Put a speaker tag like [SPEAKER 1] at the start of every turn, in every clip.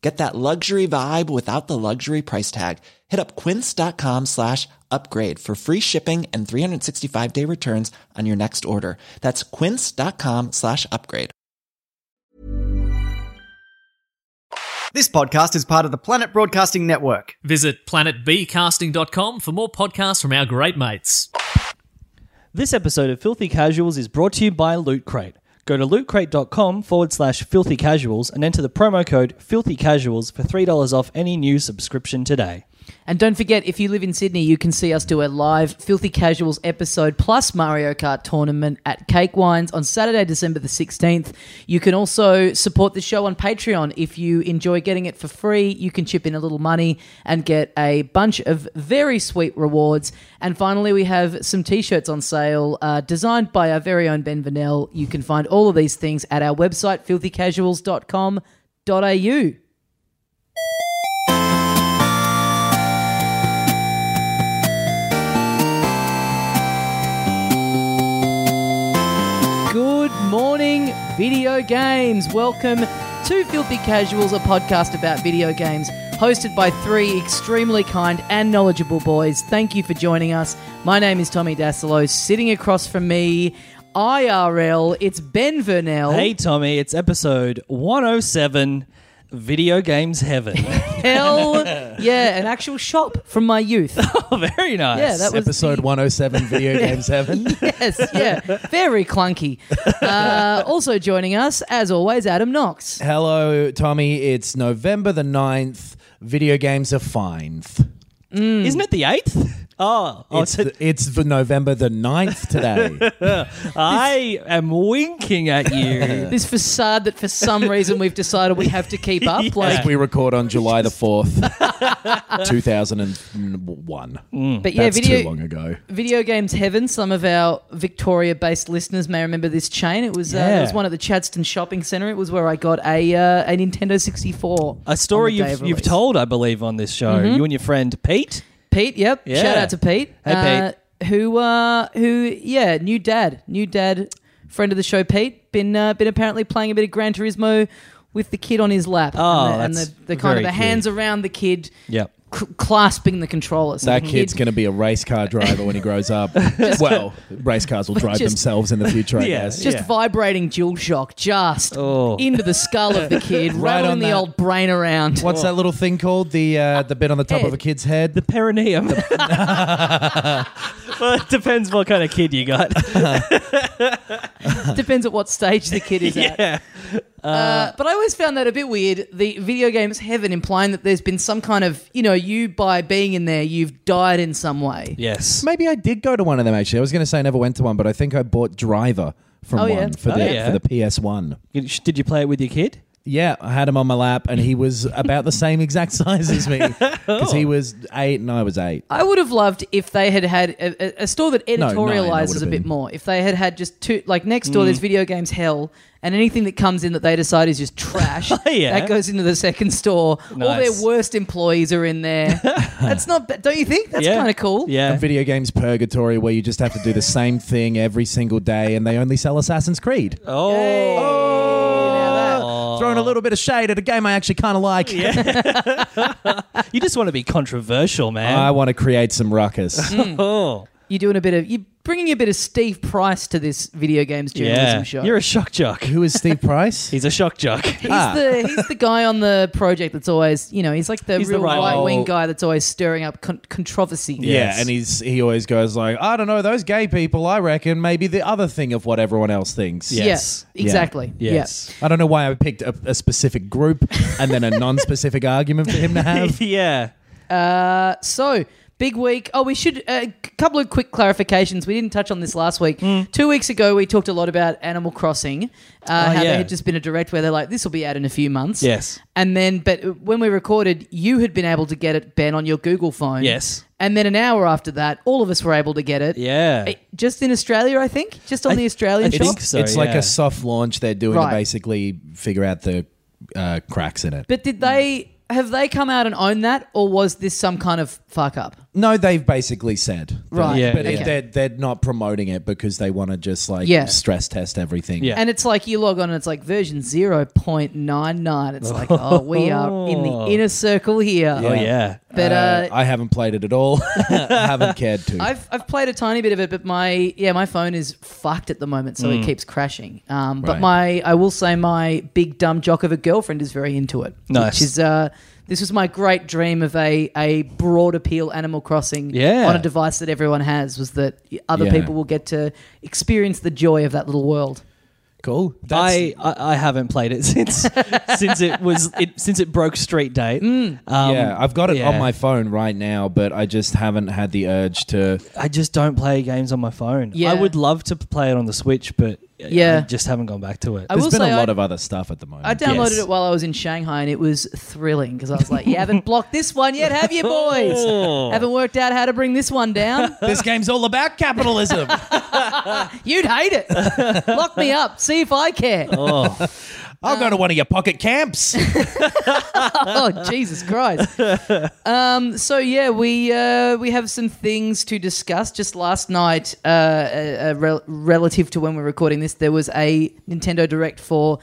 [SPEAKER 1] Get that luxury vibe without the luxury price tag. Hit up quince.com slash upgrade for free shipping and 365 day returns on your next order. That's quince.com slash upgrade.
[SPEAKER 2] This podcast is part of the Planet Broadcasting Network.
[SPEAKER 3] Visit planetbcasting.com for more podcasts from our great mates.
[SPEAKER 4] This episode of Filthy Casuals is brought to you by Loot Crate. Go to lootcrate.com forward slash filthy casuals and enter the promo code filthy casuals for $3 off any new subscription today.
[SPEAKER 5] And don't forget, if you live in Sydney, you can see us do a live Filthy Casuals episode plus Mario Kart tournament at Cake Wines on Saturday, December the 16th. You can also support the show on Patreon. If you enjoy getting it for free, you can chip in a little money and get a bunch of very sweet rewards. And finally, we have some t shirts on sale uh, designed by our very own Ben Vanel. You can find all of these things at our website, filthycasuals.com.au. Good morning, video games. Welcome to Filthy Casuals, a podcast about video games, hosted by three extremely kind and knowledgeable boys. Thank you for joining us. My name is Tommy Dasilo. Sitting across from me, IRL, it's Ben Vernell.
[SPEAKER 4] Hey, Tommy, it's episode 107 Video Games Heaven.
[SPEAKER 5] hell. yeah, an actual shop from my youth.
[SPEAKER 4] Oh, Very nice.
[SPEAKER 5] Yeah, that was
[SPEAKER 6] episode
[SPEAKER 5] the-
[SPEAKER 6] 107 video games heaven
[SPEAKER 5] Yes, yeah. Very clunky. Uh, also joining us, as always, Adam Knox.
[SPEAKER 6] hello tommy it's november the 9th video games are fine
[SPEAKER 4] Isn't it the 8th? Oh, oh
[SPEAKER 6] it's,
[SPEAKER 4] so
[SPEAKER 6] the- it's the november the 9th today
[SPEAKER 4] I am winking at you.
[SPEAKER 5] this facade that for some reason we've decided we have to keep up. Like,
[SPEAKER 6] as we record on july the 4th 2001
[SPEAKER 5] but yeah,
[SPEAKER 6] that's too
[SPEAKER 5] video
[SPEAKER 6] long ago
[SPEAKER 5] video games heaven. Some of our Victoria-based listeners may remember this chain. It was uh,
[SPEAKER 4] Yeah.
[SPEAKER 5] it was one at the Chadston Shopping Centre. It was where I got a uh, a Nintendo 64.
[SPEAKER 4] A story
[SPEAKER 5] on the day
[SPEAKER 4] you've,
[SPEAKER 5] of
[SPEAKER 4] you've
[SPEAKER 5] release. Mm-hmm.
[SPEAKER 4] told, I believe, on this show. You and your friend Pete.
[SPEAKER 5] Pete. Yep.
[SPEAKER 4] Yeah.
[SPEAKER 5] Shout out to Pete.
[SPEAKER 4] Hey, Pete.
[SPEAKER 5] Uh, who uh, who? Yeah, new dad, new dad, friend of the show. Pete been uh, been apparently playing a bit of Gran Turismo with the kid on his lap.
[SPEAKER 4] Oh,
[SPEAKER 5] and the, and
[SPEAKER 4] that's
[SPEAKER 5] the, the kind
[SPEAKER 4] very
[SPEAKER 5] of the
[SPEAKER 4] cute.
[SPEAKER 5] hands around the kid.
[SPEAKER 4] Yep.
[SPEAKER 5] cl- clasping the controller. So
[SPEAKER 6] that
[SPEAKER 5] the
[SPEAKER 6] kid's
[SPEAKER 5] kid-
[SPEAKER 6] going to be a race car driver when he grows up. well, race cars will drive
[SPEAKER 5] Just-
[SPEAKER 6] themselves in the future, I
[SPEAKER 4] Yeah,
[SPEAKER 6] guess.
[SPEAKER 5] just
[SPEAKER 4] yeah.
[SPEAKER 5] vibrating dual shock just
[SPEAKER 4] Oh.
[SPEAKER 5] into the skull of the kid,
[SPEAKER 6] Right
[SPEAKER 5] rattling
[SPEAKER 6] on
[SPEAKER 5] the
[SPEAKER 6] that.
[SPEAKER 5] old brain around.
[SPEAKER 6] What's that little thing called? The uh, the bit on the top
[SPEAKER 5] Head.
[SPEAKER 6] of a kid's head?
[SPEAKER 4] The perineum. well, it depends what kind of kid you got.
[SPEAKER 5] Depends at what stage the kid is at.
[SPEAKER 4] yeah.
[SPEAKER 5] Uh, but I always found that a bit weird. The video games heaven implying that there's been some kind of, you know, you by being in there, you've died in some way.
[SPEAKER 4] Yes.
[SPEAKER 6] Maybe I did go to one of them actually. I was going to say I never went to one, but I think I bought Driver from
[SPEAKER 5] Oh,
[SPEAKER 6] one
[SPEAKER 5] yeah.
[SPEAKER 6] for
[SPEAKER 4] Oh,
[SPEAKER 6] the
[SPEAKER 4] yeah.
[SPEAKER 6] for the PS1.
[SPEAKER 4] You- sh- Did you play it with your kid?
[SPEAKER 6] Yeah, I had him on my lap, and he was about the same exact size as me because he was eight and I was eight.
[SPEAKER 5] I would have loved if they had had a, a- a store that
[SPEAKER 6] nine, I
[SPEAKER 5] editorializes
[SPEAKER 6] would've
[SPEAKER 5] a bit
[SPEAKER 6] been.
[SPEAKER 5] more. If they had had just two, like next door,
[SPEAKER 4] Mm.
[SPEAKER 5] there's video games hell, and anything that comes in that they decide is just trash,
[SPEAKER 4] Oh, Yeah.
[SPEAKER 5] that goes into the second store. All
[SPEAKER 4] Nice.
[SPEAKER 5] their worst employees are in there. That's not, ba- don't you think? That's
[SPEAKER 4] yeah.
[SPEAKER 5] kind of cool.
[SPEAKER 4] Yeah.
[SPEAKER 6] Video games purgatory, where you just have to do the same thing every single day, and they only sell Assassin's Creed. Uh,
[SPEAKER 4] Oh.
[SPEAKER 5] Hey, now that-
[SPEAKER 6] Throwing a little bit of shade at a game I actually kind of like.
[SPEAKER 4] You just want to be controversial,
[SPEAKER 6] I
[SPEAKER 4] man.
[SPEAKER 6] want to create some ruckus.
[SPEAKER 5] Hmm.
[SPEAKER 4] oh.
[SPEAKER 5] You're doing a bit of, you're bringing a bit of Steve Price to this video games journalism
[SPEAKER 4] Yeah.
[SPEAKER 5] show.
[SPEAKER 4] You're a shock jock.
[SPEAKER 6] Who is Steve Price?
[SPEAKER 4] He's a shock jock.
[SPEAKER 5] He's the he's the guy on the project that's always you know he's like the
[SPEAKER 4] He's the
[SPEAKER 5] real
[SPEAKER 4] right-
[SPEAKER 5] right wing
[SPEAKER 6] Oh.
[SPEAKER 5] guy that's always stirring up con- controversy.
[SPEAKER 4] Yes.
[SPEAKER 6] Yeah, and he's he always goes like, I don't know, those gay people. I reckon maybe the other thing of what everyone else thinks.
[SPEAKER 4] Yeah. Yes.
[SPEAKER 5] Yeah, exactly. Yeah.
[SPEAKER 4] Yes.
[SPEAKER 6] I don't know why I picked a, a specific group and then a non-specific argument for him to have.
[SPEAKER 4] yeah.
[SPEAKER 5] Uh, so big week. Oh, we should a couple of quick clarifications. We didn't touch on this last week.
[SPEAKER 4] Hmm.
[SPEAKER 5] Two weeks ago, we talked a lot about Animal Crossing, uh, how
[SPEAKER 4] Oh, yeah.
[SPEAKER 5] there had just been a direct where they're like, "This will be out in a few months."
[SPEAKER 4] Yes.
[SPEAKER 5] uh, And then, but when we recorded, you had been able to get it, Ben, on your Google phone.
[SPEAKER 4] Yes.
[SPEAKER 5] And then an hour after that, all of us were able to get it.
[SPEAKER 4] Yeah.
[SPEAKER 5] Eh, Just in Australia, I think. Just on the Australian
[SPEAKER 4] I
[SPEAKER 5] shop.
[SPEAKER 4] think so.
[SPEAKER 6] it's like
[SPEAKER 4] yeah.
[SPEAKER 6] a soft launch they're doing
[SPEAKER 5] Right.
[SPEAKER 6] to basically figure out the uh, cracks in it.
[SPEAKER 5] But
[SPEAKER 4] Hmm.
[SPEAKER 5] did they have they come out and own that, or was this some kind of fuck up?
[SPEAKER 6] no, they've basically said.
[SPEAKER 5] Right.
[SPEAKER 4] Yeah.
[SPEAKER 6] But
[SPEAKER 4] Okay.
[SPEAKER 6] it- they're, they're not promoting it because they want to just like
[SPEAKER 5] Yeah.
[SPEAKER 6] stress test everything.
[SPEAKER 4] Yeah.
[SPEAKER 5] And it's like you log on and it's like version 0.99. It's like, oh, we are in the inner circle here.
[SPEAKER 4] Oh yeah.
[SPEAKER 5] But uh,
[SPEAKER 6] I haven't played it at all. I haven't cared to.
[SPEAKER 5] I've, I've played a tiny bit of it, but my yeah my phone is fucked at the moment, so it keeps crashing. Um, But
[SPEAKER 6] Right.
[SPEAKER 5] my I will say my big dumb jock of a girlfriend is very into it.
[SPEAKER 4] Nice.
[SPEAKER 5] Which is uh, this was my great dream of a a broad appeal Animal Crossing
[SPEAKER 4] Yeah.
[SPEAKER 5] on a device that everyone has was that other
[SPEAKER 6] Yeah.
[SPEAKER 5] people will get to experience the joy of that little world.
[SPEAKER 6] cool. That's,
[SPEAKER 4] I, I I haven't played it since since it was it since it broke street date.
[SPEAKER 5] Hmm.
[SPEAKER 4] Um,
[SPEAKER 6] yeah, I've got it
[SPEAKER 4] yeah.
[SPEAKER 6] on my phone right now, but I just haven't had the urge to.
[SPEAKER 4] I just don't play games on my phone.
[SPEAKER 5] Yeah.
[SPEAKER 4] I would love to play it on the Switch, but yeah,
[SPEAKER 5] Yeah.
[SPEAKER 4] I just haven't gone back to it.
[SPEAKER 5] I
[SPEAKER 6] There's
[SPEAKER 5] will
[SPEAKER 6] been
[SPEAKER 5] say
[SPEAKER 6] a lot
[SPEAKER 5] I-
[SPEAKER 6] of other stuff at the moment.
[SPEAKER 5] I downloaded
[SPEAKER 4] Yes.
[SPEAKER 5] it while I was in Shanghai, and it was thrilling because I was like, "You haven't blocked this one yet, have you, boys? haven't worked out how to bring this one down?
[SPEAKER 6] this game's all about capitalism.
[SPEAKER 5] You'd hate it. Lock me up. See if I care."
[SPEAKER 6] I'll go to one of your pocket camps.
[SPEAKER 5] oh Jesus Christ! Um, so yeah, we uh, we have some things to discuss. Just last night, uh, uh, rel- relative to when we're recording this, there was a Nintendo Direct for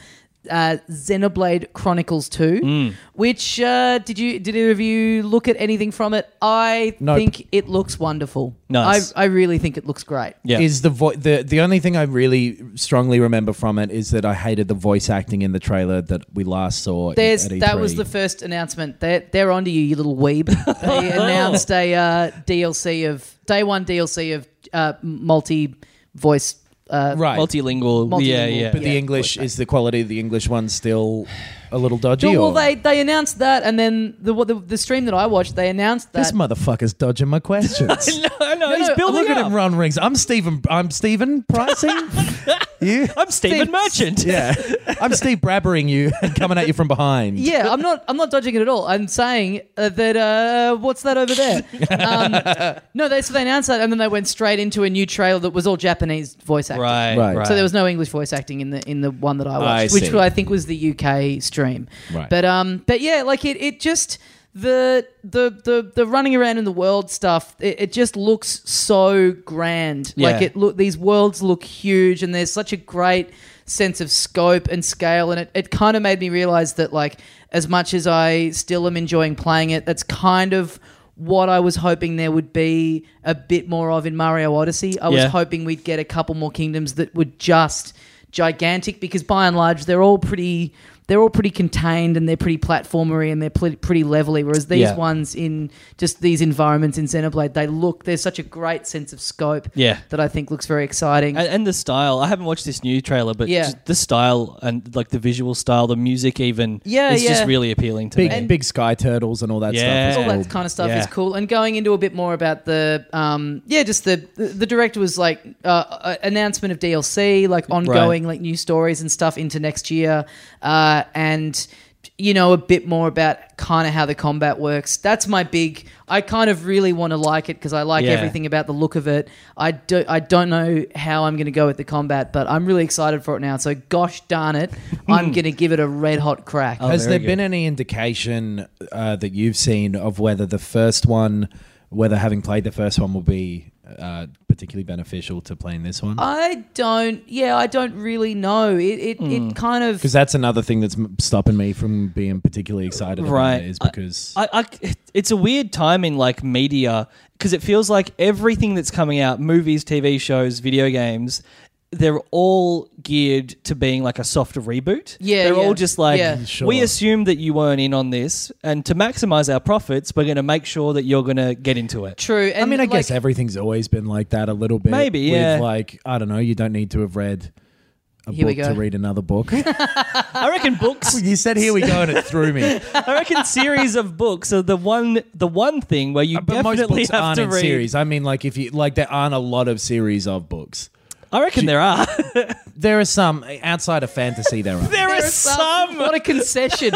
[SPEAKER 5] uh, Xenoblade Chronicles Two. Which uh, did you did either of you look at anything from it? I
[SPEAKER 6] Nope.
[SPEAKER 5] think it looks wonderful.
[SPEAKER 4] Nice.
[SPEAKER 5] I, I really think it looks great.
[SPEAKER 4] Yeah.
[SPEAKER 6] Is the vo- the the only thing I really strongly remember from it is that I hated the voice acting in the trailer that we last saw.
[SPEAKER 5] There's
[SPEAKER 6] at E E3.
[SPEAKER 5] that was the first announcement. They're they're onto you, you little weeb. They announced a uh, DLC of day one DLC of uh, multi voice. Uh,
[SPEAKER 6] right.
[SPEAKER 4] multilingual, Yeah,
[SPEAKER 5] Multilingual,
[SPEAKER 4] yeah.
[SPEAKER 5] but
[SPEAKER 6] but the
[SPEAKER 5] yeah,
[SPEAKER 6] English is the quality of the English one still a little dodgy.
[SPEAKER 5] so, well,
[SPEAKER 6] or-
[SPEAKER 5] they they announced that, and then the what the, the stream that I watched, they announced that.
[SPEAKER 6] this motherfucker's dodging my questions.
[SPEAKER 4] no, no, he's
[SPEAKER 5] no,
[SPEAKER 4] building
[SPEAKER 6] Look
[SPEAKER 4] it
[SPEAKER 6] at
[SPEAKER 4] up.
[SPEAKER 6] him run rings. I'm Stephen. I'm Stephen pricing. you.
[SPEAKER 4] I'm Stephen
[SPEAKER 5] Steve-
[SPEAKER 4] Merchant.
[SPEAKER 6] Yeah, I'm Steve Brabbering you and coming at you from behind.
[SPEAKER 5] yeah, I'm not. I'm not dodging it at all. I'm saying uh, that. Uh, what's that over there? Um, no, they so they announced that, and then they went straight into a new trailer that was all Japanese voice acting.
[SPEAKER 4] Right, right,
[SPEAKER 6] Right.
[SPEAKER 5] So there was no English voice acting in the in the one that I
[SPEAKER 6] I
[SPEAKER 5] watched, which
[SPEAKER 6] see.
[SPEAKER 5] I think was the UK stream.
[SPEAKER 6] Right.
[SPEAKER 5] But um, but yeah, like it, it just the the the the running around in the world stuff. It, it just looks so grand. Like
[SPEAKER 4] Yeah.
[SPEAKER 5] it look these worlds look huge, and there's such a great sense of scope and scale. And it it kind of made me realize that like as much as I still am enjoying playing it, that's kind of what I was hoping there would be a bit more of in Mario Odyssey. I was
[SPEAKER 4] Yeah.
[SPEAKER 5] hoping hoping we'd get a couple more kingdoms that were just gigantic because by and large they're all pretty they're all pretty contained and they're pretty platformery and they're pl- pretty levelly whereas these
[SPEAKER 4] Yeah.
[SPEAKER 5] ones in just these environments in Xenoblade they look there's such a great sense of scope
[SPEAKER 4] Yeah.
[SPEAKER 5] that I think looks very exciting
[SPEAKER 4] And, and the style. I haven't watched this new trailer, but
[SPEAKER 5] Yeah.
[SPEAKER 4] just the style and like the visual style, the music, even.
[SPEAKER 5] Yeah,
[SPEAKER 4] it's
[SPEAKER 5] yeah.
[SPEAKER 4] just really appealing to
[SPEAKER 6] Big
[SPEAKER 4] me.
[SPEAKER 6] big sky turtles and all that
[SPEAKER 4] Yeah.
[SPEAKER 6] stuff.
[SPEAKER 5] all
[SPEAKER 6] is
[SPEAKER 5] that
[SPEAKER 6] cool.
[SPEAKER 5] kind of stuff
[SPEAKER 4] Yeah.
[SPEAKER 5] is cool. And going into a bit more about the, um, yeah, just the the director was like uh, uh, announcement of DLC, like ongoing, like new stories and stuff into next year, uh, and you know a bit more about kind of how the combat works. That's my big. I kind of really want to like it because I like
[SPEAKER 4] Yeah.
[SPEAKER 5] everything about the look of it. I do. I don't know how I'm going to go with the combat, but I'm really excited for it now. So gosh darn it,
[SPEAKER 4] Hmm.
[SPEAKER 5] I'm going to give it a red hot crack.
[SPEAKER 6] Has
[SPEAKER 4] very
[SPEAKER 6] there been any indication uh, that you've seen of whether the first one, whether having played the first one, will be uh, particularly beneficial to playing this one?
[SPEAKER 5] I don't. Yeah, I don't really know. It it,
[SPEAKER 6] Hmm.
[SPEAKER 5] it kind of.
[SPEAKER 6] Because that's another thing that's m- stopping me from being particularly excited
[SPEAKER 4] Right.
[SPEAKER 6] about it is
[SPEAKER 4] I-
[SPEAKER 6] because
[SPEAKER 4] I, I- it's a weird time in like media because it feels like everything that's coming out movies tv shows video games they're all geared to being like a softer reboot
[SPEAKER 5] Yeah,
[SPEAKER 4] they're
[SPEAKER 5] yeah.
[SPEAKER 4] all just like
[SPEAKER 5] Yeah.
[SPEAKER 4] we
[SPEAKER 6] Sure.
[SPEAKER 4] assume that you weren't in on this and to maximize our profits we're going to make sure that you're going to get into it
[SPEAKER 5] True. And
[SPEAKER 6] I mean, I
[SPEAKER 5] like,
[SPEAKER 6] guess everything's always been like that a little bit.
[SPEAKER 4] Maybe,
[SPEAKER 6] with,
[SPEAKER 4] yeah.
[SPEAKER 6] Like I don't know. You don't need to have read a
[SPEAKER 5] Here we
[SPEAKER 6] book
[SPEAKER 5] go.
[SPEAKER 6] to read another book.
[SPEAKER 4] i reckon books
[SPEAKER 6] you said here we go, and it threw me.
[SPEAKER 4] i reckon series of books are the one the one thing where you
[SPEAKER 6] Uh, But most
[SPEAKER 4] definitely
[SPEAKER 6] books
[SPEAKER 4] have
[SPEAKER 6] aren't
[SPEAKER 4] to
[SPEAKER 6] in
[SPEAKER 4] read
[SPEAKER 6] series. I mean, like if you like, there aren't a lot of series of books.
[SPEAKER 4] I reckon there are.
[SPEAKER 6] There are some outside of fantasy. There are.
[SPEAKER 4] there are
[SPEAKER 5] Well,
[SPEAKER 4] some.
[SPEAKER 5] What a concession.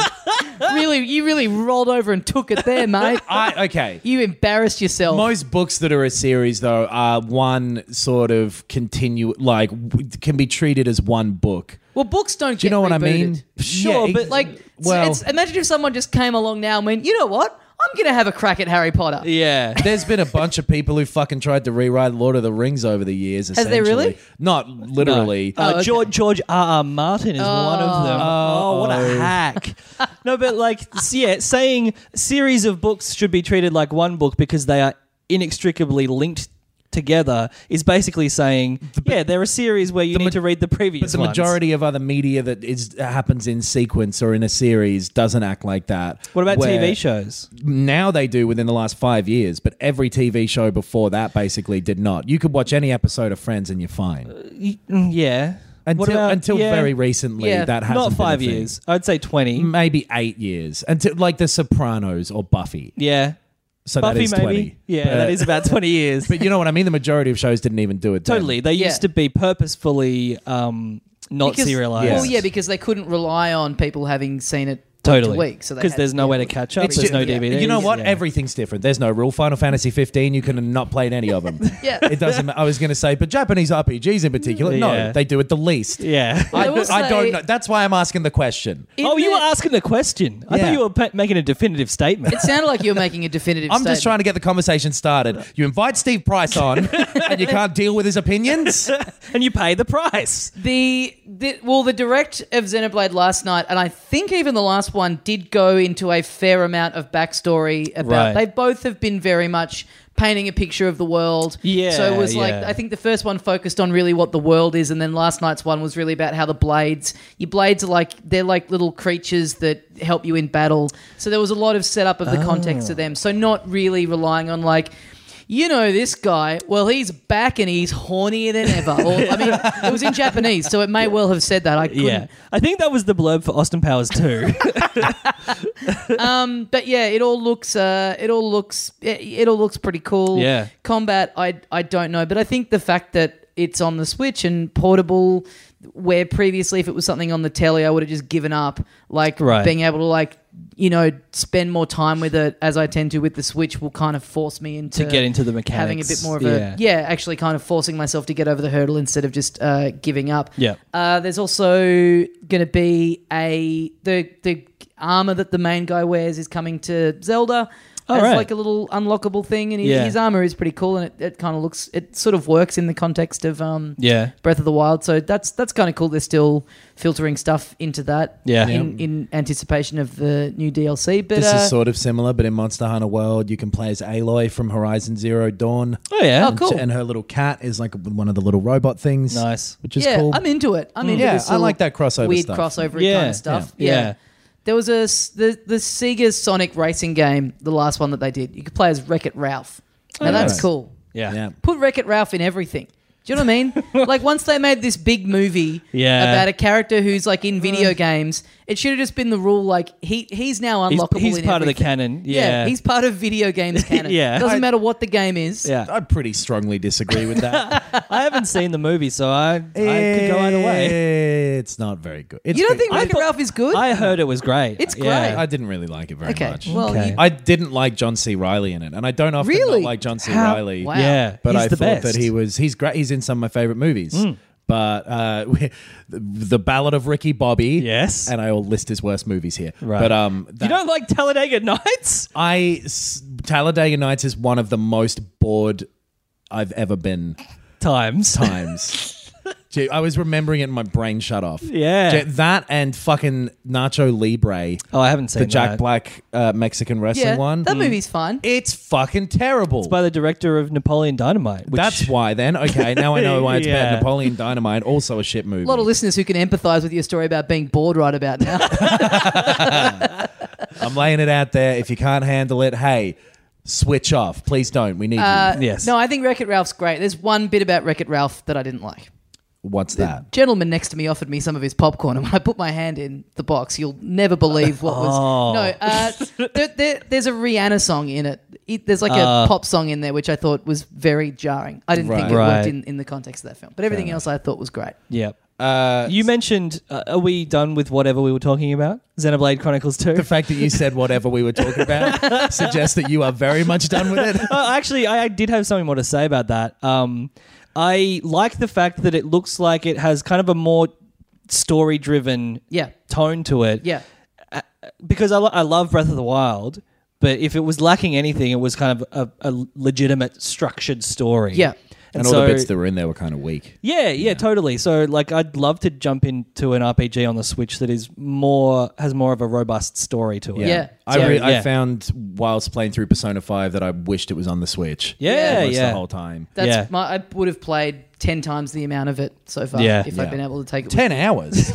[SPEAKER 5] really, you really rolled over and took it there, mate.
[SPEAKER 6] I okay.
[SPEAKER 5] You embarrassed yourself.
[SPEAKER 6] Most books that are a series, though, are one sort of continue, like w- can be treated as one book.
[SPEAKER 5] well, books don't
[SPEAKER 6] Do you know what I mean?
[SPEAKER 4] Sure, but-
[SPEAKER 5] Like, it's-
[SPEAKER 6] well,
[SPEAKER 5] it's, imagine if someone just came along now and went, you know what? I'm going to have a crack at Harry Potter.
[SPEAKER 4] yeah.
[SPEAKER 6] there's been a bunch of people who fucking tried to rewrite Lord of the Rings over the years.
[SPEAKER 5] Has there really?
[SPEAKER 6] essentially. Not literally.
[SPEAKER 4] Uh, George George R. R. Martin is one of them. Oh, what a hack! no, but like, s- yeah, saying series of books should be treated like one book because they are inextricably linked together is basically saying, yeah, there are series where you need to read the previous.
[SPEAKER 6] But the
[SPEAKER 4] ones.
[SPEAKER 6] majority of other media that is happens in sequence or in a series doesn't act like that.
[SPEAKER 4] What about
[SPEAKER 6] where
[SPEAKER 4] TV shows?
[SPEAKER 6] Now they do within the last five years, but every TV show before that basically did not. You could watch any episode of Friends and you're fine.
[SPEAKER 4] Mm, Yeah.
[SPEAKER 6] Until
[SPEAKER 4] what about,
[SPEAKER 6] until
[SPEAKER 4] yeah,
[SPEAKER 6] very recently,
[SPEAKER 5] Yeah,
[SPEAKER 6] that hasn't
[SPEAKER 4] not
[SPEAKER 6] been a
[SPEAKER 4] five
[SPEAKER 6] thing.
[SPEAKER 4] years. I'd say twenty.
[SPEAKER 6] maybe eight years until like The Sopranos or Buffy.
[SPEAKER 4] Yeah.
[SPEAKER 6] So that
[SPEAKER 4] Buffy
[SPEAKER 6] is
[SPEAKER 4] maybe.
[SPEAKER 6] twenty.
[SPEAKER 4] Yeah,
[SPEAKER 6] But-
[SPEAKER 4] that is about twenty years.
[SPEAKER 6] But you know what I mean. The majority of shows didn't even do it. then.
[SPEAKER 4] Totally. They
[SPEAKER 5] Yeah.
[SPEAKER 4] used to be purposefully um, not
[SPEAKER 5] Because-
[SPEAKER 4] serialized.
[SPEAKER 5] Well,
[SPEAKER 6] Yes.
[SPEAKER 5] yeah, because they couldn't rely on people having seen it
[SPEAKER 4] totally.
[SPEAKER 5] week, so they
[SPEAKER 4] because
[SPEAKER 5] had-
[SPEAKER 4] there's no
[SPEAKER 5] yeah.
[SPEAKER 4] way to catch up.
[SPEAKER 6] It's
[SPEAKER 4] there's
[SPEAKER 6] ju-
[SPEAKER 4] no
[SPEAKER 6] yeah.
[SPEAKER 4] DVD.
[SPEAKER 6] You know what?
[SPEAKER 4] Yeah.
[SPEAKER 6] Everything's different. There's no rule. Final Fantasy 15, you can have not played any of them.
[SPEAKER 5] Yeah.
[SPEAKER 6] It doesn't. ma- I was going to say, but Japanese RPGs in particular,
[SPEAKER 4] Yeah.
[SPEAKER 6] no, they do it the least.
[SPEAKER 4] yeah.
[SPEAKER 6] I,
[SPEAKER 5] I will
[SPEAKER 6] I
[SPEAKER 5] say-
[SPEAKER 6] don't know. That's why I'm asking the question.
[SPEAKER 5] In
[SPEAKER 4] oh, you were
[SPEAKER 5] the-
[SPEAKER 4] asking the question. I
[SPEAKER 6] Yeah.
[SPEAKER 4] thought you were pa- making a definitive statement.
[SPEAKER 5] It sounded like you were making a definitive
[SPEAKER 6] I'm just trying to get the conversation started. You invite Steve Price on, and you can't deal with his opinions.
[SPEAKER 4] and you pay the price.
[SPEAKER 5] The, the well, the direct of Xenoblade last night, and I think even the last one did go into a fair amount of backstory about.
[SPEAKER 4] Right.
[SPEAKER 5] They both have been very much painting a picture of the world.
[SPEAKER 4] Yeah,
[SPEAKER 5] So it was like
[SPEAKER 4] yeah.
[SPEAKER 5] I think the first one focused on really what the world is, and then last night's one was really about how the blades. Your blades are like they're like little creatures that help you in battle. So there was a lot of setup of the context to them. So not really relying on like. You know this guy. Well, he's back and he's hornier than ever. Or, I mean, it was in Japanese, so it may well have said that. I couldn't.
[SPEAKER 4] Yeah. I think that was the blurb for Austin Powers too.
[SPEAKER 5] But yeah, it all looks. Uh, it all looks. It, it all looks pretty cool.
[SPEAKER 4] Yeah.
[SPEAKER 5] Combat, I I don't know, but I think the fact that it's on the Switch and portable, where previously if it was something on the telly, I would have just given up. Like
[SPEAKER 4] Right.
[SPEAKER 5] being able to like you know spend more time with it as I tend to with the Switch will kind of force me into
[SPEAKER 4] to get into the
[SPEAKER 5] having a
[SPEAKER 4] mechanics.
[SPEAKER 5] bit more of a yeah, actually kind of forcing myself to get over the hurdle instead of just uh, giving up.
[SPEAKER 4] Yeah.
[SPEAKER 5] Uh, there's also going to be a the the armor that the main guy wears is coming to Zelda.
[SPEAKER 4] Oh,
[SPEAKER 5] as
[SPEAKER 4] right.
[SPEAKER 5] like a little unlockable thing, and his,
[SPEAKER 4] Yeah.
[SPEAKER 5] his armor is pretty cool, and it, it kind of looks it sort of works in the context of um
[SPEAKER 4] Yeah.
[SPEAKER 5] Breath of the Wild. So that's that's kind of cool. They're still filtering stuff into that
[SPEAKER 4] Yeah.
[SPEAKER 5] in, in anticipation of the new DLC. But
[SPEAKER 6] This
[SPEAKER 5] uh,
[SPEAKER 6] is sort of similar, but in Monster Hunter World, you can play as Aloy from Horizon Zero Dawn.
[SPEAKER 4] Oh yeah.
[SPEAKER 5] Oh, cool.
[SPEAKER 6] And her little cat is like one of the little robot things.
[SPEAKER 4] Nice.
[SPEAKER 6] Which is
[SPEAKER 5] yeah,
[SPEAKER 6] cool. Mm.
[SPEAKER 5] I'm into it. I'm into
[SPEAKER 6] Yeah,
[SPEAKER 5] this
[SPEAKER 6] I like
[SPEAKER 5] little
[SPEAKER 6] that crossover
[SPEAKER 5] weird
[SPEAKER 6] stuff.
[SPEAKER 5] crossover
[SPEAKER 4] Yeah,
[SPEAKER 5] kind of stuff.
[SPEAKER 4] yeah,
[SPEAKER 5] Yeah.
[SPEAKER 4] yeah.
[SPEAKER 5] There was a s- the the Sega Sonic racing game, the last one that they did. You could play as Wreck It Ralph.
[SPEAKER 4] Oh,
[SPEAKER 5] Now that's
[SPEAKER 6] nice.
[SPEAKER 5] cool.
[SPEAKER 4] yeah.
[SPEAKER 6] yeah.
[SPEAKER 5] Put Wreck It Ralph in everything. Do you know what I mean? like once they made this big movie
[SPEAKER 4] Yeah. Uh.
[SPEAKER 5] about a character who's like in video games, it should have just been the rule. Like he he's now
[SPEAKER 4] He's,
[SPEAKER 5] unlockable.
[SPEAKER 4] he's
[SPEAKER 5] in
[SPEAKER 4] part of the
[SPEAKER 5] everything.
[SPEAKER 4] canon. Yeah.
[SPEAKER 5] he's part of video games canon.
[SPEAKER 4] Yeah.
[SPEAKER 5] doesn't
[SPEAKER 4] I-
[SPEAKER 5] matter what the game is.
[SPEAKER 4] yeah.
[SPEAKER 6] I pretty strongly disagree with that.
[SPEAKER 4] I haven't seen the movie, so I, I could go either way.
[SPEAKER 6] It's not very good. It's
[SPEAKER 5] you don't
[SPEAKER 6] good.
[SPEAKER 5] think Wreck It
[SPEAKER 4] thought-
[SPEAKER 5] Ralph is good?
[SPEAKER 4] I heard it was great.
[SPEAKER 5] It's
[SPEAKER 4] Yeah.
[SPEAKER 6] I didn't really like it very
[SPEAKER 5] okay,
[SPEAKER 6] much.
[SPEAKER 5] well,
[SPEAKER 4] Okay.
[SPEAKER 5] you-
[SPEAKER 6] I didn't like John C. Riley in it, and I don't often
[SPEAKER 5] Really?
[SPEAKER 6] not like John C.
[SPEAKER 4] How-
[SPEAKER 6] Riley.
[SPEAKER 5] Wow.
[SPEAKER 4] Yeah,
[SPEAKER 6] But
[SPEAKER 4] he's
[SPEAKER 6] I
[SPEAKER 4] the
[SPEAKER 6] thought
[SPEAKER 4] best.
[SPEAKER 6] that he was. He's great. He's in some of my favorite movies.
[SPEAKER 5] Hmm.
[SPEAKER 6] But uh, the, the Ballad of Ricky Bobby.
[SPEAKER 4] Yes.
[SPEAKER 6] And I will list his worst movies here.
[SPEAKER 4] Right.
[SPEAKER 6] But um,
[SPEAKER 4] You
[SPEAKER 6] that-
[SPEAKER 4] don't like Talladega Nights?
[SPEAKER 6] I s- Talladega Nights is one of the most bored I've ever been
[SPEAKER 4] Times.
[SPEAKER 6] times. Gee, I was remembering it, and my brain shut off.
[SPEAKER 4] Yeah.
[SPEAKER 6] Gee, that and fucking Nacho Libre,
[SPEAKER 4] Oh, I haven't seen
[SPEAKER 6] the Jack
[SPEAKER 4] that.
[SPEAKER 6] Black uh, Mexican wrestling
[SPEAKER 5] yeah,
[SPEAKER 6] one.
[SPEAKER 4] Mm.
[SPEAKER 6] Mm.
[SPEAKER 5] that movie's fine.
[SPEAKER 6] it's fucking terrible.
[SPEAKER 4] by the director of Napoleon Dynamite. Which,
[SPEAKER 6] That's why. Then okay, now I know why it's
[SPEAKER 4] Yeah.
[SPEAKER 6] bad. Napoleon Dynamite, also a shit movie.
[SPEAKER 5] A lot of listeners who can empathise with your story about being bored right about now.
[SPEAKER 6] I'm laying it out there. If you can't handle it, hey, switch off. Please don't. We need
[SPEAKER 5] Uh,
[SPEAKER 6] you.
[SPEAKER 4] yes.
[SPEAKER 5] no, I think Wreck It Ralph's great. There's one bit about Wreck It Ralph that I didn't like.
[SPEAKER 6] What's that?
[SPEAKER 5] Gentleman next to me offered me some of his popcorn, and when I put my hand in
[SPEAKER 4] Oh.
[SPEAKER 5] the box, you'll never believe what was. No, uh, there, there, there's a Rihanna song in it. it, there's like a pop song in there, which I thought was very jarring. I didn't think it
[SPEAKER 4] Right.
[SPEAKER 5] worked
[SPEAKER 4] Right.
[SPEAKER 5] in, in the context of that film, but everything else I thought was great.
[SPEAKER 4] Yeah.
[SPEAKER 6] Uh,
[SPEAKER 4] You mentioned, uh, are we done with whatever we were talking about? Xenoblade Chronicles 2?
[SPEAKER 6] the fact that you said whatever we were talking about suggests that you are very much done with it.
[SPEAKER 4] Oh, actually, I, I did have something more to say about that. Um, I like the fact that it looks like it has kind of a more story driven
[SPEAKER 5] Yeah,
[SPEAKER 4] tone to it.
[SPEAKER 5] yeah,
[SPEAKER 4] Because I, lo- I love Breath of the Wild, but if it was lacking anything, it was kind of a, a legitimate, structured story.
[SPEAKER 5] yeah.
[SPEAKER 6] And, all
[SPEAKER 4] so-
[SPEAKER 6] the bits that were in there were kind of weak.
[SPEAKER 4] yeah, yeah, totally. So like I'd love to jump into an RPG on the Switch that is more has more of a robust story to it.
[SPEAKER 5] Yeah.
[SPEAKER 6] I,
[SPEAKER 5] Yeah.
[SPEAKER 6] re-
[SPEAKER 4] Yeah.
[SPEAKER 6] I found whilst playing through Persona 5 that I wished it was on the Switch.
[SPEAKER 4] Yeah,
[SPEAKER 6] Almost
[SPEAKER 4] yeah.
[SPEAKER 6] The whole time.
[SPEAKER 5] That's
[SPEAKER 4] Yeah.
[SPEAKER 5] my. I would have played ten times the amount of it so far
[SPEAKER 4] Yeah.
[SPEAKER 5] if
[SPEAKER 6] Yeah.
[SPEAKER 5] I'd been able to take it.
[SPEAKER 6] 10 hours.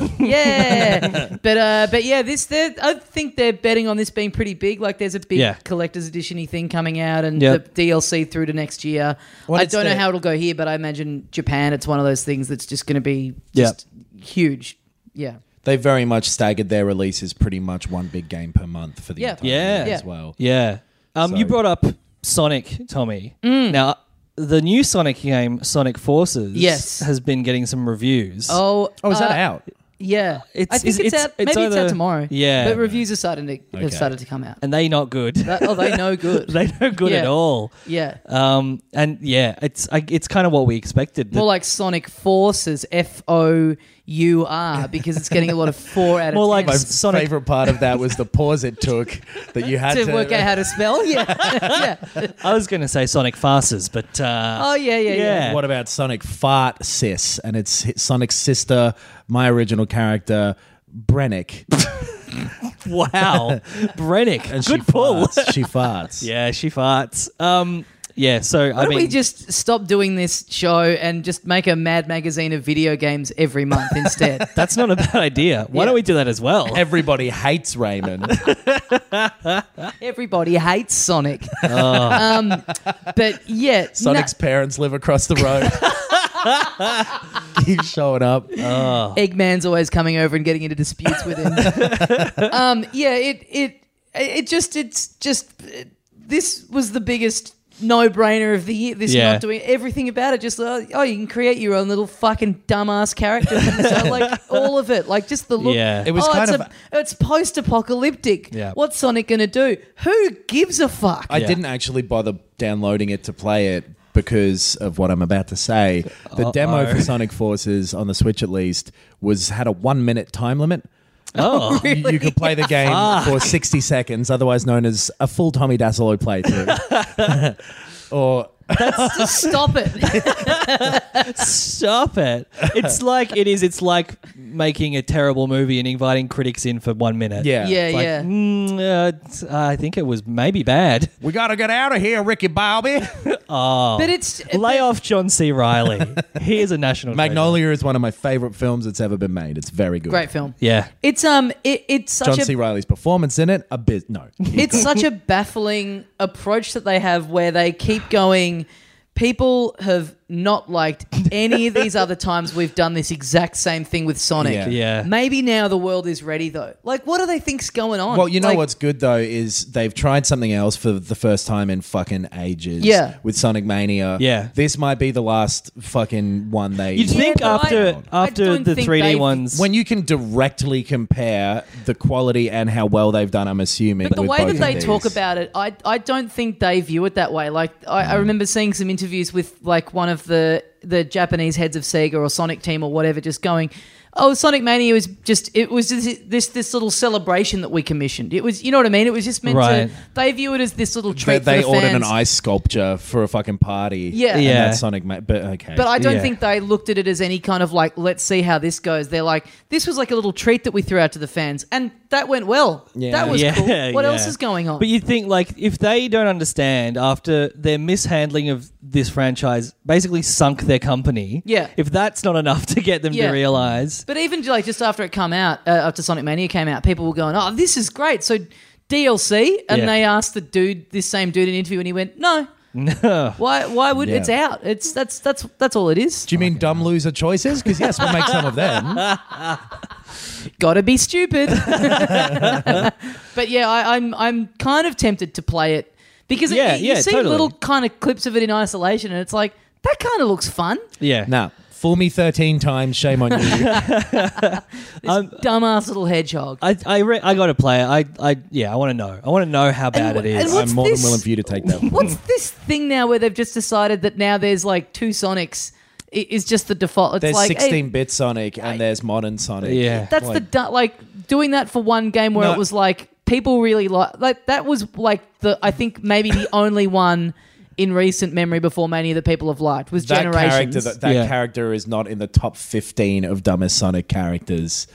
[SPEAKER 5] yeah, but uh, but yeah, this they're- I think they're betting on this being pretty big. Like there's a big
[SPEAKER 4] Yeah.
[SPEAKER 5] collector's editiony thing coming out, and
[SPEAKER 4] Yep.
[SPEAKER 5] the DLC through to next year.
[SPEAKER 6] Well,
[SPEAKER 5] I
[SPEAKER 6] it's
[SPEAKER 5] don't know
[SPEAKER 6] the-
[SPEAKER 5] how it'll go here, but I imagine Japan. It's one of those things that's just going to be
[SPEAKER 4] Yeah.
[SPEAKER 5] just huge. Yeah,
[SPEAKER 6] they very much staggered their releases pretty much one big game per month for the
[SPEAKER 5] Yeah.
[SPEAKER 6] entire
[SPEAKER 4] Yeah.
[SPEAKER 6] year as
[SPEAKER 5] Yeah.
[SPEAKER 6] well.
[SPEAKER 4] Yeah. Um, You
[SPEAKER 6] So-
[SPEAKER 4] brought up Sonic, Tommy.
[SPEAKER 5] Mm.
[SPEAKER 4] Now, the new Sonic game, Sonic Forces,
[SPEAKER 5] Yes.
[SPEAKER 4] has been getting some reviews.
[SPEAKER 5] Oh,
[SPEAKER 6] Oh, is that
[SPEAKER 5] uh,
[SPEAKER 6] out?
[SPEAKER 5] Yeah,
[SPEAKER 4] It's-
[SPEAKER 5] I think
[SPEAKER 4] it's-
[SPEAKER 5] it's,
[SPEAKER 4] it's-
[SPEAKER 5] out.
[SPEAKER 4] it's
[SPEAKER 5] Maybe it's
[SPEAKER 4] either-
[SPEAKER 5] out tomorrow.
[SPEAKER 4] Yeah.
[SPEAKER 5] but reviews are starting to have
[SPEAKER 6] Okay.
[SPEAKER 5] started to come out.
[SPEAKER 4] and they not good.
[SPEAKER 5] That- oh, they know good.
[SPEAKER 4] they not good
[SPEAKER 5] Yeah.
[SPEAKER 4] at all.
[SPEAKER 5] yeah,
[SPEAKER 4] Um, and yeah, it's I, it's kind of what we expected.
[SPEAKER 5] more like Sonic Forces, F O U R, because it's getting a lot of four out of
[SPEAKER 4] More like
[SPEAKER 5] 10.
[SPEAKER 6] My
[SPEAKER 4] Sonic-
[SPEAKER 6] favorite part of that was the pause it took that you had to,
[SPEAKER 5] to work out how to spell. Yeah, yeah.
[SPEAKER 4] I was going to say Sonic Farces, but uh,
[SPEAKER 5] Oh yeah, yeah, yeah.
[SPEAKER 4] Yeah.
[SPEAKER 6] What about Sonic Fart Sis? And it's hi- Sonic's sister, my original character, Brennick.
[SPEAKER 4] wow, Brennick,
[SPEAKER 6] And
[SPEAKER 4] good
[SPEAKER 6] she
[SPEAKER 4] pull.
[SPEAKER 6] farts. She farts.
[SPEAKER 4] yeah, she farts. Um, yeah, so
[SPEAKER 5] Why
[SPEAKER 4] I
[SPEAKER 5] don't
[SPEAKER 4] mean,
[SPEAKER 5] we just stop doing this show and just make a Mad Magazine of video games every month instead?
[SPEAKER 4] that's not a bad idea. Why
[SPEAKER 5] Yeah.
[SPEAKER 4] don't we do that as well?
[SPEAKER 6] Everybody hates Raymond.
[SPEAKER 5] Everybody hates Sonic. Um, but yeah, no-
[SPEAKER 6] Sonic's parents live across the road. Keep showing up.
[SPEAKER 5] Eggman's always coming over and getting into disputes with him. um, yeah, it it it just it's just this was the biggest no-brainer of the year. This
[SPEAKER 4] Yeah.
[SPEAKER 5] not doing everything about it. Just oh, oh, you can create your own little fucking dumbass character. so like all of it, like just the look.
[SPEAKER 4] Yeah. It
[SPEAKER 6] was
[SPEAKER 5] oh,
[SPEAKER 6] kind
[SPEAKER 5] it's
[SPEAKER 6] of-
[SPEAKER 5] a, it's post-apocalyptic.
[SPEAKER 4] Yeah.
[SPEAKER 5] What's Sonic gonna do? Who gives a fuck?
[SPEAKER 6] I
[SPEAKER 4] Yeah.
[SPEAKER 6] didn't actually bother downloading it to play it because of what I'm about to say. The demo for Sonic Forces on the Switch, at least, was had a one minute time limit.
[SPEAKER 4] oh,
[SPEAKER 6] You- You, could play the game for 60 seconds, otherwise known as a full Tommy Dassolo playthrough. or
[SPEAKER 5] Just stop it.
[SPEAKER 4] Stop it. It's like it is. It's like making a terrible movie and inviting critics in for one minute.
[SPEAKER 6] yeah,
[SPEAKER 5] yeah,
[SPEAKER 4] Like,
[SPEAKER 5] yeah.
[SPEAKER 4] "Mm, uh, it's- I think it was maybe bad.
[SPEAKER 6] we gotta get out of here, Ricky Bobby.
[SPEAKER 5] But it's
[SPEAKER 4] oh. Lay off John C. Riley. he is a national. treasure.
[SPEAKER 6] Magnolia is one of my favorite films that's ever been made. It's very good.
[SPEAKER 5] great film.
[SPEAKER 4] Yeah.
[SPEAKER 5] It's um it, it's such
[SPEAKER 6] John
[SPEAKER 5] a
[SPEAKER 6] C. Riley's performance in it, a bit no.
[SPEAKER 5] it's such a baffling approach that they have where they keep going people have not liked any of these other times we've done this exact same thing with sonic
[SPEAKER 6] Yeah.
[SPEAKER 4] Yeah.
[SPEAKER 5] maybe now the world is ready though like what do they think's going on
[SPEAKER 6] Well, you know
[SPEAKER 5] Like,
[SPEAKER 6] what's good though is they've tried something else for the first time in fucking ages.
[SPEAKER 5] Yeah.
[SPEAKER 6] With Sonic Mania.
[SPEAKER 4] Yeah.
[SPEAKER 6] This might be the last fucking one they
[SPEAKER 4] You'd
[SPEAKER 5] Yeah,
[SPEAKER 4] think
[SPEAKER 5] but I-
[SPEAKER 4] after
[SPEAKER 5] I
[SPEAKER 4] after
[SPEAKER 5] don't
[SPEAKER 4] the
[SPEAKER 5] think
[SPEAKER 4] 3D
[SPEAKER 5] they've-
[SPEAKER 4] ones.
[SPEAKER 6] when you can directly compare the quality and how well they've done, I'm assuming.
[SPEAKER 5] but the
[SPEAKER 6] with
[SPEAKER 5] way
[SPEAKER 6] both
[SPEAKER 5] that
[SPEAKER 6] of
[SPEAKER 5] they
[SPEAKER 6] these.
[SPEAKER 5] talk about it, I, I don't think they view it that way. Like I,
[SPEAKER 6] Mm.
[SPEAKER 5] I remember seeing some interviews with like one of the the Japanese heads of Sega or Sonic Team or whatever, just going, "Oh, Sonic Mania was just it was just this this little celebration that we commissioned. It was you know what I mean. It was just meant
[SPEAKER 4] Right.
[SPEAKER 5] to. They view it as this little
[SPEAKER 6] they,
[SPEAKER 5] treat.
[SPEAKER 6] they
[SPEAKER 5] for the
[SPEAKER 6] ordered an
[SPEAKER 5] fans.
[SPEAKER 6] ice sculpture for a fucking party.
[SPEAKER 5] Yeah.
[SPEAKER 6] And
[SPEAKER 4] Yeah.
[SPEAKER 6] that's Sonic Ma- but okay.
[SPEAKER 5] But I don't
[SPEAKER 4] Yeah.
[SPEAKER 5] think they looked at it as any kind of like, let's see how this goes. They're like, this was like a little treat that we threw out to the fans, and that went well. That was
[SPEAKER 4] Yeah,
[SPEAKER 5] cool. What
[SPEAKER 4] yeah.
[SPEAKER 5] else is going on?
[SPEAKER 4] But you think like if they don't understand after their mishandling of this franchise basically sunk their company.
[SPEAKER 5] Yeah.
[SPEAKER 4] If that's not enough to get them
[SPEAKER 5] Yeah.
[SPEAKER 4] to realize.
[SPEAKER 5] But even like just after it come out, uh, after Sonic Mania came out, people were going, "Oh, this is great!" So DLC, and
[SPEAKER 4] Yeah.
[SPEAKER 5] they asked the dude, this same dude, in an interview, and he went, "No,
[SPEAKER 4] No.
[SPEAKER 5] why? Why would
[SPEAKER 6] Yeah.
[SPEAKER 5] it's out? It's that's that's that's all it is.
[SPEAKER 6] do you mean dumb loser choices? Because yes, we'll make some of them.
[SPEAKER 5] Gotta be stupid." but yeah, I, I'm I'm kind of tempted to play it Because
[SPEAKER 4] Yeah,
[SPEAKER 5] it, you
[SPEAKER 4] yeah,
[SPEAKER 5] see
[SPEAKER 4] totally.
[SPEAKER 5] little kind of clips of it in isolation, and it's like that kind of looks fun.
[SPEAKER 4] Yeah.
[SPEAKER 6] Nah, fool me 13 times, shame on you.
[SPEAKER 5] This dumbass little hedgehog.
[SPEAKER 4] I I, re- I got to play it. I I yeah. I want to know. I want to know how bad
[SPEAKER 5] wh-
[SPEAKER 4] it is.
[SPEAKER 5] and what's
[SPEAKER 6] I'm more
[SPEAKER 5] this?
[SPEAKER 6] than willing for you to take that one.
[SPEAKER 5] What's this thing now where they've just decided that now there's like two Sonics i- is just the default? It's
[SPEAKER 6] There's
[SPEAKER 5] like hey,
[SPEAKER 6] 16 bit Sonic and there's modern Sonic.
[SPEAKER 4] Yeah.
[SPEAKER 5] that's the du- like doing that for one game where
[SPEAKER 6] No.
[SPEAKER 5] it was like people really like like that was like the I think maybe the only one in recent memory before many that people have liked was
[SPEAKER 6] that
[SPEAKER 5] Generations.
[SPEAKER 6] character that, that
[SPEAKER 4] Yeah.
[SPEAKER 6] character is not in the top 15 of dumbest Sonic characters.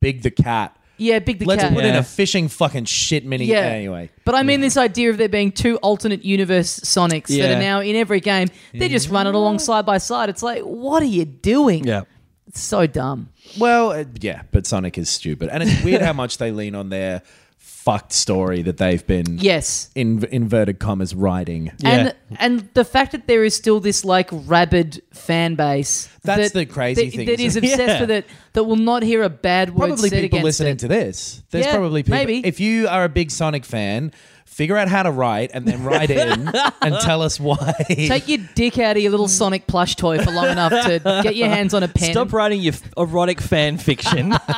[SPEAKER 6] Big the cat.
[SPEAKER 5] yeah, Big the
[SPEAKER 6] Let's
[SPEAKER 5] Cat.
[SPEAKER 6] put in
[SPEAKER 4] Yeah.
[SPEAKER 6] a fishing fucking shit mini
[SPEAKER 5] Yeah.
[SPEAKER 6] anyway.
[SPEAKER 5] But I mean this idea of there being two alternate universe Sonics that
[SPEAKER 4] Yeah.
[SPEAKER 5] are now in every game. They're just running along side by side. It's like, what are you doing?
[SPEAKER 4] yeah.
[SPEAKER 5] It's so dumb.
[SPEAKER 6] Well, uh, yeah, but Sonic is stupid. And it's weird how much they lean on their fucked story that they've been
[SPEAKER 5] Yes.
[SPEAKER 6] in inverted commas writing.
[SPEAKER 5] And and the fact that there is still this like rabid fan base.
[SPEAKER 6] That's
[SPEAKER 5] that-
[SPEAKER 6] the crazy
[SPEAKER 5] that-
[SPEAKER 6] thing,
[SPEAKER 5] That is
[SPEAKER 6] isn't
[SPEAKER 5] obsessed
[SPEAKER 4] Yeah.
[SPEAKER 5] with it. That will not hear a bad word
[SPEAKER 6] probably
[SPEAKER 5] said
[SPEAKER 6] people
[SPEAKER 5] against
[SPEAKER 6] listening
[SPEAKER 5] it.
[SPEAKER 6] to this. There's
[SPEAKER 5] Yeah,
[SPEAKER 6] probably people.
[SPEAKER 5] maybe.
[SPEAKER 6] If you are a big Sonic fan, figure out how to write and then write in and tell us why.
[SPEAKER 5] Take your dick out of your little Sonic plush toy for long enough to get your hands on a pen.
[SPEAKER 4] Stop writing your f- erotic fan fiction.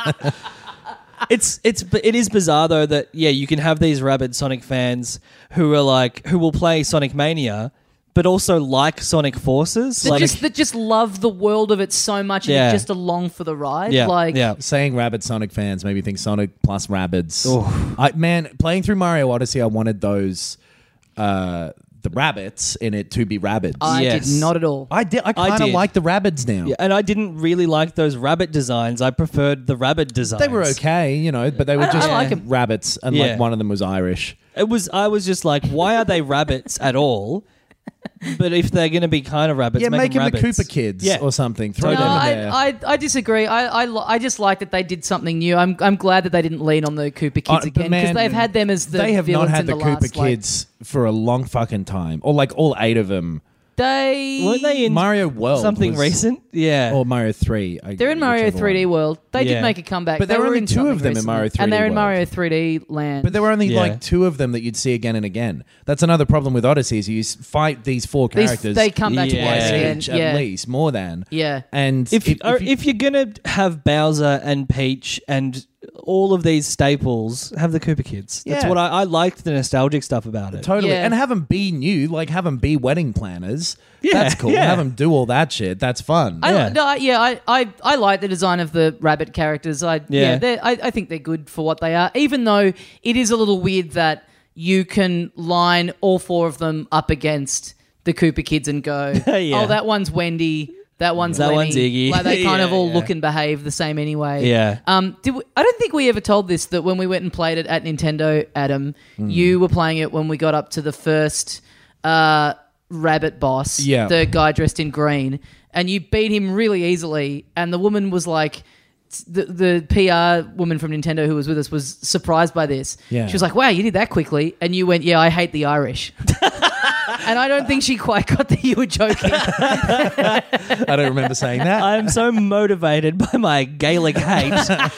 [SPEAKER 4] it's it's but it is bizarre though that yeah you can have these rabid Sonic fans who are like who will play Sonic Mania, but also like Sonic Forces.
[SPEAKER 5] that
[SPEAKER 4] Like,
[SPEAKER 5] just that just love the world of it so much and
[SPEAKER 4] Yeah.
[SPEAKER 5] are just along for the ride.
[SPEAKER 4] yeah,
[SPEAKER 5] like
[SPEAKER 4] yeah.
[SPEAKER 6] Saying rabid Sonic fans made me think Sonic plus rabbits. I man, playing through Mario Odyssey, I wanted those uh the rabbits in it to be rabbits. I,
[SPEAKER 5] I
[SPEAKER 4] Yes.
[SPEAKER 5] did not at all.
[SPEAKER 6] did I kinda
[SPEAKER 4] did.
[SPEAKER 6] like the rabbits now.
[SPEAKER 4] Yeah, and I didn't really like those rabbit designs. I preferred the rabbit designs.
[SPEAKER 6] They were okay, you know, but they were
[SPEAKER 5] I
[SPEAKER 6] just
[SPEAKER 5] like 'em.
[SPEAKER 6] rabbits and
[SPEAKER 4] Yeah.
[SPEAKER 6] like one of them was Irish.
[SPEAKER 4] It was I was just like, why are they rabbits at all? But if they're going to be kind of rabbits,
[SPEAKER 6] Yeah, make
[SPEAKER 4] them
[SPEAKER 6] them the
[SPEAKER 4] rabbits.
[SPEAKER 6] Cooper kids
[SPEAKER 4] Yeah.
[SPEAKER 6] or something. Throw
[SPEAKER 4] No,
[SPEAKER 6] them in there.
[SPEAKER 5] I, I, I disagree. I, I, lo- I just like that they did something new. I'm, I'm glad that they didn't lean on the Cooper
[SPEAKER 6] Oh,
[SPEAKER 5] kids
[SPEAKER 6] but
[SPEAKER 5] again because
[SPEAKER 6] man,
[SPEAKER 5] they've had them as the
[SPEAKER 6] they have not
[SPEAKER 5] villains
[SPEAKER 6] had
[SPEAKER 5] in
[SPEAKER 6] the, Cooper
[SPEAKER 5] last, like-
[SPEAKER 6] kids for a long fucking time, or like all eight of them.
[SPEAKER 5] they
[SPEAKER 4] Weren't they in
[SPEAKER 6] Mario World,
[SPEAKER 4] something
[SPEAKER 6] was-
[SPEAKER 4] recent? Yeah.
[SPEAKER 6] or Mario Three. I-
[SPEAKER 5] They're in Mario
[SPEAKER 6] whichever
[SPEAKER 5] 3D
[SPEAKER 6] one.
[SPEAKER 5] World. They
[SPEAKER 4] Yeah.
[SPEAKER 5] did make a comeback,
[SPEAKER 6] But there
[SPEAKER 5] they
[SPEAKER 6] were
[SPEAKER 5] were
[SPEAKER 6] only
[SPEAKER 5] in
[SPEAKER 6] two
[SPEAKER 5] something
[SPEAKER 6] of them in
[SPEAKER 5] recently.
[SPEAKER 6] Mario
[SPEAKER 5] and
[SPEAKER 6] 3D
[SPEAKER 5] they're in
[SPEAKER 6] World.
[SPEAKER 5] Mario 3D Land.
[SPEAKER 6] But there were only
[SPEAKER 4] Yeah.
[SPEAKER 6] like two of them that you'd see again and again. That's another problem with Odyssey is you s- fight these four
[SPEAKER 5] These-
[SPEAKER 6] characters
[SPEAKER 5] they come back
[SPEAKER 4] Yeah.
[SPEAKER 5] twice
[SPEAKER 6] twice
[SPEAKER 5] again.
[SPEAKER 6] each
[SPEAKER 5] yeah.
[SPEAKER 6] at least, more than
[SPEAKER 5] Yeah.
[SPEAKER 6] And
[SPEAKER 4] if, or if you're gonna have Bowser and Peach and all of these staples, have the Cooper Kids. That's
[SPEAKER 6] Yeah.
[SPEAKER 4] what I, I liked the nostalgic stuff about it.
[SPEAKER 6] Totally.
[SPEAKER 5] Yeah.
[SPEAKER 6] And have them be new, like have them be wedding planners.
[SPEAKER 4] Yeah,
[SPEAKER 6] That's cool.
[SPEAKER 4] yeah.
[SPEAKER 6] Have them do all that shit. That's fun.
[SPEAKER 5] I,
[SPEAKER 4] Yeah.
[SPEAKER 5] yeah. No, I- yeah, I, I, I like the design of the rabbit characters. I, yeah,
[SPEAKER 4] Yeah.
[SPEAKER 5] they're- I, I think they're good for what they are, even though it is a little weird that you can line all four of them up against the Cooper kids and go,
[SPEAKER 4] Yeah.
[SPEAKER 5] oh, that one's Wendy. That one's
[SPEAKER 4] That
[SPEAKER 5] Lenny."
[SPEAKER 4] one's Iggy.
[SPEAKER 5] Like they kind of
[SPEAKER 4] Yeah,
[SPEAKER 5] all
[SPEAKER 4] yeah.
[SPEAKER 5] look and behave the same anyway.
[SPEAKER 4] Yeah.
[SPEAKER 5] Um. Did we, I don't think we ever told this that when we went and played it at Nintendo, Adam,
[SPEAKER 4] Hmm.
[SPEAKER 5] you were playing it when we got up to the first uh, rabbit boss.
[SPEAKER 6] Yeah.
[SPEAKER 5] The guy dressed in green, and you beat him really easily. And the woman was like, the, the PR woman from Nintendo who was with us was surprised by this.
[SPEAKER 6] Yeah.
[SPEAKER 5] She was like, wow, you did that quickly. And you went, yeah, I hate the Irish. and I don't think she quite got that you were joking.
[SPEAKER 6] I don't remember saying that.
[SPEAKER 4] I'm so motivated by my Gaelic hate.
[SPEAKER 6] well,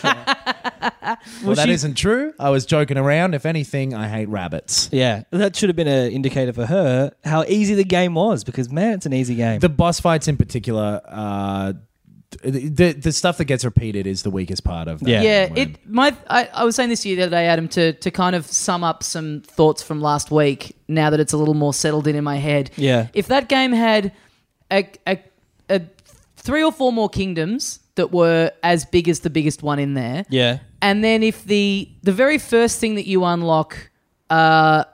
[SPEAKER 6] that
[SPEAKER 4] she-
[SPEAKER 6] not true. I was joking around. If anything, I hate rabbits.
[SPEAKER 4] yeah, that should have been an indicator for her how easy the game was because man, it's an easy game.
[SPEAKER 6] The boss fights in particular, uh, the, the the stuff that gets repeated is the weakest part of that.
[SPEAKER 4] Yeah.
[SPEAKER 5] yeah,
[SPEAKER 6] When-
[SPEAKER 5] it. My, I, I was saying this to you the other day, Adam, to to kind of sum up some thoughts from last week. Now that it's a little more settled in in my head,
[SPEAKER 4] Yeah.
[SPEAKER 5] If that game had a, a, a three or four more kingdoms that were as big as the biggest one in there,
[SPEAKER 4] yeah,
[SPEAKER 5] and then if the the very first thing that you unlock, uh,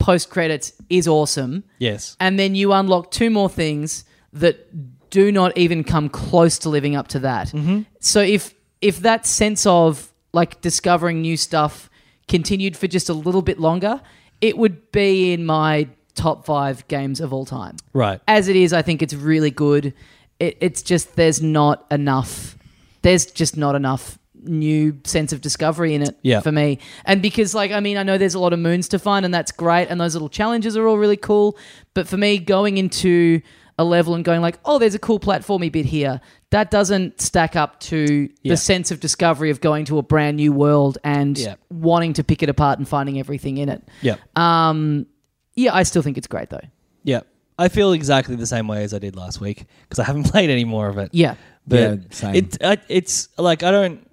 [SPEAKER 5] post credits is awesome,
[SPEAKER 4] yes,
[SPEAKER 5] and then you unlock two more things that do not even come close to living up to that. So if if that sense of like discovering new stuff continued for just a little bit longer, it would be in my top five games of all time.
[SPEAKER 4] right.
[SPEAKER 5] As it is, I think it's really good. It, it's just there's not enough. There's just not enough new sense of discovery in it
[SPEAKER 4] Yeah.
[SPEAKER 5] for me. And because, like, I mean, I know there's a lot of moons to find, and that's great, and those little challenges are all really cool. But for me, going into a level and going like, oh, there's a cool platformy bit here. That doesn't stack up to
[SPEAKER 4] Yeah.
[SPEAKER 5] the sense of discovery of going to a brand new world and
[SPEAKER 4] Yeah.
[SPEAKER 5] wanting to pick it apart and finding everything in it
[SPEAKER 4] Yeah,
[SPEAKER 5] Um, Yeah, I still think it's great though.
[SPEAKER 4] Yeah. I feel exactly the same way as I did last week because I haven't played any more of it.
[SPEAKER 5] Yeah.
[SPEAKER 4] But
[SPEAKER 6] Yeah, same.
[SPEAKER 4] It, I, it's like I don't.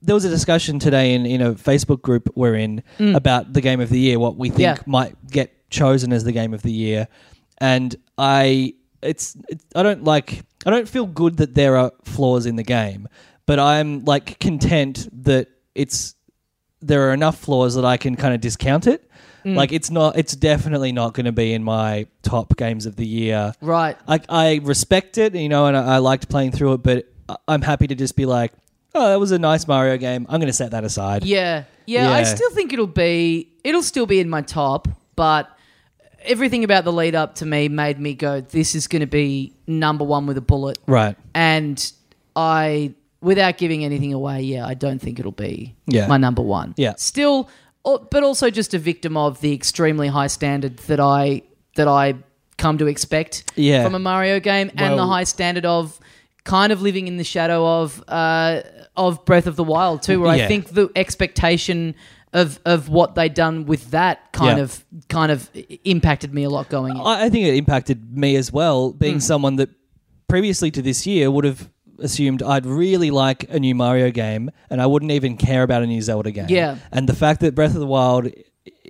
[SPEAKER 4] There was a discussion today in, in a Facebook group we're in about the game of the year, what we think
[SPEAKER 5] Yeah.
[SPEAKER 4] might get chosen as the game of the year, and I it's it, I don't like I don't feel good that there are flaws in the game, but I'm like content that it's there are enough flaws that I can kind of discount it. Like it's not it's definitely not going to be in my top games of the year.
[SPEAKER 5] Right.
[SPEAKER 4] I, I respect it, you know, and I, I liked playing through it, but I- I'm happy to just be like, oh, that was a nice Mario game. I'm going to set that aside.
[SPEAKER 5] Yeah. Yeah, I
[SPEAKER 4] Yeah.
[SPEAKER 5] still think it'll be it'll still be in my top, but everything about the lead up to me made me go this is going to be number 1 with a bullet.
[SPEAKER 4] Right.
[SPEAKER 5] And I without giving anything away, yeah, I don't think it'll be
[SPEAKER 4] Yeah.
[SPEAKER 5] my number 1.
[SPEAKER 4] Yeah.
[SPEAKER 5] Still al- but also just a victim of the extremely high standard that I that I come to expect
[SPEAKER 4] Yeah.
[SPEAKER 5] from a Mario game and the
[SPEAKER 6] Well-
[SPEAKER 5] high standard of kind of living in the shadow of uh, of Breath of the Wild too, where
[SPEAKER 4] Yeah.
[SPEAKER 5] I think the expectation of of what they done with that kind
[SPEAKER 4] Yeah.
[SPEAKER 5] of kind of i- impacted me a lot going in.
[SPEAKER 4] I, I think it impacted me as well,
[SPEAKER 5] Hmm.
[SPEAKER 4] being someone that previously to this year would have assumed I'd really like a new Mario game and I wouldn't even care about a new Zelda game.
[SPEAKER 5] Yeah.
[SPEAKER 4] And the fact that Breath of the Wild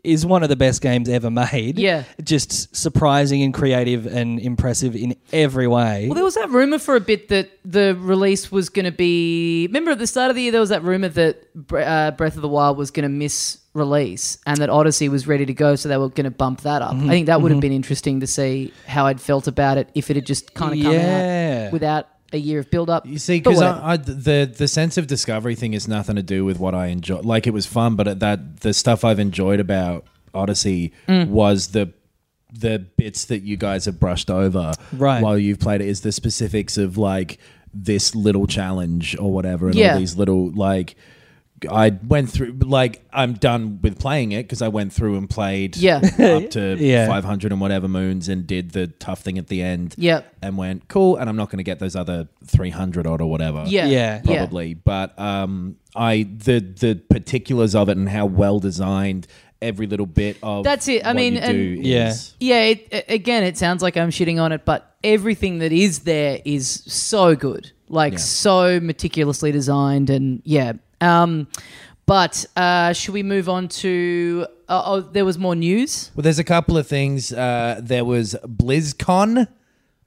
[SPEAKER 4] is one of the best games ever made.
[SPEAKER 5] Yeah.
[SPEAKER 4] Just surprising and creative and impressive in every way.
[SPEAKER 5] Well, there was that rumor for a bit that the release was going to be. Remember at the start of the year, there was that rumor that Bre- uh, Breath of the Wild was going to miss release and that Odyssey was ready to go, so they were going to bump that up.
[SPEAKER 6] Mm-hmm.
[SPEAKER 5] I think that would have been interesting to see how I'd felt about it if it had just kind of come
[SPEAKER 4] Yeah.
[SPEAKER 5] out without a year of build up.
[SPEAKER 6] You see, because I, I- the the sense of discovery thing is nothing to do with what I enjoy. Like it was fun, but that the stuff I've enjoyed about Odyssey
[SPEAKER 5] Mm.
[SPEAKER 6] was the the bits that you guys have brushed over
[SPEAKER 4] Right.
[SPEAKER 6] while you've played it. Is the specifics of like this little challenge or whatever, and
[SPEAKER 5] Yeah.
[SPEAKER 6] all these little like. I went through like I'm done with playing it because I went through and played
[SPEAKER 5] Yeah.
[SPEAKER 6] up to
[SPEAKER 4] Yeah.
[SPEAKER 6] 500 and whatever moons and did the tough thing at the end
[SPEAKER 5] Yep.
[SPEAKER 6] and went cool and i'm not going to get those other 300 odd or whatever
[SPEAKER 5] Yeah.
[SPEAKER 4] Yeah.
[SPEAKER 6] probably but um i the the particulars of it and how well designed every little bit of
[SPEAKER 5] That's it. I
[SPEAKER 6] what
[SPEAKER 5] mean,
[SPEAKER 6] you
[SPEAKER 5] and-
[SPEAKER 6] do
[SPEAKER 4] Yeah.
[SPEAKER 6] is-
[SPEAKER 5] Yeah, it, a- again, it sounds like I'm shitting on it, but everything that is there is so good, like so meticulously designed, and yeah. Um, but uh, should we move on to? Uh, oh, there was more news.
[SPEAKER 6] well there's a couple of things uh there was blizzcon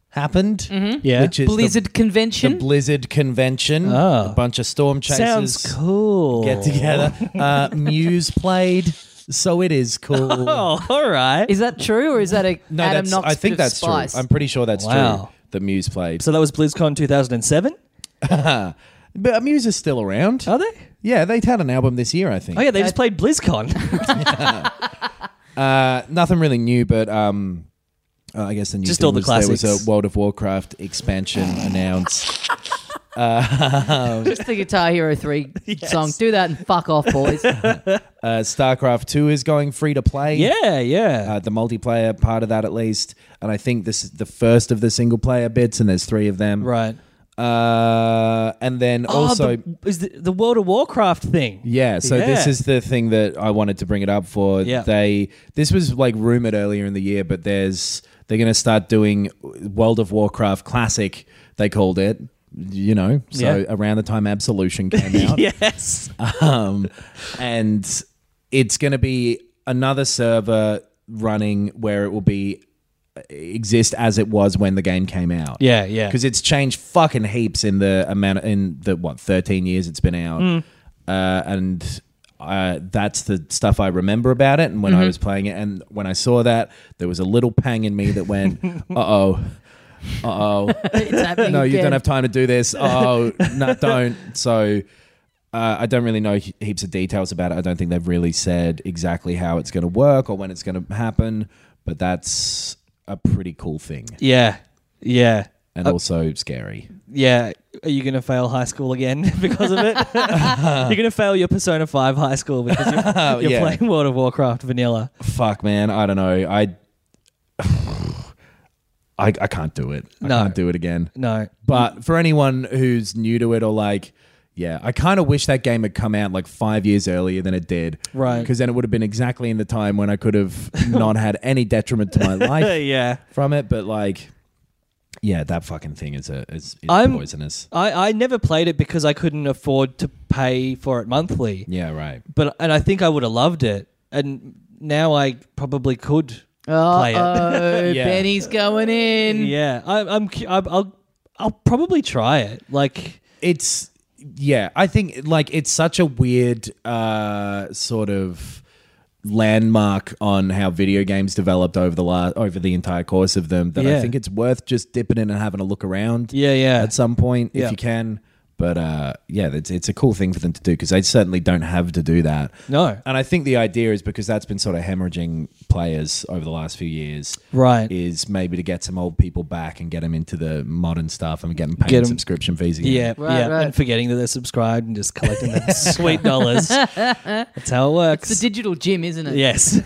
[SPEAKER 6] happened
[SPEAKER 4] Yeah.
[SPEAKER 6] which is the-
[SPEAKER 5] Mm-hmm. Blizzard
[SPEAKER 6] the,
[SPEAKER 5] convention.
[SPEAKER 6] blizzard convention
[SPEAKER 4] Oh.
[SPEAKER 6] a bunch of storm chasers
[SPEAKER 4] Sounds cool.
[SPEAKER 6] get together uh muse played so it is cool
[SPEAKER 4] Oh, all right.
[SPEAKER 5] is that true, or is that a
[SPEAKER 6] No,
[SPEAKER 5] Adam
[SPEAKER 6] that's,
[SPEAKER 5] Knox?
[SPEAKER 6] I
[SPEAKER 5] bit
[SPEAKER 6] think
[SPEAKER 5] of
[SPEAKER 6] that's
[SPEAKER 5] spice?
[SPEAKER 6] true. I'm pretty sure that's
[SPEAKER 4] Wow.
[SPEAKER 6] true. The Muse played.
[SPEAKER 4] so that was BlizzCon 2007?
[SPEAKER 6] but Muse is still around.
[SPEAKER 4] Are they?
[SPEAKER 6] Yeah, they had an album this year, I think.
[SPEAKER 4] Oh, yeah, they just played BlizzCon.
[SPEAKER 6] Uh, nothing really new, but um, uh, I guess the new
[SPEAKER 4] Just
[SPEAKER 6] thing
[SPEAKER 4] all the
[SPEAKER 6] was there
[SPEAKER 4] classics.
[SPEAKER 6] was a World of Warcraft expansion announced.
[SPEAKER 5] Just the Guitar Hero three song. Do that and fuck off, boys.
[SPEAKER 6] Uh, StarCraft Two is going free to play.
[SPEAKER 4] yeah, yeah.
[SPEAKER 6] Uh, the multiplayer part of that, at least, and I think this is the first of the single player bits, and there's three of them.
[SPEAKER 4] right.
[SPEAKER 6] Uh, and then
[SPEAKER 4] oh,
[SPEAKER 6] also,
[SPEAKER 4] the, is the, the World of Warcraft thing.
[SPEAKER 6] Yeah, so this
[SPEAKER 4] Yeah.
[SPEAKER 6] is the thing that I wanted to bring it up for.
[SPEAKER 4] Yeah.
[SPEAKER 6] They this was like rumored earlier in the year, but there's they're going to start doing World of Warcraft Classic. They called it, you know, so
[SPEAKER 4] Yeah.
[SPEAKER 6] around the time Absolution came out,
[SPEAKER 4] Yes.
[SPEAKER 6] um, and it's going to be another server running where it will be exist as it was when the game came out
[SPEAKER 4] Yeah, yeah.
[SPEAKER 6] because it's changed fucking heaps in the amount in the what 13 years it's been out uh, and uh, that's the stuff I remember about it and when I was playing it and when I saw that there was a little pang in me that went uh oh uh oh
[SPEAKER 5] It's happening
[SPEAKER 6] no you
[SPEAKER 5] again.
[SPEAKER 6] don't have time to do this oh no don't so uh, I don't really know he- heaps of details about it I don't think they've really said exactly how it's going to work or when it's going to happen but that's a pretty cool thing
[SPEAKER 4] yeah, yeah,
[SPEAKER 6] and also scary
[SPEAKER 4] yeah. Are you going to fail high school again because of it? you're going to fail your Persona 5 high school because you're, you're
[SPEAKER 6] Yeah.
[SPEAKER 4] playing World of Warcraft vanilla.
[SPEAKER 6] fuck man i don't know i i, I can't do it i
[SPEAKER 4] No.
[SPEAKER 6] can't do it again
[SPEAKER 4] No.
[SPEAKER 6] but for anyone who's new to it or like Yeah, I kind of wish that game had come out like five years earlier than it did.
[SPEAKER 4] Right.
[SPEAKER 6] Because then it would have been exactly in the time when I could have not had any detriment to my life
[SPEAKER 4] yeah.
[SPEAKER 6] from it. But like, yeah, that fucking thing is a is, is
[SPEAKER 4] I'm-
[SPEAKER 6] poisonous.
[SPEAKER 4] I, I never played it because I couldn't afford to pay for it monthly.
[SPEAKER 6] Yeah, right.
[SPEAKER 4] But and I think I would have loved it. And now I probably could play it.
[SPEAKER 5] Oh,
[SPEAKER 6] Yeah.
[SPEAKER 5] Benny's going in.
[SPEAKER 4] yeah, I, I'm. cu- I'm- I'll. I'll probably try it. Like,
[SPEAKER 6] it's yeah i think like it's such a weird uh sort of landmark on how video games developed over the last over the entire course of them that
[SPEAKER 4] Yeah.
[SPEAKER 6] i think it's worth just dipping in and having a look around
[SPEAKER 4] yeah, yeah.
[SPEAKER 6] at some point
[SPEAKER 4] Yeah.
[SPEAKER 6] if you can but uh yeah it's, it's a cool thing for them to do because they certainly don't have to do that
[SPEAKER 4] No.
[SPEAKER 6] and i think the idea is because that's been sort of hemorrhaging players over the last few years
[SPEAKER 4] Right.
[SPEAKER 6] is maybe to get some old people back and get them into the modern stuff and get them paying
[SPEAKER 4] Get 'em-
[SPEAKER 6] subscription fees again.
[SPEAKER 4] yeah,
[SPEAKER 5] Right,
[SPEAKER 4] yeah,
[SPEAKER 5] right.
[SPEAKER 4] and forgetting that they're subscribed and just collecting them sweet dollars. That's how it works.
[SPEAKER 5] It's a digital gym, isn't it?
[SPEAKER 4] yes,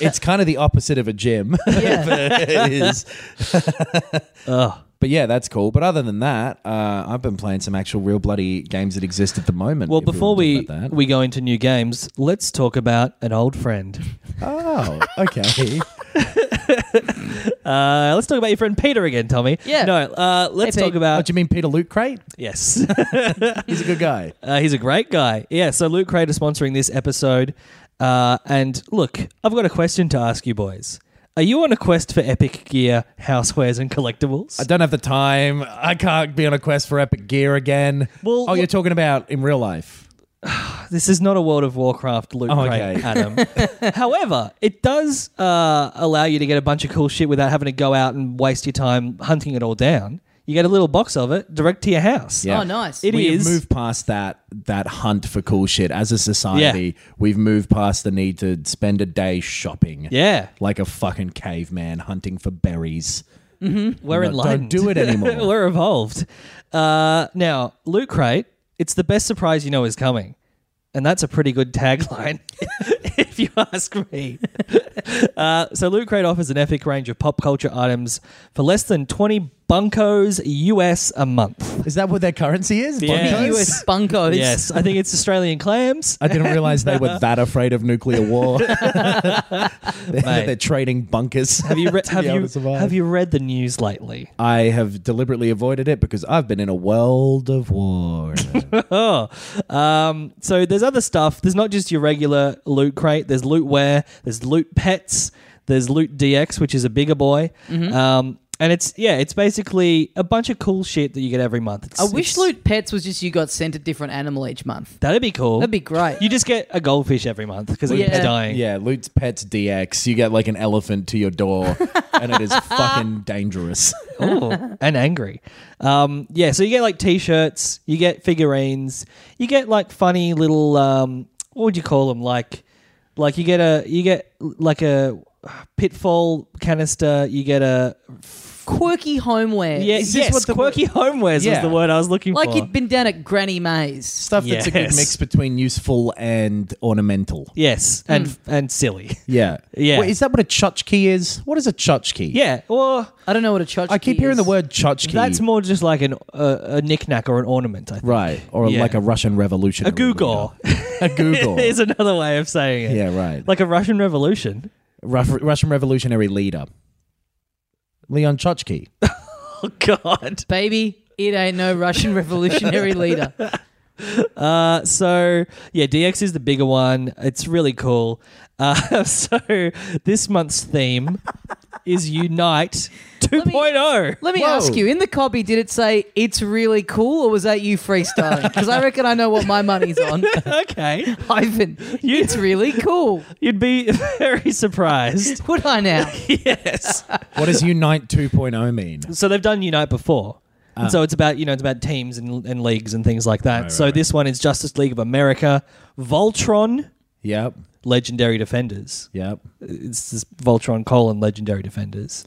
[SPEAKER 6] it's kind of the opposite of a gym. it is. But yeah, that's cool. But other than that, uh, I've been playing some actual real bloody games that exist at the moment.
[SPEAKER 4] Well,
[SPEAKER 6] if we
[SPEAKER 4] before
[SPEAKER 6] wanna talk
[SPEAKER 4] we
[SPEAKER 6] about that.
[SPEAKER 4] we go into new games, let's talk about an old friend.
[SPEAKER 6] oh, okay.
[SPEAKER 4] Uh, let's talk about your friend Peter again, Tommy.
[SPEAKER 5] Yeah.
[SPEAKER 4] No, uh, let's
[SPEAKER 5] Hey, Pete.
[SPEAKER 4] talk about.
[SPEAKER 6] what do you mean, Peter Loot Crate?
[SPEAKER 4] yes.
[SPEAKER 6] He's a good guy.
[SPEAKER 4] Uh, he's a great guy. Yeah, so Luke Crater sponsoring this episode. Uh, and look, I've got a question to ask you boys. Are you on a quest for epic gear, housewares, and collectibles?
[SPEAKER 6] I don't have the time. I can't be on a quest for epic gear again.
[SPEAKER 4] Well,
[SPEAKER 6] oh,
[SPEAKER 4] look-
[SPEAKER 6] you're talking about in real life.
[SPEAKER 4] This is not a World of Warcraft Luke
[SPEAKER 6] Oh,
[SPEAKER 4] Crate,
[SPEAKER 6] okay.
[SPEAKER 4] Adam. However, it does uh, allow you to get a bunch of cool shit without having to go out and waste your time hunting it all down. You get a little box of it direct to your house.
[SPEAKER 6] Yeah.
[SPEAKER 5] Oh, nice.
[SPEAKER 4] It
[SPEAKER 6] we
[SPEAKER 4] is-
[SPEAKER 6] have moved past that that hunt for cool shit as a society. We've moved past the need to spend a day shopping.
[SPEAKER 4] Yeah.
[SPEAKER 6] like a fucking caveman hunting for berries.
[SPEAKER 4] We're
[SPEAKER 6] No, don't
[SPEAKER 4] enlightened.
[SPEAKER 6] do it anymore.
[SPEAKER 4] We're evolved. Uh, now, Loot Crate, it's the best surprise you know is coming. And that's a pretty good tagline, if you ask me. Uh, so, Loot Crate offers an epic range of pop culture items for less than 20 bunkos US a month.
[SPEAKER 6] Is that what their currency is?
[SPEAKER 4] Yeah.
[SPEAKER 6] Bunkos?
[SPEAKER 5] US Bunkos.
[SPEAKER 4] Yes, I think it's Australian clams.
[SPEAKER 6] I didn't realize they were that afraid of nuclear war. they're,
[SPEAKER 4] Mate.
[SPEAKER 6] they're trading bunkers.
[SPEAKER 4] Have you, re- have,
[SPEAKER 6] be able
[SPEAKER 4] you,
[SPEAKER 6] to survive.
[SPEAKER 4] have you read the news lately?
[SPEAKER 6] I have deliberately avoided it because I've been in a world of war.
[SPEAKER 4] Oh, um, so there's other stuff. There's not just your regular loot crate. There's lootware. There's loot pets. There's loot DX, which is a bigger boy.
[SPEAKER 5] Mm-hmm.
[SPEAKER 4] Um, and it's yeah, it's basically a bunch of cool shit that you get every month. It's,
[SPEAKER 5] I wish
[SPEAKER 4] it's-
[SPEAKER 5] loot pets was just you got sent a different animal each month.
[SPEAKER 4] That'd be cool.
[SPEAKER 5] That'd be great.
[SPEAKER 4] You just get a goldfish every month because it's
[SPEAKER 5] Yeah.
[SPEAKER 4] dying.
[SPEAKER 6] yeah, Loot's Pets DX. You get like an elephant to your door, and it is fucking dangerous.
[SPEAKER 4] Ooh, and angry. Um, yeah, so you get like t-shirts, you get figurines, you get like funny little um, what would you call them? Like, like you get a you get like a pitfall canister. You get a
[SPEAKER 5] Quirky homeware.
[SPEAKER 4] yeah.
[SPEAKER 6] Is this
[SPEAKER 4] yes,
[SPEAKER 6] what the
[SPEAKER 4] quirky homewares was
[SPEAKER 6] Yeah.
[SPEAKER 4] the word I was looking
[SPEAKER 5] Like
[SPEAKER 4] for.
[SPEAKER 5] you'd been down at Granny Mae's.
[SPEAKER 6] Stuff that's a good
[SPEAKER 4] Yes.
[SPEAKER 6] mix between useful and ornamental.
[SPEAKER 4] yes, and
[SPEAKER 6] Hmm.
[SPEAKER 4] and silly.
[SPEAKER 6] Yeah.
[SPEAKER 4] Yeah.
[SPEAKER 6] Wait, is that what a tchotchke is? What is a tchotchke?
[SPEAKER 4] Yeah, or
[SPEAKER 5] I don't know what a chotchke
[SPEAKER 6] I keep hearing the word tchotchke.
[SPEAKER 4] that's more just like an uh, a knickknack or an ornament. I think.
[SPEAKER 6] Right. Or
[SPEAKER 4] Yeah.
[SPEAKER 6] like a Russian revolution.
[SPEAKER 4] A Google
[SPEAKER 6] A Google.
[SPEAKER 4] is another way of saying it.
[SPEAKER 6] yeah, right. Like
[SPEAKER 4] Like a Russian Revolution.
[SPEAKER 6] Russian revolutionary leader. Leon Tchotchke.
[SPEAKER 4] Oh God.
[SPEAKER 5] Baby, it ain't no Russian revolutionary leader.
[SPEAKER 4] Uh, so yeah, DX is the bigger one. It's really cool. Uh, so this month's theme is Unite oh. 2.0.
[SPEAKER 5] Let me
[SPEAKER 6] Whoa.
[SPEAKER 5] ask you, in the copy, did it say it's really cool or was that you freestyling? Because I reckon I know what my money's on.
[SPEAKER 4] okay,
[SPEAKER 5] Ivan,
[SPEAKER 4] You-
[SPEAKER 5] it's really cool.
[SPEAKER 4] you'd be very surprised.
[SPEAKER 5] Would I now?
[SPEAKER 4] yes.
[SPEAKER 6] What does Unite 2.0 mean?
[SPEAKER 4] So they've done Unite before. And so it's about you know it's about teams and, and leagues and things like that. so this one is Justice League of America, Voltron,
[SPEAKER 6] Yep.
[SPEAKER 4] Legendary Defenders.
[SPEAKER 6] Yep.
[SPEAKER 4] It's this Voltron colon Legendary Defenders.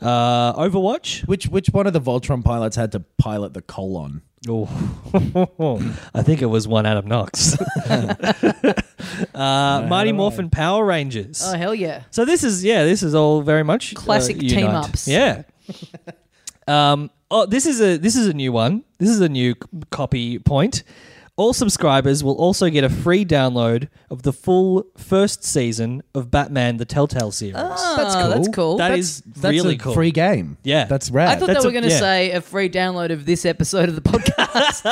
[SPEAKER 4] Uh, Overwatch,
[SPEAKER 6] Which which one of the Voltron pilots had to pilot the colon?
[SPEAKER 4] Oh, I think it was one Adam Knox. uh, Mighty Morphin Power Rangers.
[SPEAKER 5] Oh, hell yeah.
[SPEAKER 4] so this is yeah, this is all very much uh,
[SPEAKER 5] Classic team
[SPEAKER 4] Unite.
[SPEAKER 5] ups.
[SPEAKER 4] Yeah. um, oh, this is a this is a new one. This is a new c- copy point. All subscribers will also get a free download of the full first season of Batman: The Telltale Series.
[SPEAKER 6] That's
[SPEAKER 5] Oh,
[SPEAKER 6] cool.
[SPEAKER 5] that's cool.
[SPEAKER 4] That
[SPEAKER 6] that's,
[SPEAKER 4] is
[SPEAKER 6] that's
[SPEAKER 4] really
[SPEAKER 6] a
[SPEAKER 4] cool.
[SPEAKER 6] Free game.
[SPEAKER 4] Yeah.
[SPEAKER 6] that's rad.
[SPEAKER 5] I thought
[SPEAKER 4] That's
[SPEAKER 5] they
[SPEAKER 4] a-
[SPEAKER 5] were going to
[SPEAKER 4] yeah.
[SPEAKER 5] say a free download of this episode of the podcast.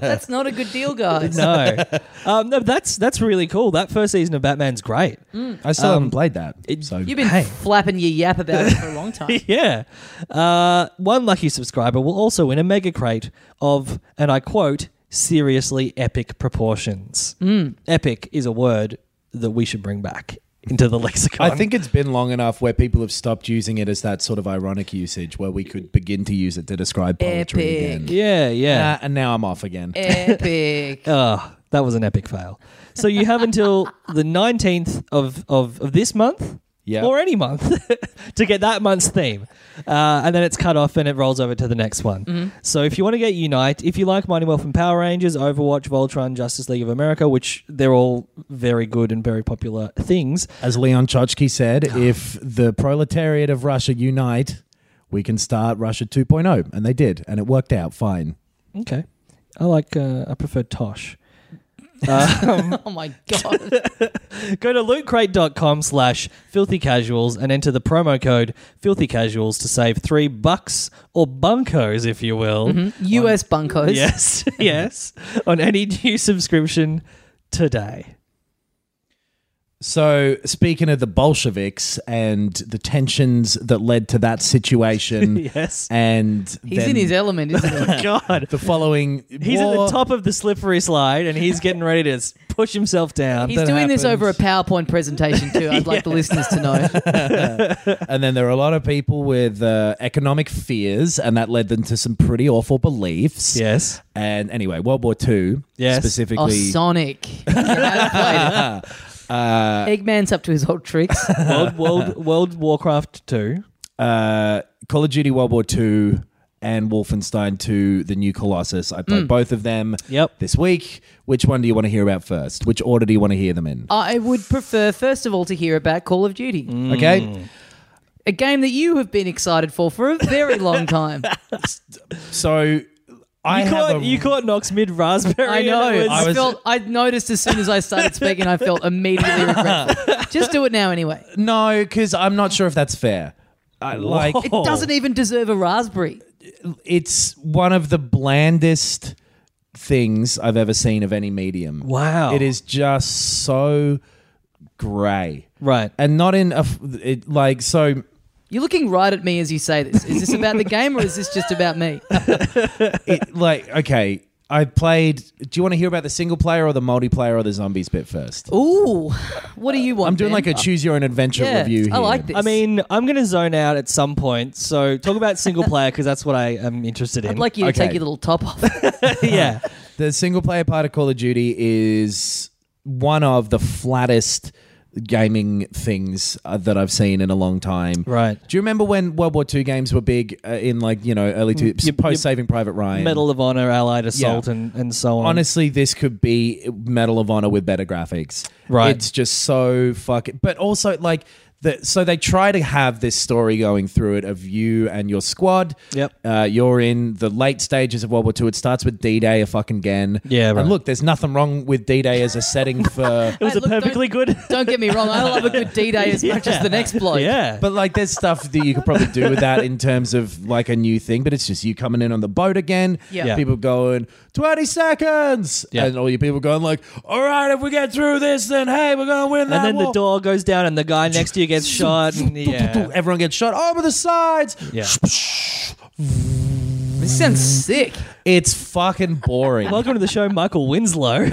[SPEAKER 5] That's not a good deal, guys.
[SPEAKER 4] no, um, no, that's that's really cool. That first season of Batman's great.
[SPEAKER 6] I still
[SPEAKER 5] um,
[SPEAKER 6] haven't played that. so
[SPEAKER 5] You've been
[SPEAKER 4] Hey.
[SPEAKER 5] flapping your yap about it for a long time.
[SPEAKER 4] yeah. Uh, one lucky subscriber will also win a mega crate of, and I quote, seriously epic proportions. Epic is a word that we should bring back into the lexicon.
[SPEAKER 6] I think it's been long enough where people have stopped using it as that sort of ironic usage, where we could begin to use it to describe poetry
[SPEAKER 5] Epic.
[SPEAKER 6] again.
[SPEAKER 4] Yeah, yeah.
[SPEAKER 6] Uh, and now I'm off again.
[SPEAKER 5] Epic.
[SPEAKER 4] Ugh, that was an epic fail. So you have until the 19th of, of, of this month.
[SPEAKER 6] Yeah.
[SPEAKER 4] Or any month to get that month's theme. Uh, and then it's cut off and it rolls over to the next one. So if you want to get Unite, if you like Mighty Morphin Power Rangers, Overwatch, Voltron, Justice League of America, which they're all very good and very popular things,
[SPEAKER 6] As Leon Trotsky said,
[SPEAKER 4] Ah.
[SPEAKER 6] if the proletariat of Russia unite, we can start Russia 2.0. And they did. And it worked out fine.
[SPEAKER 4] okay. I like, uh, I prefer Tosh.
[SPEAKER 5] oh my god.
[SPEAKER 4] Go to lootcrate.com slash filthy casuals and enter the promo code filthy casuals to save three bucks or bunkos, if you will.
[SPEAKER 5] Mm-hmm. US bunkos.
[SPEAKER 4] Yes, yes, on any new subscription today.
[SPEAKER 6] So, speaking of the Bolsheviks and the tensions that led to that situation,
[SPEAKER 4] Yes.
[SPEAKER 6] and
[SPEAKER 5] He's
[SPEAKER 6] then
[SPEAKER 5] in his element, isn't he?
[SPEAKER 4] God.
[SPEAKER 6] the following
[SPEAKER 4] He's at
[SPEAKER 6] war-
[SPEAKER 4] the top of the slippery slide and he's getting ready to s- push himself down.
[SPEAKER 5] He's
[SPEAKER 6] That
[SPEAKER 5] doing this
[SPEAKER 6] happens.
[SPEAKER 5] over a PowerPoint presentation too. I'd like the listeners to know.
[SPEAKER 6] And then there are a lot of people with uh, economic fears, and that led them to some pretty awful beliefs.
[SPEAKER 4] yes.
[SPEAKER 6] And anyway, World War II
[SPEAKER 4] Yes.
[SPEAKER 5] Oh,
[SPEAKER 6] specifically.
[SPEAKER 5] Sonic. Yeah, I played it. Eggman's up to his old tricks.
[SPEAKER 4] World, World, World Warcraft 2.
[SPEAKER 6] uh, Call of Duty World War II and Wolfenstein 2 The New Colossus. I played both of them
[SPEAKER 4] Mm. Yep.
[SPEAKER 6] this week. Which one do you want to hear about first? Which order do you want to hear them in?
[SPEAKER 5] I would prefer, first of all, to hear about Call of Duty,
[SPEAKER 4] Mm.
[SPEAKER 6] Okay.
[SPEAKER 5] a game that you have been excited for for a very long time.
[SPEAKER 6] So I
[SPEAKER 4] You
[SPEAKER 6] have
[SPEAKER 4] caught,
[SPEAKER 6] a-
[SPEAKER 4] you caught Knox mid raspberry.
[SPEAKER 5] I know.
[SPEAKER 4] and it was-
[SPEAKER 5] I,
[SPEAKER 6] I was-
[SPEAKER 5] felt. I noticed as soon as I started speaking, I felt immediately regretful. Just do it now anyway.
[SPEAKER 6] No, because I'm not sure if that's fair. I, like
[SPEAKER 5] It doesn't even deserve a raspberry.
[SPEAKER 6] it's one of the blandest things I've ever seen of any medium.
[SPEAKER 4] Wow.
[SPEAKER 6] It is just so grey.
[SPEAKER 4] Right.
[SPEAKER 6] And not in a f- it, like so
[SPEAKER 5] You're looking right at me as you say this. Is this about the game or is this just about me?
[SPEAKER 6] it, like okay i played do you want to hear about the single player or the multiplayer or the zombies bit first
[SPEAKER 5] Ooh, what do you want?
[SPEAKER 6] i'm doing
[SPEAKER 5] Oh, Ben?
[SPEAKER 6] like a choose your own adventure
[SPEAKER 5] yeah,
[SPEAKER 6] review here
[SPEAKER 5] I like this.
[SPEAKER 4] I mean, I'm going to zone out at some point. So talk about single player because that's what I am interested in.
[SPEAKER 5] I'd like you to
[SPEAKER 6] Okay.
[SPEAKER 5] take your little top off.
[SPEAKER 4] yeah.
[SPEAKER 6] the single player part of call of duty is one of the flattest gaming things uh, that i've seen in a long time
[SPEAKER 4] Right.
[SPEAKER 6] do you remember when world war ii games were big uh, in like you know
[SPEAKER 5] Mm,
[SPEAKER 6] early to
[SPEAKER 4] your-
[SPEAKER 6] post saving private ryan
[SPEAKER 4] Medal of Honor, Allied Assault, and, and so on.
[SPEAKER 6] honestly this could be medal of honor with better graphics
[SPEAKER 4] Right.
[SPEAKER 6] it's just so fucking but also like the, so they try to have this story going through it of you and your squad
[SPEAKER 4] Yep.
[SPEAKER 6] uh, you're in the late stages of world war ii it starts with d-day a fucking again
[SPEAKER 4] Yeah, right.
[SPEAKER 6] and look there's nothing wrong with d-day as a setting for
[SPEAKER 4] It was
[SPEAKER 5] Hey,
[SPEAKER 4] a
[SPEAKER 5] look, don't-
[SPEAKER 4] perfectly good.
[SPEAKER 5] Don't get me wrong, I love a good D Day as much as the next bloke.
[SPEAKER 4] yeah.
[SPEAKER 6] But like, there's stuff that you could probably do with that in terms of like a new thing. But it's just you coming in on the boat again.
[SPEAKER 5] Yeah. Yeah.
[SPEAKER 6] People going twenty seconds,
[SPEAKER 4] Yeah.
[SPEAKER 6] and all your people going like, "All right, if we get through this, then hey, we're gonna win that."
[SPEAKER 4] and then the
[SPEAKER 6] war."
[SPEAKER 4] door goes down and the guy next to you gets shot and yeah
[SPEAKER 6] Everyone gets shot over the sides.
[SPEAKER 4] yeah
[SPEAKER 5] This sounds sick.
[SPEAKER 6] It's fucking boring.
[SPEAKER 4] welcome to the show michael winslow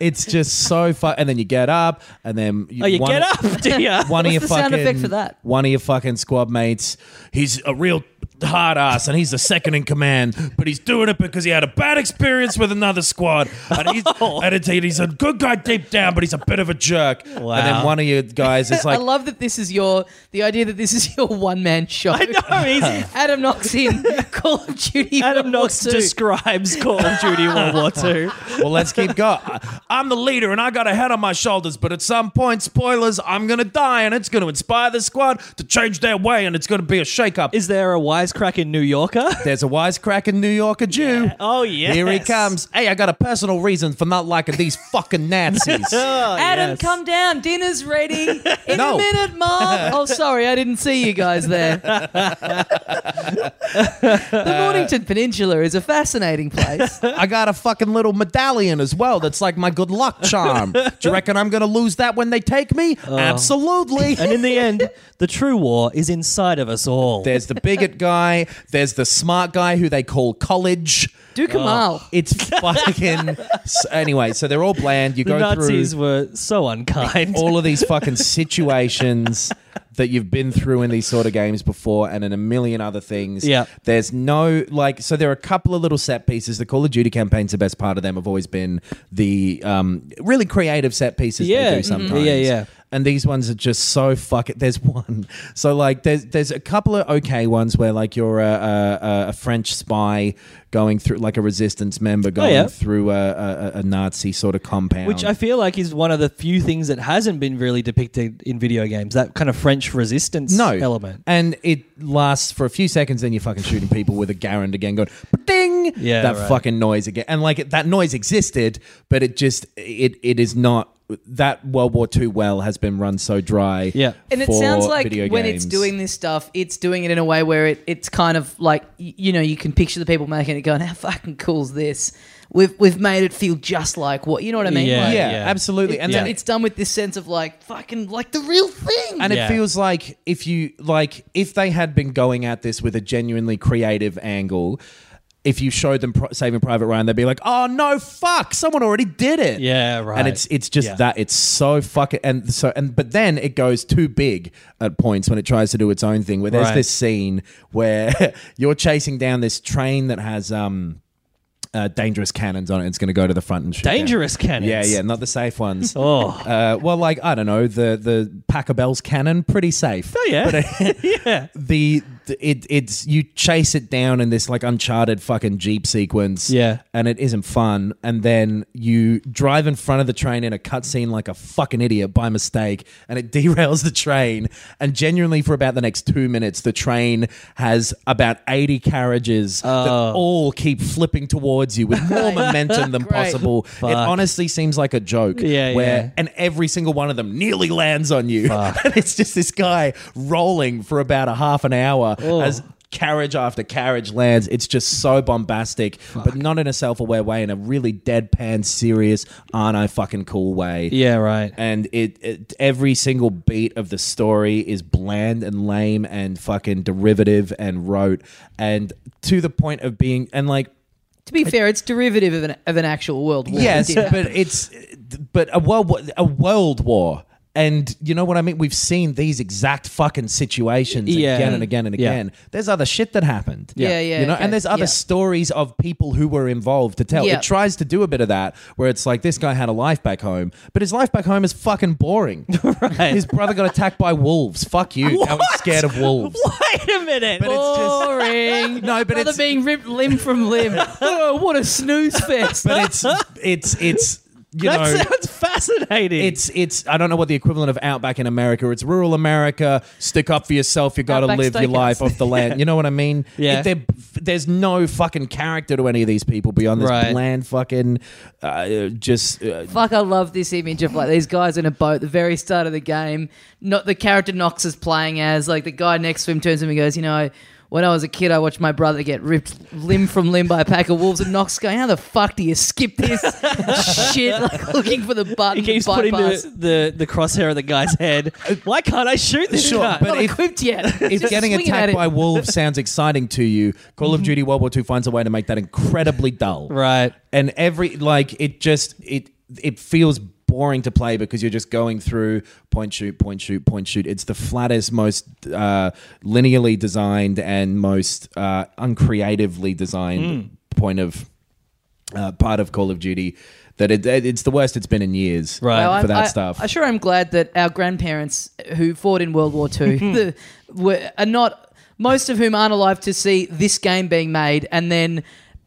[SPEAKER 6] it's just so fun. And then you get up, and then you,
[SPEAKER 4] oh you
[SPEAKER 6] one-
[SPEAKER 4] get up do ya?
[SPEAKER 6] One
[SPEAKER 5] What's
[SPEAKER 6] of your
[SPEAKER 5] the
[SPEAKER 6] fucking
[SPEAKER 5] sound effect for that?
[SPEAKER 6] one of your fucking squad mates. He's a real hard ass, and he's the second in command. But he's doing it because he had a bad experience with another squad, and he's
[SPEAKER 5] Oh.
[SPEAKER 6] and it's, he's a good guy deep down, but he's a bit of a jerk. And then
[SPEAKER 4] Wow.
[SPEAKER 6] one of your guys is like,
[SPEAKER 5] I love that this is your the idea that this is your one man show.
[SPEAKER 4] I know he's
[SPEAKER 5] Adam Knox in Call of Duty.
[SPEAKER 4] adam
[SPEAKER 5] World War
[SPEAKER 4] knox
[SPEAKER 5] II.
[SPEAKER 4] describes call of duty world war ii
[SPEAKER 6] "Well, let's keep going." I'm the leader and I got a head on my shoulders, but at some point, spoilers, I'm going to die and it's going to inspire the squad to change their way and it's going to be a shakeup.
[SPEAKER 4] Is there a wisecrack in New Yorker?
[SPEAKER 6] There's a wisecracking New Yorker Jew.
[SPEAKER 4] Oh, yes.
[SPEAKER 6] Here he comes. Hey, I got a personal reason for not liking these fucking Nazis.
[SPEAKER 4] Oh,
[SPEAKER 5] Adam,
[SPEAKER 4] yes.
[SPEAKER 5] come down. Dinner's ready. In
[SPEAKER 6] No.
[SPEAKER 5] a minute, Mom. Oh, sorry, I didn't see you guys there. the Mornington Peninsula is a fascinating place.
[SPEAKER 6] I got a fucking little medallion as well that's like my good luck charm. Do you reckon I'm going to lose that when they take me? Absolutely.
[SPEAKER 4] Oh. And in the end, the true war is inside of us all.
[SPEAKER 6] There's the bigot guy. There's the smart guy who they call college.
[SPEAKER 5] Do Kamal.
[SPEAKER 6] It's fucking. so anyway, so they're all bland. You
[SPEAKER 4] the
[SPEAKER 6] go
[SPEAKER 4] Nazis
[SPEAKER 6] through
[SPEAKER 4] were so unkind.
[SPEAKER 6] all of these fucking situations that you've been through in these sort of games before and in a million other things.
[SPEAKER 4] Yeah.
[SPEAKER 6] There's no, like, so there are a couple of little set pieces. The Call of Duty campaigns, the best part of them have always been the um, really creative set pieces
[SPEAKER 4] Yeah.
[SPEAKER 6] they do
[SPEAKER 4] Mhm.
[SPEAKER 6] sometimes.
[SPEAKER 4] Yeah, yeah.
[SPEAKER 6] And these ones are just so fuck it. There's one. So like, there's there's a couple of okay ones where like you're a, a, a- a French spy going through like a resistance member going
[SPEAKER 4] Oh, yeah.
[SPEAKER 6] through a, a, a Nazi sort of compound.
[SPEAKER 4] Which I feel like is one of the few things that hasn't been really depicted in video games. That kind of French resistance
[SPEAKER 6] no
[SPEAKER 4] element.
[SPEAKER 6] and it lasts for a few seconds. Then you're fucking shooting people with a Garand again, going ding.
[SPEAKER 4] Yeah,
[SPEAKER 6] that
[SPEAKER 4] right.
[SPEAKER 6] fucking noise again, and like that noise existed, but it just it it is not. That World War II well has been run so dry.
[SPEAKER 4] Yeah.
[SPEAKER 5] And it
[SPEAKER 6] for
[SPEAKER 5] sounds like
[SPEAKER 6] video
[SPEAKER 5] when it's
[SPEAKER 6] games.
[SPEAKER 5] doing this stuff, it's doing it in a way where it, it's kind of like y- you know you can picture the people making it going, "How fucking cool is this? We've we've made it feel just like what you know what I mean?
[SPEAKER 4] Yeah.
[SPEAKER 5] Like,
[SPEAKER 6] yeah,
[SPEAKER 4] Yeah.
[SPEAKER 6] absolutely. And
[SPEAKER 5] it's-
[SPEAKER 6] then
[SPEAKER 5] it's done with this sense of like fucking like the real thing.
[SPEAKER 6] and
[SPEAKER 4] Yeah.
[SPEAKER 6] it feels like if you like if they had been going at this with a genuinely creative angle if you showed them Pri- saving private ryan they'd be like oh no fuck someone already did it
[SPEAKER 4] Yeah, right.
[SPEAKER 6] and it's it's just
[SPEAKER 4] Yeah.
[SPEAKER 6] that it's so fucking and so and but then it goes too big at points when it tries to do its own thing where there's
[SPEAKER 4] Right.
[SPEAKER 6] this scene where you're chasing down this train that has um uh, dangerous cannons on it. It's going to go to the front and shoot. down.
[SPEAKER 4] Dangerous cannons?
[SPEAKER 6] Yeah, yeah, not the safe ones.
[SPEAKER 4] Oh.
[SPEAKER 6] Uh, well, like I don't know, the the Packer Bell's cannon, pretty safe.
[SPEAKER 4] Oh, yeah.
[SPEAKER 6] uh,
[SPEAKER 4] yeah.
[SPEAKER 6] The, the- it it's you chase it down in this like uncharted fucking jeep sequence.
[SPEAKER 4] Yeah.
[SPEAKER 6] and it isn't fun. And then you drive in front of the train in a cutscene like a fucking idiot by mistake, and it derails the train. And genuinely, for about the next two minutes, the train has about eighty carriages
[SPEAKER 4] Oh.
[SPEAKER 6] that all keep flipping towards you with more momentum than
[SPEAKER 5] Great.
[SPEAKER 6] possible. It honestly seems like a joke.
[SPEAKER 4] Yeah,
[SPEAKER 6] where
[SPEAKER 4] yeah.
[SPEAKER 6] and every single one of them nearly lands on you. and it's just this guy rolling for about a half an hour as carriage after carriage lands. It's just so bombastic, but not in a self-aware way, in a really deadpan, serious, aren't I fucking cool way.
[SPEAKER 4] Yeah, right.
[SPEAKER 6] And it, it every single beat of the story is bland and lame and fucking derivative and rote and to the point of being and like
[SPEAKER 5] to be fair, it's derivative of an of an actual world war.
[SPEAKER 6] Yes,
[SPEAKER 5] It did
[SPEAKER 6] but it's but a world war, a world war, and you know what I mean. We've seen these exact fucking situations
[SPEAKER 4] Yeah.
[SPEAKER 6] again and again and
[SPEAKER 4] Yeah.
[SPEAKER 6] again. There's other shit that happened.
[SPEAKER 5] Yeah, yeah,
[SPEAKER 6] You know,
[SPEAKER 5] okay,
[SPEAKER 6] and there's other
[SPEAKER 5] yeah.
[SPEAKER 6] stories of people who were involved to tell.
[SPEAKER 5] Yeah.
[SPEAKER 6] It tries to do a bit of that, where it's like this guy had a life back home, but his life back home is fucking boring. His brother got attacked by wolves. Fuck you. Now he's scared of wolves.
[SPEAKER 4] Wait a minute.
[SPEAKER 6] But it's just.
[SPEAKER 5] boring.
[SPEAKER 6] No, but
[SPEAKER 5] Brother
[SPEAKER 6] it's-
[SPEAKER 5] being ripped limb from limb. oh, what a snooze fest.
[SPEAKER 6] But it's it's it's. You
[SPEAKER 4] that
[SPEAKER 6] know,
[SPEAKER 4] sounds fascinating.
[SPEAKER 6] It's it's I don't know what the equivalent of outback in America. It's rural America. Stick up for yourself. You got to
[SPEAKER 5] Outback
[SPEAKER 6] live your
[SPEAKER 5] Steakhouse.
[SPEAKER 6] life off the land. You know what I mean?
[SPEAKER 4] Yeah.
[SPEAKER 6] If they're- there's no fucking character to any of these people beyond this
[SPEAKER 4] Right.
[SPEAKER 6] bland fucking uh, just uh,
[SPEAKER 5] Fuck, I love this image of like these guys in a boat, the very start of the game. Not the character Knox is playing as, like the guy next to him turns to him and goes, You know, when I was a kid, I watched my brother get ripped limb from limb by a pack of wolves. And Knox is going, How the fuck do you skip this shit? Like looking for the button.
[SPEAKER 4] he keeps
[SPEAKER 5] to
[SPEAKER 4] putting
[SPEAKER 5] bypass.
[SPEAKER 4] the, the, the crosshair of the guy's head. Why can't I shoot this
[SPEAKER 6] Sure,
[SPEAKER 4] guy?
[SPEAKER 6] but
[SPEAKER 5] Not
[SPEAKER 6] if-
[SPEAKER 5] equipped yet.
[SPEAKER 6] if
[SPEAKER 5] Just
[SPEAKER 6] getting
[SPEAKER 5] swinging at
[SPEAKER 6] attacked
[SPEAKER 5] it. Mm-hmm.
[SPEAKER 6] by wolves sounds exciting to you, Call of Duty World War II finds a way to make that incredibly dull.
[SPEAKER 4] Right.
[SPEAKER 6] And every like it just it it feels boring to play because you're just going through point shoot point shoot point shoot. It's the flattest, most uh, linearly designed and most uh, uncreatively designed
[SPEAKER 5] Mm.
[SPEAKER 6] point of uh, part of Call of Duty. That it, it's the worst it's been in years
[SPEAKER 4] Right. Well,
[SPEAKER 6] for
[SPEAKER 5] I'm-
[SPEAKER 6] that
[SPEAKER 5] I,
[SPEAKER 6] stuff.
[SPEAKER 5] I sure am glad that our grandparents who fought in World War II the, were, are not, most of whom aren't alive to see this game being made and then.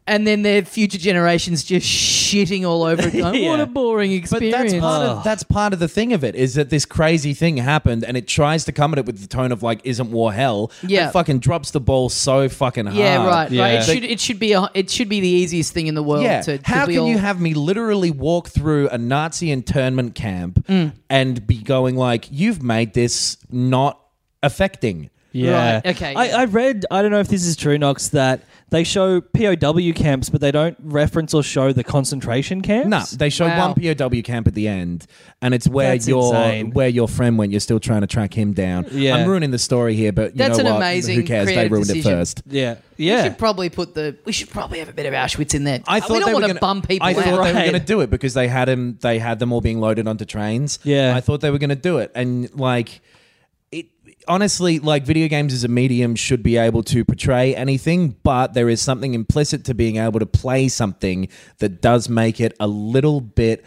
[SPEAKER 5] and then their future generations just shitting all over it. Going, What
[SPEAKER 4] Yeah.
[SPEAKER 5] a boring
[SPEAKER 6] But
[SPEAKER 5] experience.
[SPEAKER 6] that's part of that's part of the thing of it is that this crazy thing happened and it tries to come at it with the tone of like isn't war hell
[SPEAKER 5] Yeah.
[SPEAKER 6] and fucking drops the ball so fucking hard
[SPEAKER 5] yeah, right, right.
[SPEAKER 4] Yeah.
[SPEAKER 5] It should it should be a, it should be the easiest thing in the world.
[SPEAKER 6] yeah
[SPEAKER 5] To, to
[SPEAKER 6] how
[SPEAKER 5] be
[SPEAKER 6] can
[SPEAKER 5] all-
[SPEAKER 6] you have me literally walk through a Nazi internment camp
[SPEAKER 5] Mm.
[SPEAKER 6] and be going like you've made this not affecting
[SPEAKER 4] Yeah.
[SPEAKER 5] Right, okay,
[SPEAKER 4] I,
[SPEAKER 5] yeah.
[SPEAKER 4] I read, I don't know if this is true, Knox, that they show POW camps, but they don't reference or show the concentration camps.
[SPEAKER 6] No, they show
[SPEAKER 5] Wow.
[SPEAKER 6] one POW camp at the end, and it's where
[SPEAKER 4] That's
[SPEAKER 6] your
[SPEAKER 4] insane.
[SPEAKER 6] where your friend went. You're still trying to track him down.
[SPEAKER 4] Yeah.
[SPEAKER 6] I'm ruining the story here, but you
[SPEAKER 5] That's
[SPEAKER 6] know
[SPEAKER 5] an
[SPEAKER 6] what?
[SPEAKER 5] amazing
[SPEAKER 6] Who cares? They
[SPEAKER 5] creative
[SPEAKER 6] ruined
[SPEAKER 5] decision.
[SPEAKER 6] it first.
[SPEAKER 4] Yeah.
[SPEAKER 5] We
[SPEAKER 4] Yeah.
[SPEAKER 5] should probably put the. We should probably have a bit of Auschwitz in there. Uh,
[SPEAKER 6] I
[SPEAKER 5] we
[SPEAKER 6] thought
[SPEAKER 5] don't
[SPEAKER 6] they were
[SPEAKER 5] want to
[SPEAKER 6] gonna,
[SPEAKER 5] bum people
[SPEAKER 6] I
[SPEAKER 5] out.
[SPEAKER 6] thought they were
[SPEAKER 4] Right.
[SPEAKER 6] going to do it because they had him. They had them all being loaded onto trains.
[SPEAKER 4] Yeah.
[SPEAKER 6] I thought they were going to do it, and like it. Honestly, like video games as a medium should be able to portray anything, but there is something implicit to being able to play something that does make it a little bit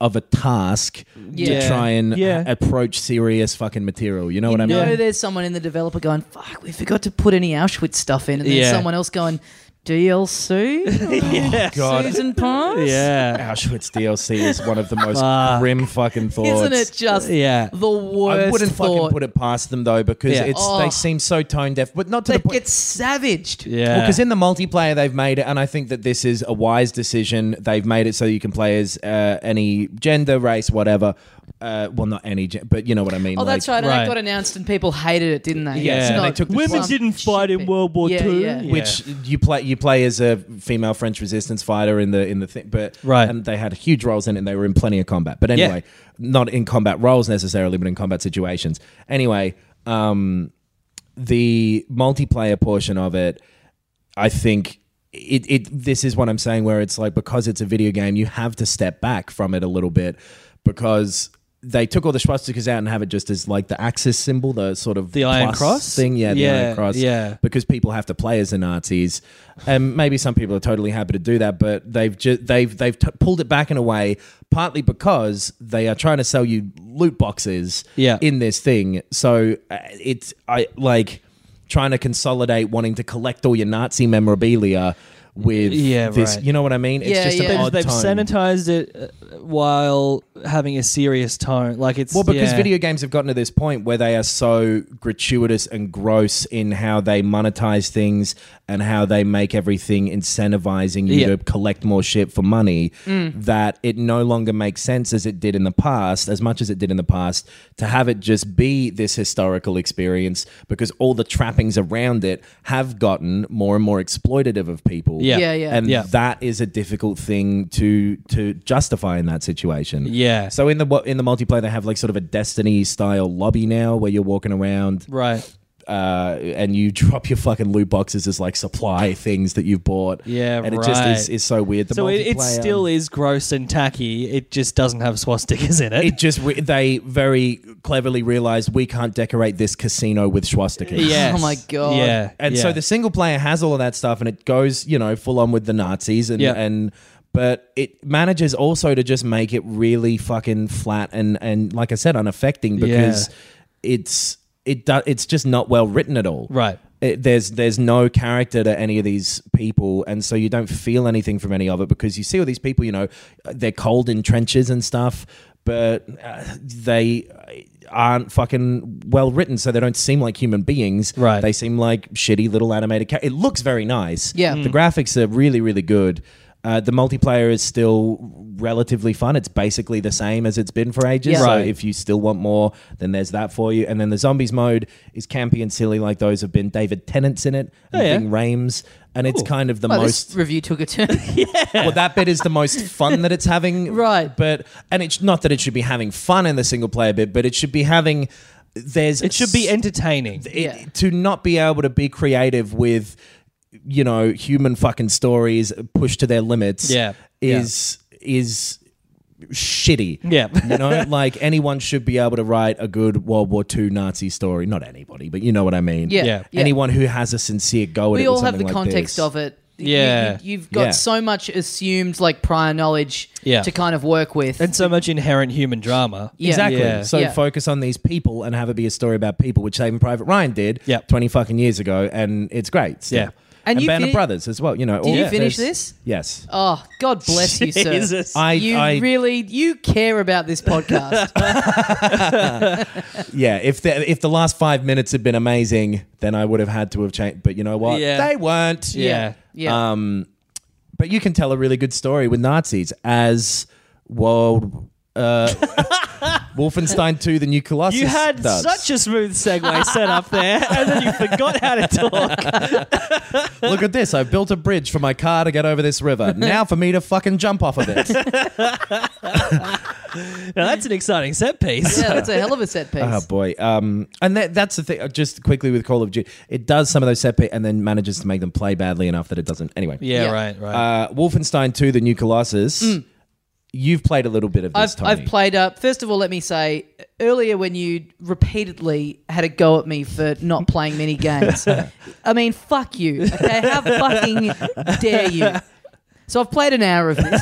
[SPEAKER 6] of a task
[SPEAKER 5] Yeah.
[SPEAKER 6] to try and
[SPEAKER 4] Yeah.
[SPEAKER 6] approach serious fucking material. You know what I mean?
[SPEAKER 5] No, there's someone in the developer going, "Fuck, we forgot to put any Auschwitz stuff in," and then
[SPEAKER 4] Yeah.
[SPEAKER 5] someone else going, "DLC, Oh,
[SPEAKER 6] God.
[SPEAKER 5] Susan Pass."
[SPEAKER 4] yeah.
[SPEAKER 6] Auschwitz DLC is one of the most grim fucking thoughts.
[SPEAKER 5] Isn't it just
[SPEAKER 4] Yeah.
[SPEAKER 5] the worst
[SPEAKER 6] I wouldn't
[SPEAKER 5] thought?
[SPEAKER 6] fucking put it past them though because
[SPEAKER 4] Yeah.
[SPEAKER 6] it's
[SPEAKER 5] Oh.
[SPEAKER 6] they seem so tone deaf, but not to
[SPEAKER 5] They
[SPEAKER 6] the point.
[SPEAKER 5] get savaged.
[SPEAKER 4] Yeah.
[SPEAKER 6] because in the multiplayer they've made it, and I think that this is a wise decision. They've made it so you can play as uh, any gender, race, whatever. Uh, well, not any, gen- but you know what I mean.
[SPEAKER 5] Oh, that's
[SPEAKER 6] like-
[SPEAKER 5] right. And
[SPEAKER 4] Right.
[SPEAKER 5] it got announced, and people hated it, didn't they?
[SPEAKER 4] Yeah.
[SPEAKER 5] It's
[SPEAKER 4] And
[SPEAKER 5] not-
[SPEAKER 6] they took the
[SPEAKER 4] Women
[SPEAKER 6] Some
[SPEAKER 4] didn't fight in
[SPEAKER 5] shit.
[SPEAKER 4] World War
[SPEAKER 5] Yeah,
[SPEAKER 4] Two.
[SPEAKER 5] yeah.
[SPEAKER 6] Which you play you play as a female French resistance fighter in the in the thing, but
[SPEAKER 4] Right.
[SPEAKER 6] and they had huge roles in it. and They were in plenty of combat, but anyway, not in combat roles necessarily, but in combat situations. Anyway, um, the multiplayer portion of it, I think. It, it this is what I'm saying where it's like because it's a video game you have to step back from it a little bit because they took all the swastikas out and have it just as like the axis symbol the sort of
[SPEAKER 4] The Iron
[SPEAKER 6] plus
[SPEAKER 4] Cross?
[SPEAKER 6] thing yeah the
[SPEAKER 4] Yeah,
[SPEAKER 6] Iron Cross
[SPEAKER 4] yeah.
[SPEAKER 6] because people have to play as the Nazis. And maybe some people are totally happy to do that, but they've ju- they've they've t- pulled it back in a way, partly because they are trying to sell you loot boxes
[SPEAKER 4] Yeah.
[SPEAKER 6] in this thing. So uh, it's I like trying to consolidate wanting to collect all your Nazi memorabilia with
[SPEAKER 4] Yeah,
[SPEAKER 6] this.
[SPEAKER 4] right.
[SPEAKER 6] You know what I mean? It's
[SPEAKER 5] Yeah,
[SPEAKER 6] just
[SPEAKER 5] yeah.
[SPEAKER 6] an
[SPEAKER 4] They've,
[SPEAKER 6] odd
[SPEAKER 4] they've
[SPEAKER 6] tone.
[SPEAKER 4] sanitized it uh, while having a serious tone. Like it's
[SPEAKER 6] Well, because
[SPEAKER 4] yeah.
[SPEAKER 6] video games have gotten to this point where they are so gratuitous and gross in how they monetize things and how they make everything incentivizing you
[SPEAKER 4] Yeah. Mm.
[SPEAKER 6] to collect more shit for money that it no longer makes sense as it did in the past, as much as it did in the past, to have it just be this historical experience because all the trappings around it have gotten more and more exploitative of people.
[SPEAKER 4] Yeah.
[SPEAKER 5] Yeah, yeah.
[SPEAKER 6] And
[SPEAKER 4] Yeah.
[SPEAKER 6] that is a difficult thing to to justify in that situation.
[SPEAKER 4] Yeah.
[SPEAKER 6] So in the in the multiplayer, they have like sort of a Destiny style lobby now, where you're walking around
[SPEAKER 4] right.
[SPEAKER 6] uh, and you drop your fucking loot boxes as like supply things that you've bought.
[SPEAKER 4] Yeah,
[SPEAKER 6] and it just
[SPEAKER 4] right.
[SPEAKER 6] is, is so weird. The
[SPEAKER 4] So it, it
[SPEAKER 6] multiplayer-
[SPEAKER 4] still is gross and tacky. It just doesn't have swastikas in it.
[SPEAKER 6] It just we- they very cleverly realized we can't decorate this casino with swastikas.
[SPEAKER 4] yes.
[SPEAKER 5] Oh my God.
[SPEAKER 4] Yeah.
[SPEAKER 6] And
[SPEAKER 4] yeah.
[SPEAKER 6] so the single player has all of that stuff and it goes, you know, full on with the Nazis and
[SPEAKER 4] Yeah.
[SPEAKER 6] and but it manages also to just make it really fucking flat and and like I said unaffecting because it's it do, it's just not well written at all.
[SPEAKER 4] Right.
[SPEAKER 6] It, there's there's no character to any of these people, and so you don't feel anything from any of it because you see all these people, you know, they're cold in trenches and stuff, but uh, they aren't fucking well written, so they don't seem like human beings.
[SPEAKER 4] Right.
[SPEAKER 6] They seem like shitty little animated. Ca- it looks very nice.
[SPEAKER 5] Yeah.
[SPEAKER 6] The graphics are really really good. Uh, the multiplayer is still relatively fun. It's basically the same as it's been for ages.
[SPEAKER 5] Yeah.
[SPEAKER 6] So
[SPEAKER 4] Right.
[SPEAKER 6] if you still want more, then there's that for you. And then the zombies mode is campy and silly, like those have been. David Tennant's in it, and
[SPEAKER 4] Oh, yeah.
[SPEAKER 6] Bing Rames, and it's kind of the
[SPEAKER 5] Well,
[SPEAKER 6] most
[SPEAKER 5] this review took a turn.
[SPEAKER 6] well, that bit is the most fun that it's having.
[SPEAKER 5] Right.
[SPEAKER 6] But and it's not that it should be having fun in the single player bit, but it should be having there's
[SPEAKER 4] it should be
[SPEAKER 6] s-
[SPEAKER 4] entertaining.
[SPEAKER 6] it-
[SPEAKER 5] Yeah.
[SPEAKER 6] to not be able to be creative with you know human fucking stories pushed to their limits
[SPEAKER 4] Yeah.
[SPEAKER 6] is is shitty
[SPEAKER 4] Yeah.
[SPEAKER 6] you know like anyone should be able to write a good world war ii nazi story not anybody but you know what i mean
[SPEAKER 5] Yeah.
[SPEAKER 4] Yeah.
[SPEAKER 5] yeah.
[SPEAKER 6] anyone who has a sincere go at
[SPEAKER 5] we
[SPEAKER 6] it with
[SPEAKER 5] all have the
[SPEAKER 6] something like
[SPEAKER 5] context
[SPEAKER 6] this.
[SPEAKER 5] of it. You-
[SPEAKER 4] Yeah.
[SPEAKER 5] You, have got
[SPEAKER 6] Yeah.
[SPEAKER 5] so much assumed like prior knowledge
[SPEAKER 4] Yeah.
[SPEAKER 5] to kind of work with.
[SPEAKER 4] and so much inherent human drama.
[SPEAKER 5] Yeah.
[SPEAKER 6] Exactly.
[SPEAKER 4] Yeah.
[SPEAKER 6] So
[SPEAKER 5] Yeah.
[SPEAKER 6] focus on these people and have it be a story about people, which Saving Private Ryan did
[SPEAKER 4] Yep.
[SPEAKER 6] 20 fucking years ago, and it's great. still.
[SPEAKER 4] Yeah.
[SPEAKER 5] And
[SPEAKER 6] and,
[SPEAKER 5] you
[SPEAKER 6] Band
[SPEAKER 5] fini-
[SPEAKER 6] of Brothers as well. You know,
[SPEAKER 5] Did you
[SPEAKER 6] all-
[SPEAKER 5] finish
[SPEAKER 6] there's-
[SPEAKER 5] this?
[SPEAKER 6] Yes.
[SPEAKER 5] Oh, God bless you, sir.
[SPEAKER 4] Jesus.
[SPEAKER 6] I-
[SPEAKER 5] you
[SPEAKER 6] I-
[SPEAKER 5] really you care about this podcast.
[SPEAKER 6] Yeah, if the if the last five minutes had been amazing, then I would have had to have changed. But you know what?
[SPEAKER 4] Yeah.
[SPEAKER 6] They weren't.
[SPEAKER 4] Yeah.
[SPEAKER 5] yeah.
[SPEAKER 6] Um, but you can tell a really good story with Nazis as world. Uh, Wolfenstein 2, the new Colossus.
[SPEAKER 4] You had
[SPEAKER 6] does.
[SPEAKER 4] such a smooth segue set up there, and then you forgot how to talk.
[SPEAKER 6] Look at this. I built a bridge for my car to get over this river. Now for me to fucking jump off of it.
[SPEAKER 4] Now that's an exciting set piece.
[SPEAKER 5] yeah, that's a hell of a set piece.
[SPEAKER 6] Oh boy. Um, and that, that's the thing. uh, Just quickly with Call of Duty, it does some of those set pieces and then manages to make them play badly enough that it doesn't. Anyway.
[SPEAKER 4] Yeah,
[SPEAKER 5] Yeah.
[SPEAKER 4] right, right.
[SPEAKER 6] Uh, Wolfenstein 2, the new Colossus. You've played a little bit of this,
[SPEAKER 5] Mm. I've,
[SPEAKER 6] Tommy.
[SPEAKER 5] I've played up. First of all, let me say earlier when you repeatedly had a go at me for not playing many games. I mean, fuck you. Okay, how fucking dare you? So I've played an hour of this.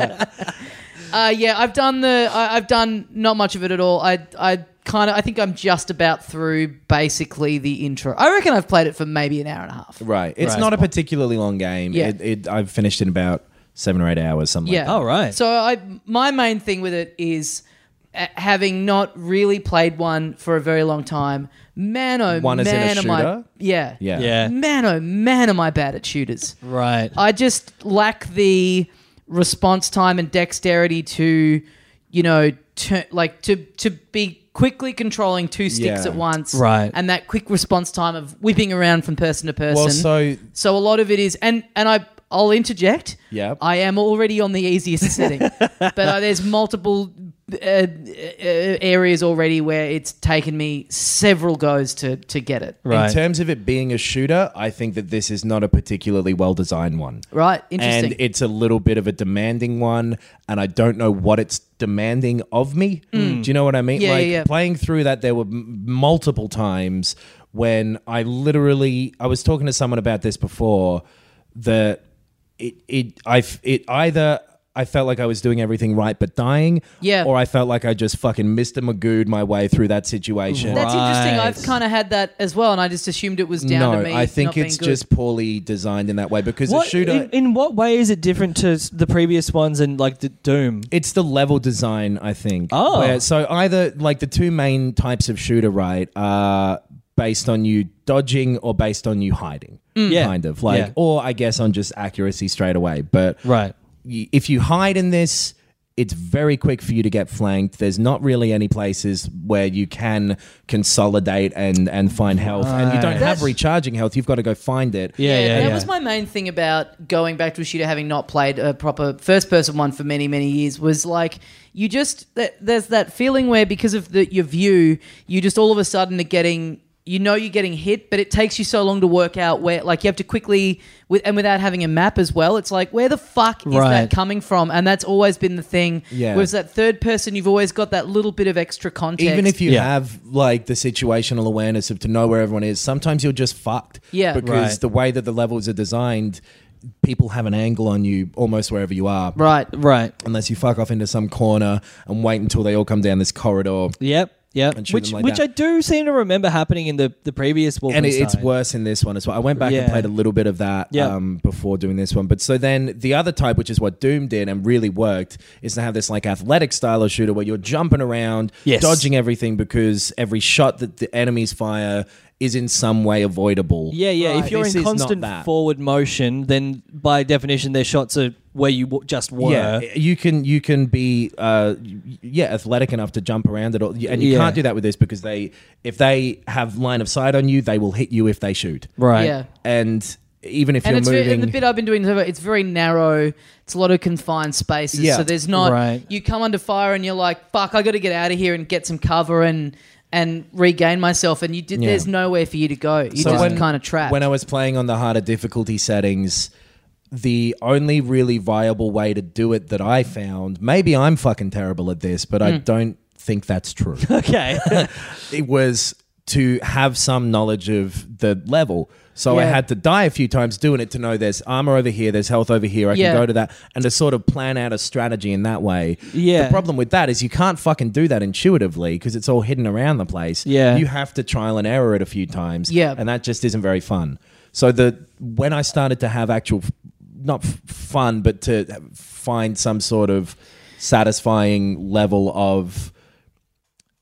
[SPEAKER 5] uh, yeah, I've done the. I, I've done not much of it at all. I I kind of. I think I'm just about through basically the intro. I reckon I've played it for maybe an hour and a half.
[SPEAKER 6] Right. It's
[SPEAKER 4] Right.
[SPEAKER 6] not a particularly long game.
[SPEAKER 5] Yeah.
[SPEAKER 6] It, it, I've finished in about seven or eight hours, something
[SPEAKER 5] Yeah.
[SPEAKER 6] like
[SPEAKER 4] Oh, right.
[SPEAKER 5] So I my main thing with it is uh, having not really played one for a very long time. Man, oh
[SPEAKER 6] One is in a
[SPEAKER 5] man, am I?
[SPEAKER 6] shooter?
[SPEAKER 5] Yeah.
[SPEAKER 6] that. Yeah.
[SPEAKER 4] yeah,
[SPEAKER 5] Man, oh man, am I bad at shooters?
[SPEAKER 4] right.
[SPEAKER 5] I just lack the response time and dexterity to, you know, turn like to to be quickly controlling two sticks
[SPEAKER 6] Yeah.
[SPEAKER 5] at once,
[SPEAKER 4] Right.
[SPEAKER 5] And that quick response time of whipping around from person to person.
[SPEAKER 6] Well, so
[SPEAKER 5] So a lot of it is, and and I I'll interject.
[SPEAKER 6] Yep.
[SPEAKER 5] I am already on the easiest setting, but uh, there's multiple uh, uh, areas already where it's taken me several goes to to get it.
[SPEAKER 4] right.
[SPEAKER 6] in terms of it being a shooter, I think that this is not a particularly well designed one.
[SPEAKER 5] Right? Interesting.
[SPEAKER 6] And it's a little bit of a demanding one, and I don't know what it's demanding of me. Do you know what I mean?
[SPEAKER 5] Hmm. Yeah,
[SPEAKER 6] like
[SPEAKER 5] yeah, yeah.
[SPEAKER 6] playing through that, there were m- multiple times when I literally I was talking to someone about this before that it it I f- it either. I felt like I was doing everything right but dying.
[SPEAKER 5] Yeah.
[SPEAKER 6] Or I felt like I just fucking Mr. Magooed my way through that situation.
[SPEAKER 5] That's interesting.
[SPEAKER 4] Right.
[SPEAKER 5] I've kind of had that as well, and I just assumed it was down
[SPEAKER 6] no,
[SPEAKER 5] to me.
[SPEAKER 6] I
[SPEAKER 5] not
[SPEAKER 6] think
[SPEAKER 5] being
[SPEAKER 6] it's
[SPEAKER 5] good.
[SPEAKER 6] just poorly designed in that way because
[SPEAKER 4] What,
[SPEAKER 6] the shooter
[SPEAKER 4] in, in what way is it different to s- the previous ones and like the Doom?
[SPEAKER 6] It's the level design, I think.
[SPEAKER 4] Oh.
[SPEAKER 6] Where- so either like the two main types of shooter, right, are based on you dodging or based on you hiding.
[SPEAKER 4] Mm, Yeah.
[SPEAKER 6] Kind of like,
[SPEAKER 4] Yeah.
[SPEAKER 6] or I guess on just accuracy straight away. But
[SPEAKER 4] Right.
[SPEAKER 6] y- if you hide in this, it's very quick for you to get flanked. There's not really any places where you can consolidate and and find health, and you don't have recharging health. You've got to go find it.
[SPEAKER 4] Yeah, yeah,
[SPEAKER 5] that
[SPEAKER 4] yeah.
[SPEAKER 5] was my main thing about going back to a shooter, having not played a proper first person one for many, many years, was like you just th- there's that feeling where because of the, your view, you just all of a sudden are getting you know you're getting hit, but it takes you so long to work out where like you have to quickly with and without having a map as well. It's like where the fuck is
[SPEAKER 4] Right.
[SPEAKER 5] that coming from? And that's always been the thing.
[SPEAKER 6] Yeah.
[SPEAKER 5] whereas that third person, you've always got that little bit of extra context.
[SPEAKER 6] Even if you
[SPEAKER 4] Yeah.
[SPEAKER 6] have like the situational awareness of to know where everyone is, sometimes you're just fucked.
[SPEAKER 5] Yeah.
[SPEAKER 6] Because
[SPEAKER 4] Right.
[SPEAKER 6] the way that the levels are designed, people have an angle on you almost wherever you are.
[SPEAKER 5] right,
[SPEAKER 4] Right.
[SPEAKER 6] Unless you fuck off into some corner and wait until they all come down this corridor.
[SPEAKER 4] Yep. Yep.
[SPEAKER 6] And shoot
[SPEAKER 4] Which
[SPEAKER 6] them like
[SPEAKER 4] which
[SPEAKER 6] that.
[SPEAKER 4] I do seem to remember happening in the the previous Wolfenstein.
[SPEAKER 6] And it, it's worse in this one as well. I went back
[SPEAKER 4] Yeah.
[SPEAKER 6] and played a little bit of that
[SPEAKER 4] Yeah.
[SPEAKER 6] um, before doing this one. But so then the other type, which is what Doom did and really worked, is to have this like athletic style of shooter where you're jumping around,
[SPEAKER 4] Yes.
[SPEAKER 6] dodging everything because every shot that the enemies fire is in some way avoidable.
[SPEAKER 4] Yeah, yeah. If
[SPEAKER 6] Right.
[SPEAKER 4] you're
[SPEAKER 6] This
[SPEAKER 4] in
[SPEAKER 6] is not
[SPEAKER 4] constant
[SPEAKER 6] that.
[SPEAKER 4] forward motion, then by definition, their shots are where you w- just were.
[SPEAKER 6] Yeah, you can you can be uh, yeah athletic enough to jump around at all, and you
[SPEAKER 4] Yeah.
[SPEAKER 6] can't do that with this because they if they have line of sight on you, they will hit you if they shoot.
[SPEAKER 4] Right.
[SPEAKER 5] yeah.
[SPEAKER 6] And even if
[SPEAKER 5] and
[SPEAKER 6] you're
[SPEAKER 5] it's
[SPEAKER 6] moving,
[SPEAKER 5] very, and the bit I've been doing, it's very narrow. It's a lot of confined spaces,
[SPEAKER 6] Yeah.
[SPEAKER 5] so there's not.
[SPEAKER 4] Right.
[SPEAKER 5] You come under fire and you're like, "Fuck, I got to get out of here and get some cover and and regain myself." And you did.
[SPEAKER 6] Yeah.
[SPEAKER 5] There's nowhere for you to go. You're
[SPEAKER 6] So
[SPEAKER 5] just
[SPEAKER 6] when-
[SPEAKER 5] kind of trapped.
[SPEAKER 6] When I was playing on the harder difficulty settings, the only really viable way to do it that I found, maybe I'm fucking terrible at this, but
[SPEAKER 5] Hmm.
[SPEAKER 6] I don't think that's true.
[SPEAKER 4] Okay.
[SPEAKER 6] it was to have some knowledge of the level. So I
[SPEAKER 5] Yeah.
[SPEAKER 6] had to die a few times doing it to know there's armor over here, there's health over here, I
[SPEAKER 5] Yeah.
[SPEAKER 6] can go to that, and to sort of plan out a strategy in that way.
[SPEAKER 4] Yeah.
[SPEAKER 6] The problem with that is you can't fucking do that intuitively because it's all hidden around the place.
[SPEAKER 4] Yeah.
[SPEAKER 6] You have to trial and error it a few times.
[SPEAKER 5] Yeah.
[SPEAKER 6] And that just isn't very fun. So the when I started to have actual, f- not f- fun, but to find some sort of satisfying level of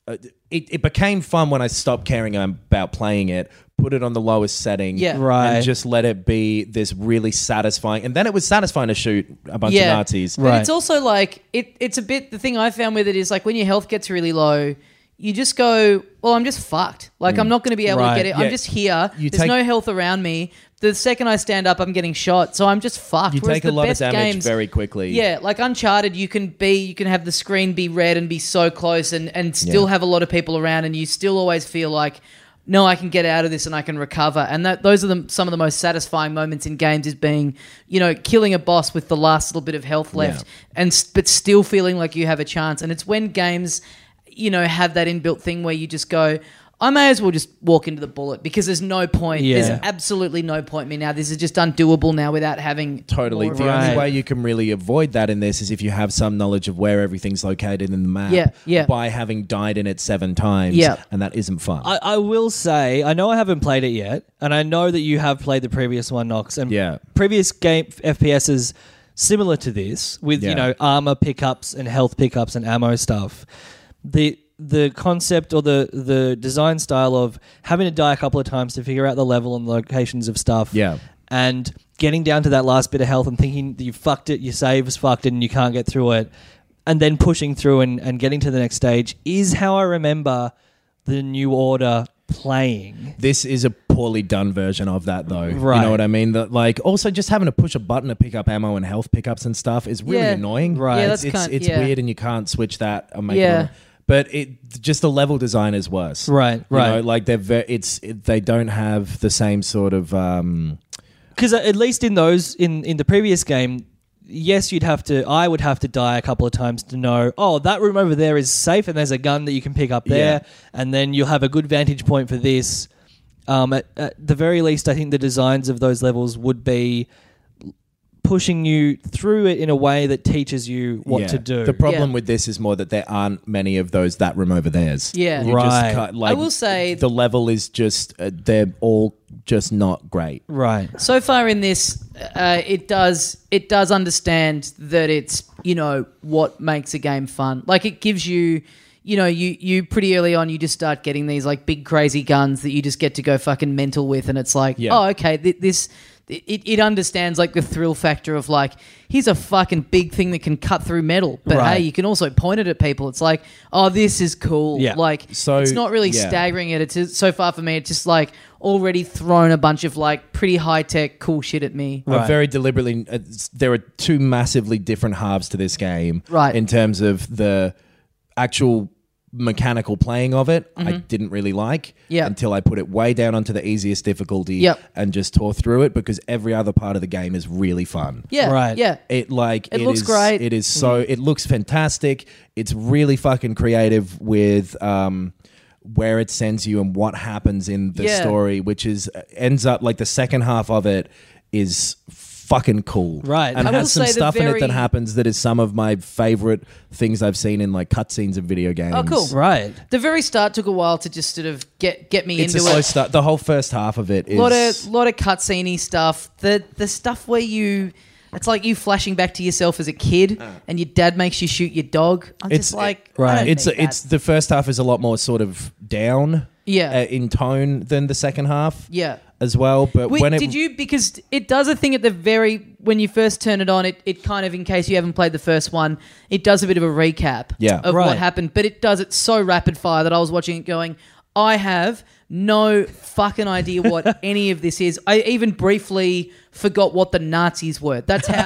[SPEAKER 6] it, it became fun when I stopped caring about playing it, put it on the lowest setting,
[SPEAKER 5] Yeah.
[SPEAKER 4] Right.
[SPEAKER 6] and just let it be this really satisfying. And then it was satisfying to shoot a bunch
[SPEAKER 5] Yeah.
[SPEAKER 6] of Nazis.
[SPEAKER 5] But
[SPEAKER 4] Right.
[SPEAKER 5] it's also like it. It's a bit the thing I found with it is like when your health gets really low, you just go, "Well, I'm just fucked. Like I'm not going to be able
[SPEAKER 4] Right,
[SPEAKER 5] to get it.
[SPEAKER 6] Mm. yeah.
[SPEAKER 5] I'm just here.
[SPEAKER 6] You
[SPEAKER 5] There's
[SPEAKER 6] take-
[SPEAKER 5] no health around me. The second I stand up, I'm getting shot. So I'm just fucked.
[SPEAKER 6] You
[SPEAKER 5] Whereas
[SPEAKER 6] take a
[SPEAKER 5] the
[SPEAKER 6] lot of
[SPEAKER 5] best
[SPEAKER 6] damage
[SPEAKER 5] games-
[SPEAKER 6] very quickly.
[SPEAKER 5] Yeah, like Uncharted, you can be, you can have the screen be red and be so close, and and still have a lot of people around, and you still always feel like. No, I can get out of this and I can recover. And that those are the, some of the most satisfying moments in games is being, you know, killing a boss with the last little bit of health left, and s- but still feeling like you have a chance. And it's when games, you know, have that inbuilt thing where you just go, I may as well just walk into the bullet because there's no point.
[SPEAKER 4] Yeah.
[SPEAKER 5] There's absolutely no point me now. This is just undoable now without having
[SPEAKER 6] Totally.
[SPEAKER 5] more of
[SPEAKER 6] The
[SPEAKER 5] a-
[SPEAKER 6] only
[SPEAKER 4] Right.
[SPEAKER 6] way you can really avoid that in this is if you have some knowledge of where everything's located in the map
[SPEAKER 5] Yeah, yeah.
[SPEAKER 6] by having died in it seven times.
[SPEAKER 5] Yeah.
[SPEAKER 6] And that isn't fun.
[SPEAKER 4] I, I will say, I know I haven't played it yet, and I know that you have played the previous one, Knox, and
[SPEAKER 6] Yeah.
[SPEAKER 4] previous game FPSs similar to this, with you
[SPEAKER 6] Yeah.
[SPEAKER 4] know armor pickups and health pickups and ammo stuff. The the concept or the the design style of having to die a couple of times to figure out the level and locations of stuff.
[SPEAKER 6] Yeah.
[SPEAKER 4] And getting down to that last bit of health and thinking that you fucked it, your save was fucked and you can't get through it. And then pushing through and, and getting to the next stage is how I remember the New Order playing.
[SPEAKER 6] this is a poorly done version of that though. You
[SPEAKER 4] Right.
[SPEAKER 6] know what I mean? That like also just having to push a button to pick up ammo and health pickups and stuff is really
[SPEAKER 5] Yeah.
[SPEAKER 6] annoying.
[SPEAKER 4] Right. Yeah,
[SPEAKER 5] that's
[SPEAKER 6] it's it's,
[SPEAKER 5] kind-
[SPEAKER 6] it's
[SPEAKER 5] yeah.
[SPEAKER 6] weird and you can't switch that or make it
[SPEAKER 5] Yeah.
[SPEAKER 6] on- but it just the level design is worse.
[SPEAKER 4] Right,
[SPEAKER 6] You
[SPEAKER 4] right.
[SPEAKER 6] know, like they're ve- it's it, they don't have the same sort of um
[SPEAKER 4] Because uh, at least in those in in the previous game, yes, you'd have to. I would have to die a couple of times to know. Oh, that room over there is safe, and there's a gun that you can pick up there, and then you'll have a good vantage point for this. Um, at, at the very least, I think the designs of those levels would be pushing you through it in a way that teaches you what
[SPEAKER 6] yeah.
[SPEAKER 4] to do.
[SPEAKER 6] The problem
[SPEAKER 5] Yeah.
[SPEAKER 6] with this is more that there aren't many of those that room over theirs.
[SPEAKER 5] Yeah.
[SPEAKER 6] You
[SPEAKER 4] Right.
[SPEAKER 6] Just cut, like,
[SPEAKER 5] will say-
[SPEAKER 6] the level is just uh, they're all just not great.
[SPEAKER 4] right.
[SPEAKER 5] so far in this, uh, it does it does understand that it's you know what makes a game fun. Like it gives you, you know, you you pretty early on you just start getting these like big crazy guns that you just get to go fucking mental with, and it's like,
[SPEAKER 6] Yeah.
[SPEAKER 5] oh okay, th- this. It, it understands like the thrill factor of like here's a fucking big thing that can cut through metal, but
[SPEAKER 4] Right.
[SPEAKER 5] hey, you can also point it at people. It's like, oh, this is cool.
[SPEAKER 4] Yeah.
[SPEAKER 5] Like,
[SPEAKER 6] So-
[SPEAKER 5] it's not really
[SPEAKER 6] yeah.
[SPEAKER 5] staggering at it. It's so far for me. It's just like already thrown a bunch of like pretty high tech cool shit at me.
[SPEAKER 6] I very deliberately. Uh, s- there are two massively different halves to this game,
[SPEAKER 5] Right.
[SPEAKER 6] In terms of the actual mechanical playing of it, I didn't really like.
[SPEAKER 5] Mm-hmm. Yeah.
[SPEAKER 6] Until I put it way down onto the easiest difficulty.
[SPEAKER 5] Yep.
[SPEAKER 6] And just tore through it because every other part of the game is really fun.
[SPEAKER 5] Yeah,
[SPEAKER 4] Right.
[SPEAKER 5] Yeah,
[SPEAKER 6] It like
[SPEAKER 5] It looks
[SPEAKER 6] is-
[SPEAKER 5] great. Mm.
[SPEAKER 6] It is so it looks fantastic. It's really fucking creative with um where it sends you and what happens in the
[SPEAKER 5] Yeah.
[SPEAKER 6] story, which is uh, ends up like the second half of it is fucking cool,
[SPEAKER 4] Right.
[SPEAKER 6] And
[SPEAKER 4] I
[SPEAKER 5] will
[SPEAKER 6] has some
[SPEAKER 5] say the
[SPEAKER 6] stuff in it
[SPEAKER 5] very-
[SPEAKER 6] that happens that is some of my favorite things I've seen in like cutscenes of video games.
[SPEAKER 5] Oh, cool.
[SPEAKER 4] Right.
[SPEAKER 5] the very start took a while to just sort of get get me
[SPEAKER 6] It's a
[SPEAKER 5] into
[SPEAKER 6] slow
[SPEAKER 5] it.
[SPEAKER 6] start. The whole first half of it is
[SPEAKER 5] lot of lot of cutscene stuff. The the stuff where you. It's like you flashing back to yourself as a kid, and your dad makes you shoot your dog. I'm
[SPEAKER 6] It's-
[SPEAKER 5] just like,
[SPEAKER 4] Right.
[SPEAKER 5] I don't
[SPEAKER 6] it's
[SPEAKER 5] need that.
[SPEAKER 6] it's the first half is a lot more sort of down,
[SPEAKER 5] Yeah.
[SPEAKER 6] uh, in tone than the second half,
[SPEAKER 5] Yeah.
[SPEAKER 6] as well. But
[SPEAKER 5] Wait,
[SPEAKER 6] when it
[SPEAKER 5] did you because it does a thing at the very when you first turn it on it, it kind of in case you haven't played the first one it does a bit of a recap
[SPEAKER 6] Yeah.
[SPEAKER 5] of
[SPEAKER 4] Right.
[SPEAKER 5] what happened but it does it so rapid fire that I was watching it going I have no fucking idea what any of this is I even briefly forgot what the Nazis were that's how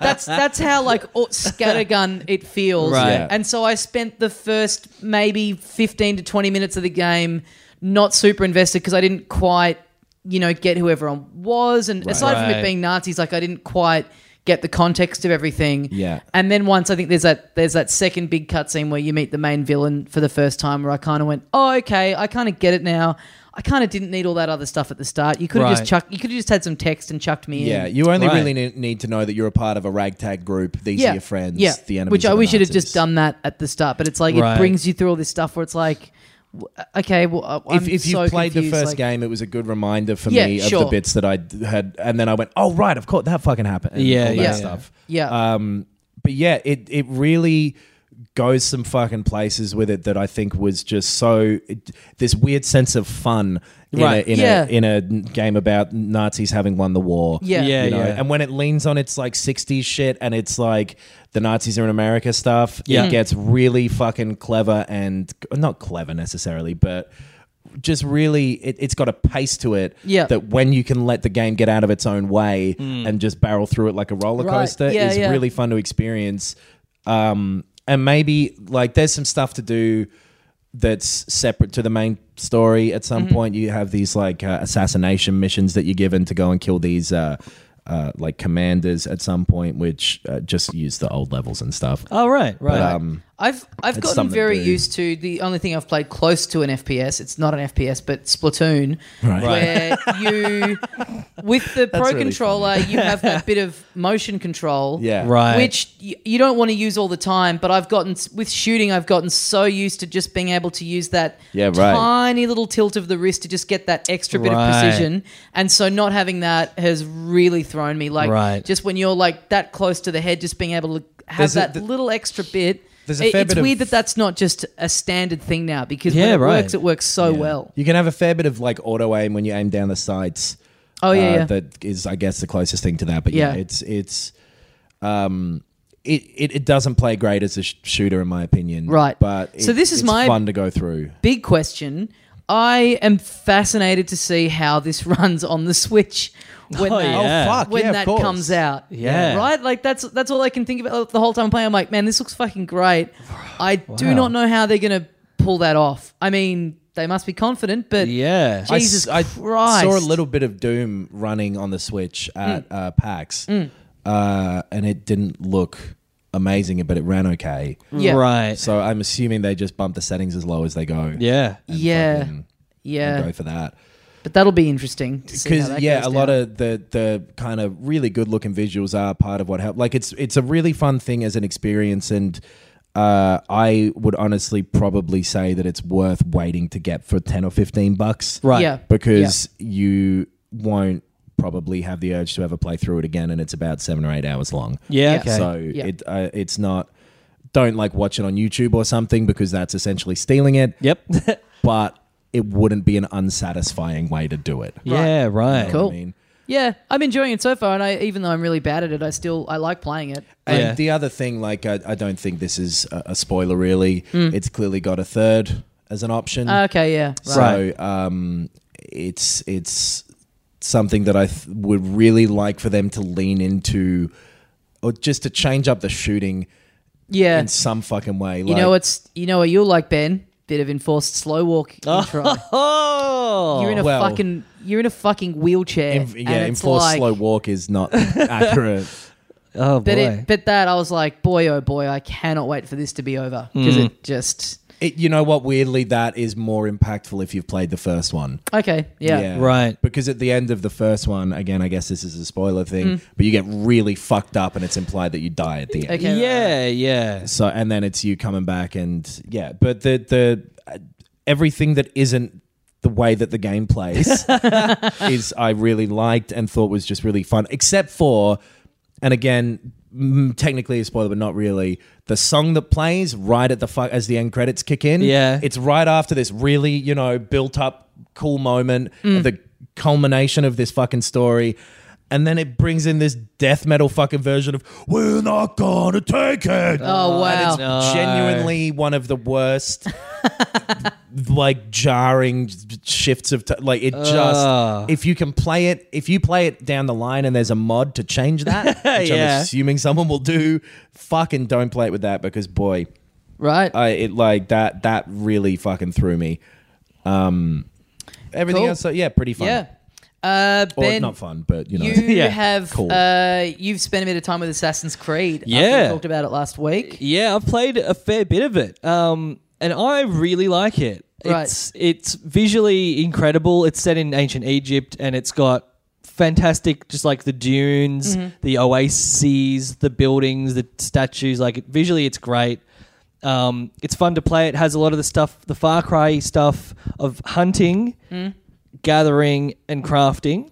[SPEAKER 5] that's that's how like all- scattergun it feels
[SPEAKER 4] Right.
[SPEAKER 6] Yeah.
[SPEAKER 5] and so I spent the first maybe 15 to 20 minutes of the game not super invested because I didn't quite, you know, get who everyone was. And aside from
[SPEAKER 4] Right.
[SPEAKER 5] it being Nazis, like I didn't quite get the context of everything.
[SPEAKER 6] Yeah.
[SPEAKER 5] And then once I think there's that there's that second big cutscene where you meet the main villain for the first time where I kind of went, "Oh, okay, I kind of get it now." I kind of didn't need all that other stuff at the start. You could have
[SPEAKER 4] Right.
[SPEAKER 5] just chucked you could have just had some text and chucked me
[SPEAKER 6] Yeah,
[SPEAKER 5] in.
[SPEAKER 6] you only
[SPEAKER 4] Right.
[SPEAKER 6] really ne- need to know that you're a part of a ragtag group. These are your friends, the enemies.
[SPEAKER 5] Which
[SPEAKER 6] are
[SPEAKER 5] I
[SPEAKER 6] the
[SPEAKER 5] wish it had
[SPEAKER 6] Nazis.
[SPEAKER 5] just done that at the start, but it's like
[SPEAKER 4] Right.
[SPEAKER 5] it brings you through all this stuff where it's like, w- okay, well, uh, I'm
[SPEAKER 6] if, if you
[SPEAKER 5] so
[SPEAKER 6] played
[SPEAKER 5] confused,
[SPEAKER 6] the first
[SPEAKER 5] like-
[SPEAKER 6] game, it was a good reminder for
[SPEAKER 5] Yeah,
[SPEAKER 6] me of
[SPEAKER 5] sure.
[SPEAKER 6] the bits that I d- had, and then I went, "Oh right, of course that fucking happened." and
[SPEAKER 4] Yeah,
[SPEAKER 6] all that
[SPEAKER 5] yeah.
[SPEAKER 6] stuff.
[SPEAKER 5] Yeah.
[SPEAKER 6] Um, but yeah, it it really goes some fucking places with it that I think was just so it- this weird sense of fun in
[SPEAKER 4] Right.
[SPEAKER 6] a in,
[SPEAKER 5] Yeah.
[SPEAKER 6] a in a game about Nazis having won the war.
[SPEAKER 5] yeah.
[SPEAKER 4] Yeah.
[SPEAKER 6] You know, and when it leans on its like 60s shit and it's like the Nazis are in America stuff,
[SPEAKER 4] Yeah.
[SPEAKER 6] it gets really fucking clever and not clever necessarily, but just really it, it's got a pace to it
[SPEAKER 5] Yeah.
[SPEAKER 6] that when you can let the game get out of its own way
[SPEAKER 4] Mm.
[SPEAKER 6] and just barrel through it like a roller
[SPEAKER 5] Right.
[SPEAKER 6] coaster
[SPEAKER 5] Yeah,
[SPEAKER 6] is
[SPEAKER 5] yeah.
[SPEAKER 6] really fun to experience. Um, and maybe like there's some stuff to do that's separate to the main story. At
[SPEAKER 5] Mm-hmm.
[SPEAKER 6] some point, you have these like uh, assassination missions that you're given to go and kill these uh, uh, like commanders at some point, which uh, just use the old levels and stuff.
[SPEAKER 4] Oh right, right.
[SPEAKER 6] Um,
[SPEAKER 5] I've I've
[SPEAKER 6] It's
[SPEAKER 5] gotten
[SPEAKER 6] something to
[SPEAKER 5] very
[SPEAKER 6] do.
[SPEAKER 5] used to the only thing I've played close to an FPS. It's not an FPS, but Splatoon, where you with the pro
[SPEAKER 6] really
[SPEAKER 5] controller you have that bit of motion control,
[SPEAKER 6] yeah,
[SPEAKER 4] Right.
[SPEAKER 5] which y- you don't want to use all the time. But I've gotten s- with shooting, I've gotten so used to just being able to use that
[SPEAKER 6] Yeah, right.
[SPEAKER 5] tiny little tilt of the wrist to just get that extra bit
[SPEAKER 4] Right.
[SPEAKER 5] of precision, and so not having that has really thrown me. Like
[SPEAKER 4] Right.
[SPEAKER 5] just when you're like that close to the head, just being able to have
[SPEAKER 6] There's a-
[SPEAKER 5] that
[SPEAKER 6] th-
[SPEAKER 5] little extra bit.
[SPEAKER 6] There's a
[SPEAKER 5] It-
[SPEAKER 6] fair
[SPEAKER 5] it's
[SPEAKER 6] bit of-
[SPEAKER 5] weird that that's not just a standard thing now because
[SPEAKER 4] Yeah,
[SPEAKER 5] when it
[SPEAKER 4] right.
[SPEAKER 5] works, it works so well.
[SPEAKER 6] You can have a fair bit of like auto aim when you aim down the sights.
[SPEAKER 5] Oh
[SPEAKER 6] Uh,
[SPEAKER 5] yeah, yeah.
[SPEAKER 6] that is I guess the closest thing to that. But yeah,
[SPEAKER 5] Yeah.
[SPEAKER 6] it's it's um it, it it doesn't play great as a sh- shooter in my opinion.
[SPEAKER 5] Right.
[SPEAKER 6] but
[SPEAKER 5] So
[SPEAKER 6] it-
[SPEAKER 5] this is
[SPEAKER 6] it's
[SPEAKER 5] my-
[SPEAKER 6] fun to go through.
[SPEAKER 5] big question. I am fascinated to see how this runs on the Switch when
[SPEAKER 4] Oh,
[SPEAKER 5] that,
[SPEAKER 4] yeah.
[SPEAKER 6] Oh, fuck,
[SPEAKER 5] when
[SPEAKER 6] yeah, of
[SPEAKER 5] that
[SPEAKER 6] course.
[SPEAKER 5] comes out.
[SPEAKER 4] Yeah.
[SPEAKER 5] Right? Like that's that's all I can think about the whole time I'm playing. I'm like, man, this looks fucking great. I do not know how they're gonna pull that off. I mean, they must be confident, but
[SPEAKER 4] yeah.
[SPEAKER 6] I
[SPEAKER 5] Jesus
[SPEAKER 6] I
[SPEAKER 5] Christ.
[SPEAKER 6] saw a little bit of Doom running on the Switch
[SPEAKER 5] Mm.
[SPEAKER 6] at uh, PAX, uh, and it didn't look amazing, but it ran okay.
[SPEAKER 5] yeah.
[SPEAKER 4] Right.
[SPEAKER 6] So I'm assuming they just bump the settings as low as they go.
[SPEAKER 4] Yeah.
[SPEAKER 5] Yeah.
[SPEAKER 6] fucking-
[SPEAKER 5] Yeah.
[SPEAKER 6] go for that.
[SPEAKER 5] But that'll be interesting to see. Because
[SPEAKER 6] because yeah, a lot of the the kind of really good looking visuals are part of what helped. Like it's it's a really fun thing as an experience, and uh, I would honestly probably say that it's worth waiting to get for ten or fifteen bucks,
[SPEAKER 4] Right.
[SPEAKER 5] Yeah.
[SPEAKER 6] Because you won't probably have the urge to ever play through it again, and it's about seven or eight hours long.
[SPEAKER 4] Yeah.
[SPEAKER 5] Yeah.
[SPEAKER 4] Okay.
[SPEAKER 6] So
[SPEAKER 5] Yeah.
[SPEAKER 6] it uh, it's not. Don't like watch it on YouTube or something because that's essentially stealing it.
[SPEAKER 4] yep.
[SPEAKER 6] But it wouldn't be an unsatisfying way to do it.
[SPEAKER 4] yeah. Right.
[SPEAKER 5] Cool.
[SPEAKER 6] I mean,
[SPEAKER 5] Yeah, I'm enjoying it so far, and I even though I'm really bad at it, I still I like playing it.
[SPEAKER 6] And
[SPEAKER 4] Yeah.
[SPEAKER 6] the other thing, like, I, I don't think this is a, a spoiler, really.
[SPEAKER 5] Hmm.
[SPEAKER 6] It's clearly got a third as an option.
[SPEAKER 5] Ah, Okay, yeah. Oh, Right.
[SPEAKER 6] so um, it's it's something that I th- would really like for them to lean into, or just to change up the shooting
[SPEAKER 5] Yeah.
[SPEAKER 6] in some fucking way.
[SPEAKER 5] You know what's you know what you'll like, Ben? Bit of enforced slow walk intro.
[SPEAKER 4] Oh.
[SPEAKER 5] you're in a
[SPEAKER 6] well.
[SPEAKER 5] fucking you're in a fucking wheelchair. and
[SPEAKER 6] yeah,
[SPEAKER 5] it's
[SPEAKER 6] enforced
[SPEAKER 5] like,
[SPEAKER 6] slow walk is not accurate.
[SPEAKER 4] oh boy.
[SPEAKER 5] But it, but that I was like, boy oh boy, I cannot wait for this to be over because
[SPEAKER 6] Mm.
[SPEAKER 5] it just
[SPEAKER 6] It, you know what? Weirdly, that is more impactful if you've played the first one.
[SPEAKER 5] okay, yeah, yeah,
[SPEAKER 4] Right.
[SPEAKER 6] Because at the end of the first one, again, I guess this is a spoiler thing, but you get really fucked up, and it's implied that you die at the end.
[SPEAKER 5] Okay, right,
[SPEAKER 4] yeah. Yeah.
[SPEAKER 6] So, and then it's you coming back, and yeah, but the the uh, everything that isn't the way that the game plays is I really liked and thought was just really fun, except for, and again. mm, Technically a spoiler, but not really. The song that plays right at the fu- as the end credits kick in,
[SPEAKER 4] Yeah.
[SPEAKER 6] it's right after this really you know built up cool moment, the culmination of this fucking story, and then it brings in this death metal fucking version of "We're not gonna take it."
[SPEAKER 5] Oh,
[SPEAKER 6] and
[SPEAKER 5] wow.
[SPEAKER 6] it's
[SPEAKER 4] No. Uh,
[SPEAKER 6] genuinely one of the worst like jarring shifts of t- like it
[SPEAKER 4] Ugh.
[SPEAKER 6] just if you can play it if you play it down the line and there's a mod to change that which
[SPEAKER 4] Yeah.
[SPEAKER 6] i'm assuming someone will do fucking don't play it with that because boy i it like that that really fucking threw me um everything
[SPEAKER 5] Cool.
[SPEAKER 6] else so yeah pretty fun
[SPEAKER 5] yeah. Uh,
[SPEAKER 6] or
[SPEAKER 5] ben,
[SPEAKER 6] not fun but you know
[SPEAKER 5] you
[SPEAKER 4] Yeah.
[SPEAKER 5] have
[SPEAKER 6] Cool.
[SPEAKER 5] uh, you've spent a bit of time with Assassin's Creed. after
[SPEAKER 4] Yeah.
[SPEAKER 5] we talked about it last week.
[SPEAKER 4] Yeah, I've played a fair bit of it, um, and I really like it.
[SPEAKER 5] Right.
[SPEAKER 4] It's it's visually incredible. It's set in ancient Egypt, and it's got fantastic, just like the
[SPEAKER 5] Mm-hmm.
[SPEAKER 4] dunes, the oases, the buildings, the statues. Like it, visually, it's great. Um, it's fun to play. It has a lot of the stuff, the Far Cry stuff of hunting,
[SPEAKER 5] Mm-hmm.
[SPEAKER 4] gathering, and crafting.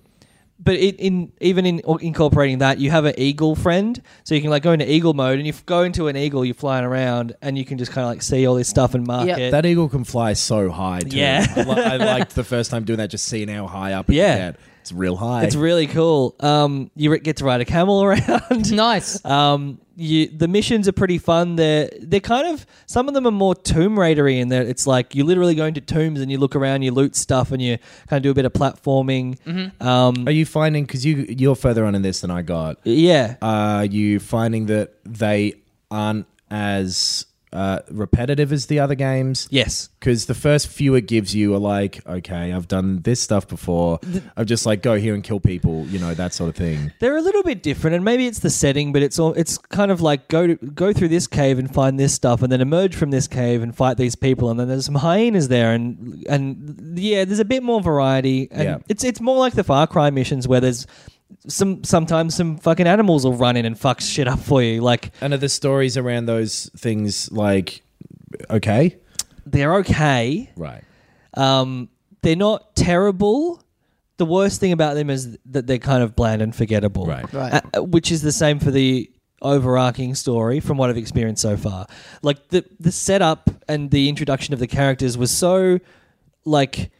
[SPEAKER 4] But it, in even in or incorporating that, you have an eagle friend, so you can like go into eagle mode, and you f- go into an eagle, you're flying around, and you can just kind of like see all this stuff and mark
[SPEAKER 5] Yep.
[SPEAKER 4] it.
[SPEAKER 6] That eagle can fly so high. Too.
[SPEAKER 4] Yeah.
[SPEAKER 6] I, li- I liked the first time doing that. Just seeing how high up. It
[SPEAKER 4] Yeah.
[SPEAKER 6] yeah, can get. it's real high.
[SPEAKER 4] it's really cool. Um, you ri- get to ride a camel around.
[SPEAKER 5] Nice.
[SPEAKER 4] Um, you, the missions are pretty fun. They're they're kind of some of them are more Tomb Raidery in that it's like you literally go into tombs and you look around, you loot stuff, and you kind of do a bit of platforming. Um,
[SPEAKER 6] Are you finding because you you're further on in this than I got?
[SPEAKER 4] yeah,
[SPEAKER 6] Are you finding that they aren't as uh, repetitive as the other games?
[SPEAKER 4] yes,
[SPEAKER 6] Because the first few it gives you are like, okay, I've done this stuff before. I've just like go here and kill people, you know, that sort of thing.
[SPEAKER 4] they're a little bit different, and maybe it's the setting, but it's all it's kind of like go to, go through this cave and find this stuff, and then emerge from this cave and fight these people, and then there's some hyenas there, and and yeah, there's a bit more variety, and
[SPEAKER 6] Yeah.
[SPEAKER 4] it's it's more like the Far Cry missions where there's. Some sometimes some fucking animals will run in and fuck shit up for you. Like
[SPEAKER 6] And are the stories around those things like okay?
[SPEAKER 4] they're okay.
[SPEAKER 6] Right.
[SPEAKER 4] Um, they're not terrible. The worst thing about them is that they're kind of bland and forgettable.
[SPEAKER 6] Right.
[SPEAKER 5] Right.
[SPEAKER 4] Uh, which is the same for the overarching story from what I've experienced so far. Like the the setup and the introduction of the characters was so like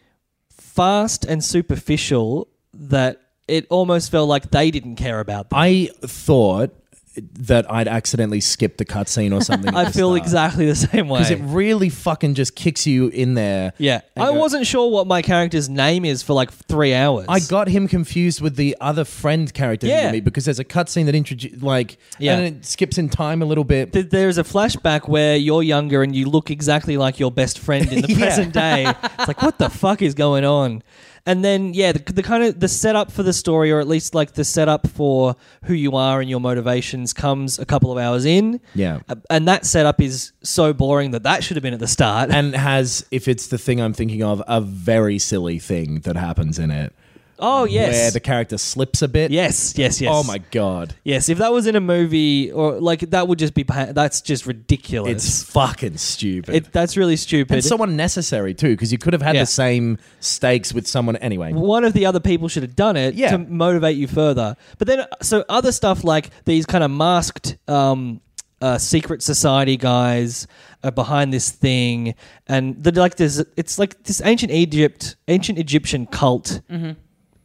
[SPEAKER 4] fast and superficial that it almost felt like they didn't care about them.
[SPEAKER 6] I thought that I'd accidentally skipped the cutscene or something.
[SPEAKER 4] I feel exactly the same way.
[SPEAKER 6] because it really fucking just kicks you in there.
[SPEAKER 4] yeah.
[SPEAKER 6] and
[SPEAKER 4] I
[SPEAKER 6] go-
[SPEAKER 4] wasn't sure what my character's name is for like 3 hours.
[SPEAKER 6] I got him confused with the other friend character
[SPEAKER 4] Yeah.
[SPEAKER 6] to me because there's a cutscene that introduces like
[SPEAKER 4] Yeah.
[SPEAKER 6] and it skips in time a little bit.
[SPEAKER 4] Th- There is a flashback where you're younger and you look exactly like your best friend in the
[SPEAKER 6] Yeah.
[SPEAKER 4] present day. It's like, what the fuck is going on? And then, yeah, the, the kind of the setup for the story, or at least like the setup for who you are and your motivations, comes a couple of hours in.
[SPEAKER 6] Yeah.
[SPEAKER 4] Uh, and that setup is so boring that that should have been at the start.
[SPEAKER 6] and has, if it's the thing I'm thinking of, a very silly thing that happens in it.
[SPEAKER 4] oh yes,
[SPEAKER 6] Where the character slips a bit.
[SPEAKER 4] yes, yes, yes.
[SPEAKER 6] Oh my god.
[SPEAKER 4] Yes, if that was in a movie, or like that would just be pa- that's just ridiculous.
[SPEAKER 6] It's fucking stupid.
[SPEAKER 4] it, that's really stupid.
[SPEAKER 6] and so unnecessary too, because you could have had
[SPEAKER 4] Yeah.
[SPEAKER 6] the same stakes with someone anyway.
[SPEAKER 4] one of the other people should have done it
[SPEAKER 6] Yeah.
[SPEAKER 4] to motivate you further. But then, uh, so other stuff like these kind of masked um, uh, secret society guys are behind this thing, and the like. There's it's like this ancient Egypt, ancient Egyptian cult.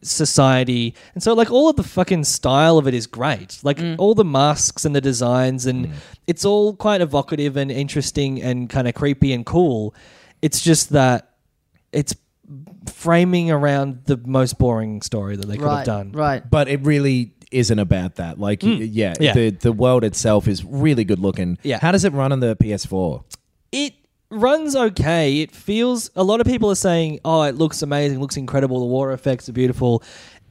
[SPEAKER 4] Society, and so like all of the fucking style of it is great, like all the masks and the designs, and it's all quite evocative and interesting and kind of creepy and cool. It's just that it's framing around the most boring story that they could
[SPEAKER 5] right.
[SPEAKER 4] have done.
[SPEAKER 5] Right.
[SPEAKER 6] But it really isn't about that. Like, y- yeah,
[SPEAKER 4] Hmm. Yeah.
[SPEAKER 6] The, the world itself is really good looking.
[SPEAKER 4] Yeah.
[SPEAKER 6] How does it run on the PS4?
[SPEAKER 4] It runs okay. It feels a lot of people are saying, "Oh, it looks amazing, looks incredible. The water effects are beautiful."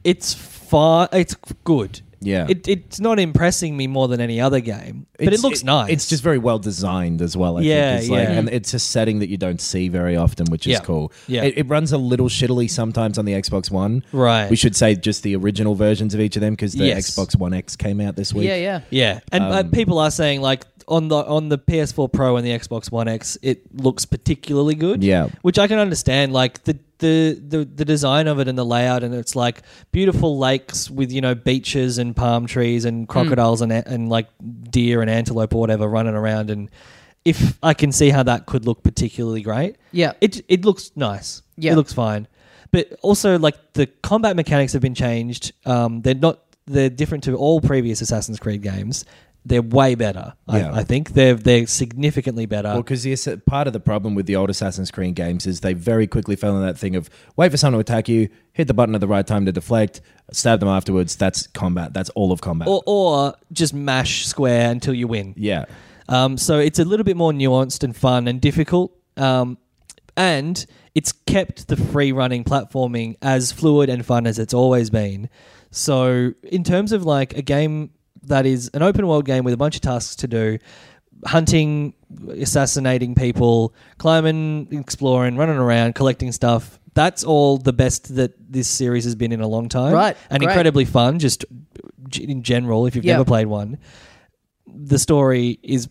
[SPEAKER 4] It's far. It's good.
[SPEAKER 6] Yeah.
[SPEAKER 4] It, it's not impressing me more than any other game, but it
[SPEAKER 6] It's-
[SPEAKER 4] looks nice.
[SPEAKER 6] It's just very well designed as well. I
[SPEAKER 4] Yeah,
[SPEAKER 6] think. It's like,
[SPEAKER 4] yeah.
[SPEAKER 6] and it's a setting that you don't see very often, which is
[SPEAKER 4] Yeah.
[SPEAKER 6] cool.
[SPEAKER 4] Yeah.
[SPEAKER 6] It, it runs a little shittily sometimes on the Xbox One.
[SPEAKER 4] Right.
[SPEAKER 6] We should say just the original versions of each of them because the
[SPEAKER 4] Yes.
[SPEAKER 6] Xbox One X came out this week.
[SPEAKER 5] Yeah, yeah. Um,
[SPEAKER 4] yeah, and uh, people are saying like on the on the PS4 Pro and the Xbox One X, it looks particularly good.
[SPEAKER 6] Yeah.
[SPEAKER 4] which I can understand. Like the the the, the design of it and the layout, and it's like beautiful lakes with you know beaches and palm trees and
[SPEAKER 5] Hmm.
[SPEAKER 4] crocodiles and and like deer and antelope or whatever running around. And if I can see how that could look particularly great,
[SPEAKER 5] Yeah.
[SPEAKER 4] it it looks nice.
[SPEAKER 5] Yeah.
[SPEAKER 4] it looks fine. But also, like the combat mechanics have been changed. Um, they're not they're different to all previous Assassin's Creed games. They're way better.
[SPEAKER 6] Yeah.
[SPEAKER 4] I, I think they're they're significantly better.
[SPEAKER 6] Well, because part of the problem with the old Assassin's Creed games is they very quickly fell into that thing of wait for someone to attack you, hit the button at the right time to deflect, stab them afterwards. That's combat. That's all of combat.
[SPEAKER 4] or, or just mash square until you win.
[SPEAKER 6] yeah.
[SPEAKER 4] Um, so it's a little bit more nuanced and fun and difficult. Um, and it's kept the free running platforming as fluid and fun as it's always been. So, in terms of like a game that is an open world game with a bunch of tasks to do, hunting, assassinating people, climbing, exploring, running around, collecting stuff, that's all the best that this series has been in a long time.
[SPEAKER 5] Right,
[SPEAKER 4] And
[SPEAKER 5] great.
[SPEAKER 4] incredibly fun, just g- in general, if you've
[SPEAKER 5] Yeah.
[SPEAKER 4] never played one the story is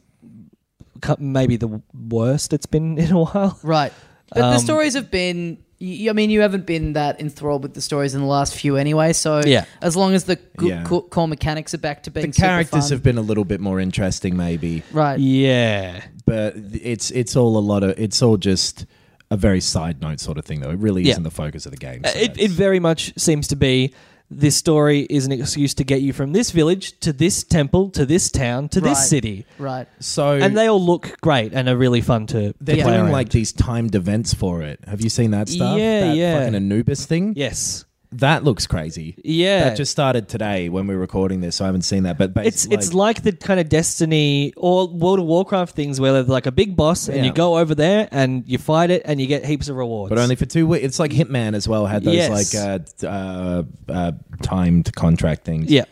[SPEAKER 4] cu- maybe the worst it's been in a while.
[SPEAKER 5] Right. But the
[SPEAKER 4] Um,
[SPEAKER 5] stories have been. y- I mean, you haven't been that enthralled with the stories in the last few anyway. So
[SPEAKER 4] Yeah.
[SPEAKER 5] as long as the good
[SPEAKER 6] Yeah.
[SPEAKER 5] co- core mechanics are back to being
[SPEAKER 6] The characters
[SPEAKER 5] super
[SPEAKER 6] have
[SPEAKER 5] fun,
[SPEAKER 6] been a little bit more interesting, maybe,
[SPEAKER 5] right.
[SPEAKER 4] Yeah.
[SPEAKER 6] but it's it's all a lot of it's all just a very side note sort of thing, though. It really
[SPEAKER 4] Yeah. Uh,
[SPEAKER 6] isn't the focus of the game. so
[SPEAKER 4] It, it
[SPEAKER 6] that's-
[SPEAKER 4] very much seems to be this story is an excuse to get you from this village to this temple to this town to
[SPEAKER 5] Right.
[SPEAKER 4] this city.
[SPEAKER 5] Right.
[SPEAKER 6] so
[SPEAKER 4] And they all look great and are really fun to, to
[SPEAKER 6] They're
[SPEAKER 4] play
[SPEAKER 6] doing
[SPEAKER 4] around.
[SPEAKER 6] like these timed events for it. Have you seen that stuff?
[SPEAKER 4] Yeah,
[SPEAKER 6] that
[SPEAKER 4] yeah.
[SPEAKER 6] Fucking Anubis thing.
[SPEAKER 4] yes.
[SPEAKER 6] That looks crazy.
[SPEAKER 4] Yeah.
[SPEAKER 6] That just started today when we are recording this, so I haven't seen that. But
[SPEAKER 4] it's
[SPEAKER 6] basically,
[SPEAKER 4] it's like the kind of Destiny or World of Warcraft things where they're like a big boss and
[SPEAKER 6] Yeah.
[SPEAKER 4] you go over there and you fight it and you get heaps of rewards.
[SPEAKER 6] but only for two weeks. It's like Hitman as well had those
[SPEAKER 4] Yes.
[SPEAKER 6] like uh, t- uh, uh, timed contract things.
[SPEAKER 4] yeah,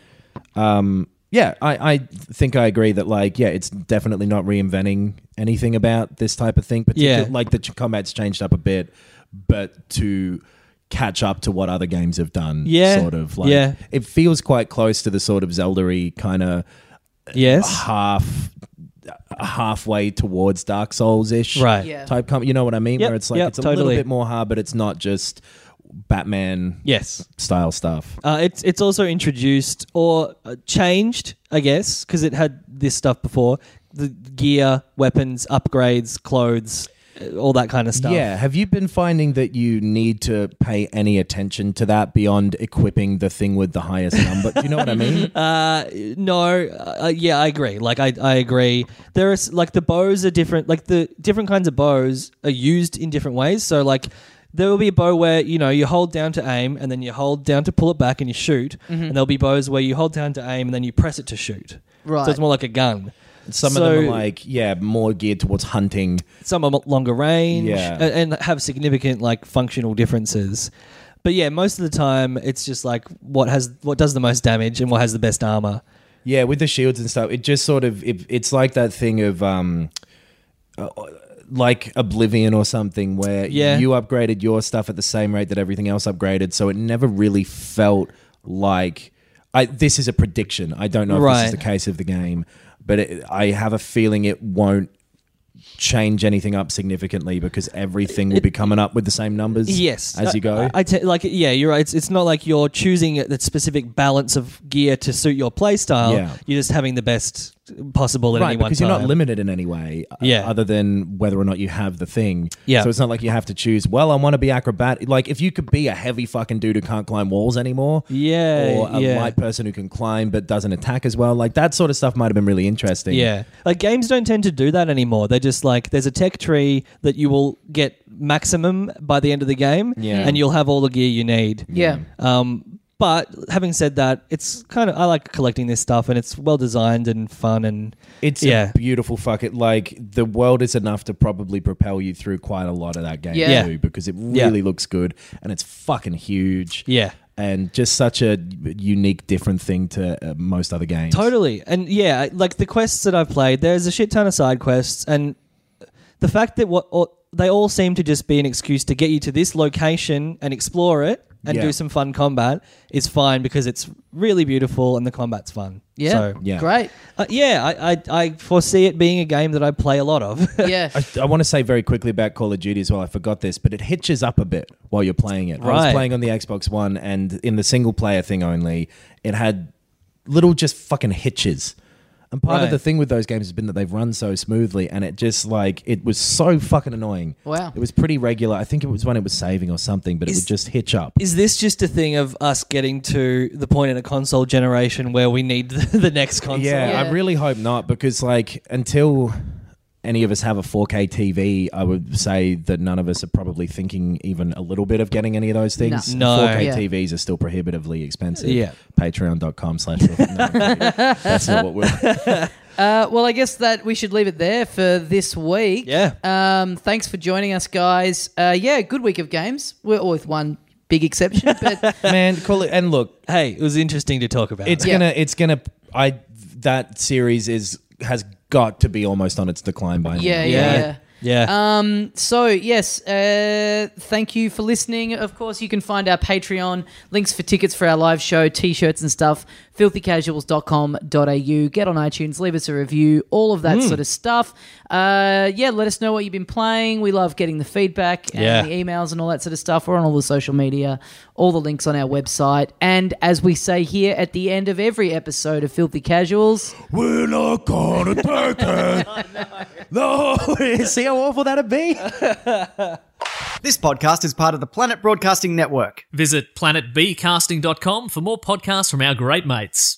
[SPEAKER 6] yeah. I, I think I agree that like yeah, it's definitely not reinventing anything about this type of thing. Particular,
[SPEAKER 4] Yeah.
[SPEAKER 6] like the ch- combat's changed up a bit, but to catch up to what other games have done.
[SPEAKER 4] Yeah.
[SPEAKER 6] sort of like
[SPEAKER 4] Yeah.
[SPEAKER 6] it feels quite close to the sort of Zelda-y kind of
[SPEAKER 4] yes,
[SPEAKER 6] half halfway towards Dark Souls ish
[SPEAKER 4] Right.
[SPEAKER 5] Yeah.
[SPEAKER 6] type com- you know what I mean?
[SPEAKER 4] Yep,
[SPEAKER 6] Where it's like
[SPEAKER 4] yep,
[SPEAKER 6] it's a
[SPEAKER 4] totally.
[SPEAKER 6] little bit more hard, but it's not just Batman
[SPEAKER 4] yes.
[SPEAKER 6] style stuff.
[SPEAKER 4] Uh, it's it's also introduced or uh, changed, I guess, because it had this stuff before: the gear, weapons, upgrades, clothes, uh, all that kind of stuff.
[SPEAKER 6] Yeah. Have you been finding that you need to pay any attention to that beyond equipping the thing with the highest number? Do you know what I mean?
[SPEAKER 4] No, uh, yeah, I agree. Like, I, I agree. There is like the bows are different. Like the different kinds of bows are used in different ways. So like, there will be a bow where you know you hold down to aim and then you hold down to pull it back and you shoot.
[SPEAKER 6] Mm-hmm.
[SPEAKER 4] And there'll be bows where you hold down to aim and then you press it to shoot.
[SPEAKER 5] Right.
[SPEAKER 4] So it's more like a gun.
[SPEAKER 6] Some
[SPEAKER 4] So-
[SPEAKER 6] of them are like, yeah, more geared towards hunting.
[SPEAKER 4] some are longer range
[SPEAKER 6] Yeah.
[SPEAKER 4] a- and, have significant like functional differences but yeah most of the time it's just like what has what does the most damage and what has the best armor
[SPEAKER 6] Yeah, with the shields and stuff, it just sort of it, it's like that thing of um, uh, like Oblivion or something where
[SPEAKER 4] Yeah.
[SPEAKER 6] you upgraded your stuff at the same rate that everything else upgraded, so it never really felt like I. This is a prediction. I don't know if this
[SPEAKER 4] Right.
[SPEAKER 6] is the case of the game, but it, I have a feeling it won't change anything up significantly because everything will be coming up with the same numbers.
[SPEAKER 4] yes
[SPEAKER 6] as you go.
[SPEAKER 4] Uh, I- I te- like yeah you're right it's, it's not like you're choosing that specific balance of gear to suit your playstyle
[SPEAKER 6] Yeah.
[SPEAKER 4] you're just having the best possible at
[SPEAKER 6] right,
[SPEAKER 4] any one
[SPEAKER 6] because
[SPEAKER 4] time
[SPEAKER 6] you're not limited in any way, uh,
[SPEAKER 4] Yeah.
[SPEAKER 6] other than whether or not you have the thing.
[SPEAKER 4] Yeah.
[SPEAKER 6] So it's not like you have to choose. Well, I want to be acrobat. Like if you could be a heavy fucking dude who can't climb walls anymore,
[SPEAKER 4] Yeah,
[SPEAKER 6] or a
[SPEAKER 4] yeah.
[SPEAKER 6] light person who can climb but doesn't attack as well. Like that sort of stuff might have been really interesting.
[SPEAKER 4] Yeah. Like games don't tend to do that anymore. They're just like there's a tech tree that you will get maximum by the end of the game
[SPEAKER 6] Yeah.
[SPEAKER 4] and you'll have all the gear you need.
[SPEAKER 5] Yeah.
[SPEAKER 4] Um but having said that, it's kind of I like collecting this stuff and it's well designed and fun and
[SPEAKER 6] It's
[SPEAKER 4] Yeah.
[SPEAKER 6] a beautiful fuck it. Like the world is enough to probably propel you through quite a lot of that game
[SPEAKER 5] Yeah.
[SPEAKER 6] too, because it
[SPEAKER 4] Yeah.
[SPEAKER 6] really looks good and it's fucking huge.
[SPEAKER 4] Yeah.
[SPEAKER 6] And just such a unique, different thing to uh, most other games.
[SPEAKER 4] Totally. And yeah, I- like the quests that I've played, there's a shit ton of side quests and the fact that what all, they all seem to just be an excuse to get you to this location and explore it and
[SPEAKER 6] Yeah.
[SPEAKER 4] do some fun combat is fine because it's really beautiful and the combat's fun.
[SPEAKER 5] Yeah.
[SPEAKER 4] So,
[SPEAKER 6] Yeah.
[SPEAKER 5] Great.
[SPEAKER 4] uh, yeah, I, I I foresee it being a game that I play a lot of.
[SPEAKER 5] Yeah.
[SPEAKER 6] I, I want to say very quickly about Call of Duty as well. I forgot this, but it hitches up a bit while you're playing it. I was
[SPEAKER 4] Right.
[SPEAKER 6] playing on the Xbox One, and in the single player thing only, it had little just fucking hitches. And part of
[SPEAKER 4] Right.
[SPEAKER 6] the thing with those games has been that they've run so smoothly, and it just like it was so fucking annoying.
[SPEAKER 5] Wow.
[SPEAKER 6] it was pretty regular. I think it was when it was saving or something, but it
[SPEAKER 4] Is-
[SPEAKER 6] would just hitch up.
[SPEAKER 4] Is this just a thing of us getting to the point in a console generation where we need the, the next console?
[SPEAKER 6] Yeah,
[SPEAKER 5] Yeah.
[SPEAKER 6] I really hope not because like until any of us have a 4K TV, I would say that none of us are probably thinking even a little bit of getting any of those things.
[SPEAKER 4] No.
[SPEAKER 6] 4K
[SPEAKER 5] Yeah.
[SPEAKER 6] TVs are still prohibitively expensive.
[SPEAKER 4] Yeah.
[SPEAKER 6] Patreon.com slash. no, I'm kidding. That's not what we're.
[SPEAKER 5] Uh, well, I guess that we should leave it there for this week.
[SPEAKER 4] Yeah.
[SPEAKER 5] Um, thanks for joining us, guys. Uh, yeah, good week of games. We're with one big exception, but
[SPEAKER 6] Man, call it. And look,
[SPEAKER 4] Hey, it was interesting to talk about.
[SPEAKER 6] it's
[SPEAKER 5] Yeah.
[SPEAKER 6] gonna, it's gonna, I, that series is, has got to be almost on its decline by now.
[SPEAKER 5] yeah, yeah,
[SPEAKER 4] Yeah.
[SPEAKER 5] yeah.
[SPEAKER 4] Yeah.
[SPEAKER 5] Um, so, yes, uh, thank you for listening. Of course, you can find our Patreon, links for tickets for our live show, t shirts and stuff, filthycasuals.com.au. Get on iTunes, leave us a review, all of that sort of stuff. Uh, yeah, let us know what you've been playing. We love getting the feedback and
[SPEAKER 4] Yeah.
[SPEAKER 5] the emails and all that sort of stuff. We're on all the social media, all the links on our website. And as we say here at the end of every episode of Filthy Casuals,
[SPEAKER 6] We're not gonna take it. no. See how awful that'd be?
[SPEAKER 2] This podcast is part of the Planet Broadcasting Network.
[SPEAKER 3] Visit planetbcasting.com for more podcasts from our great mates.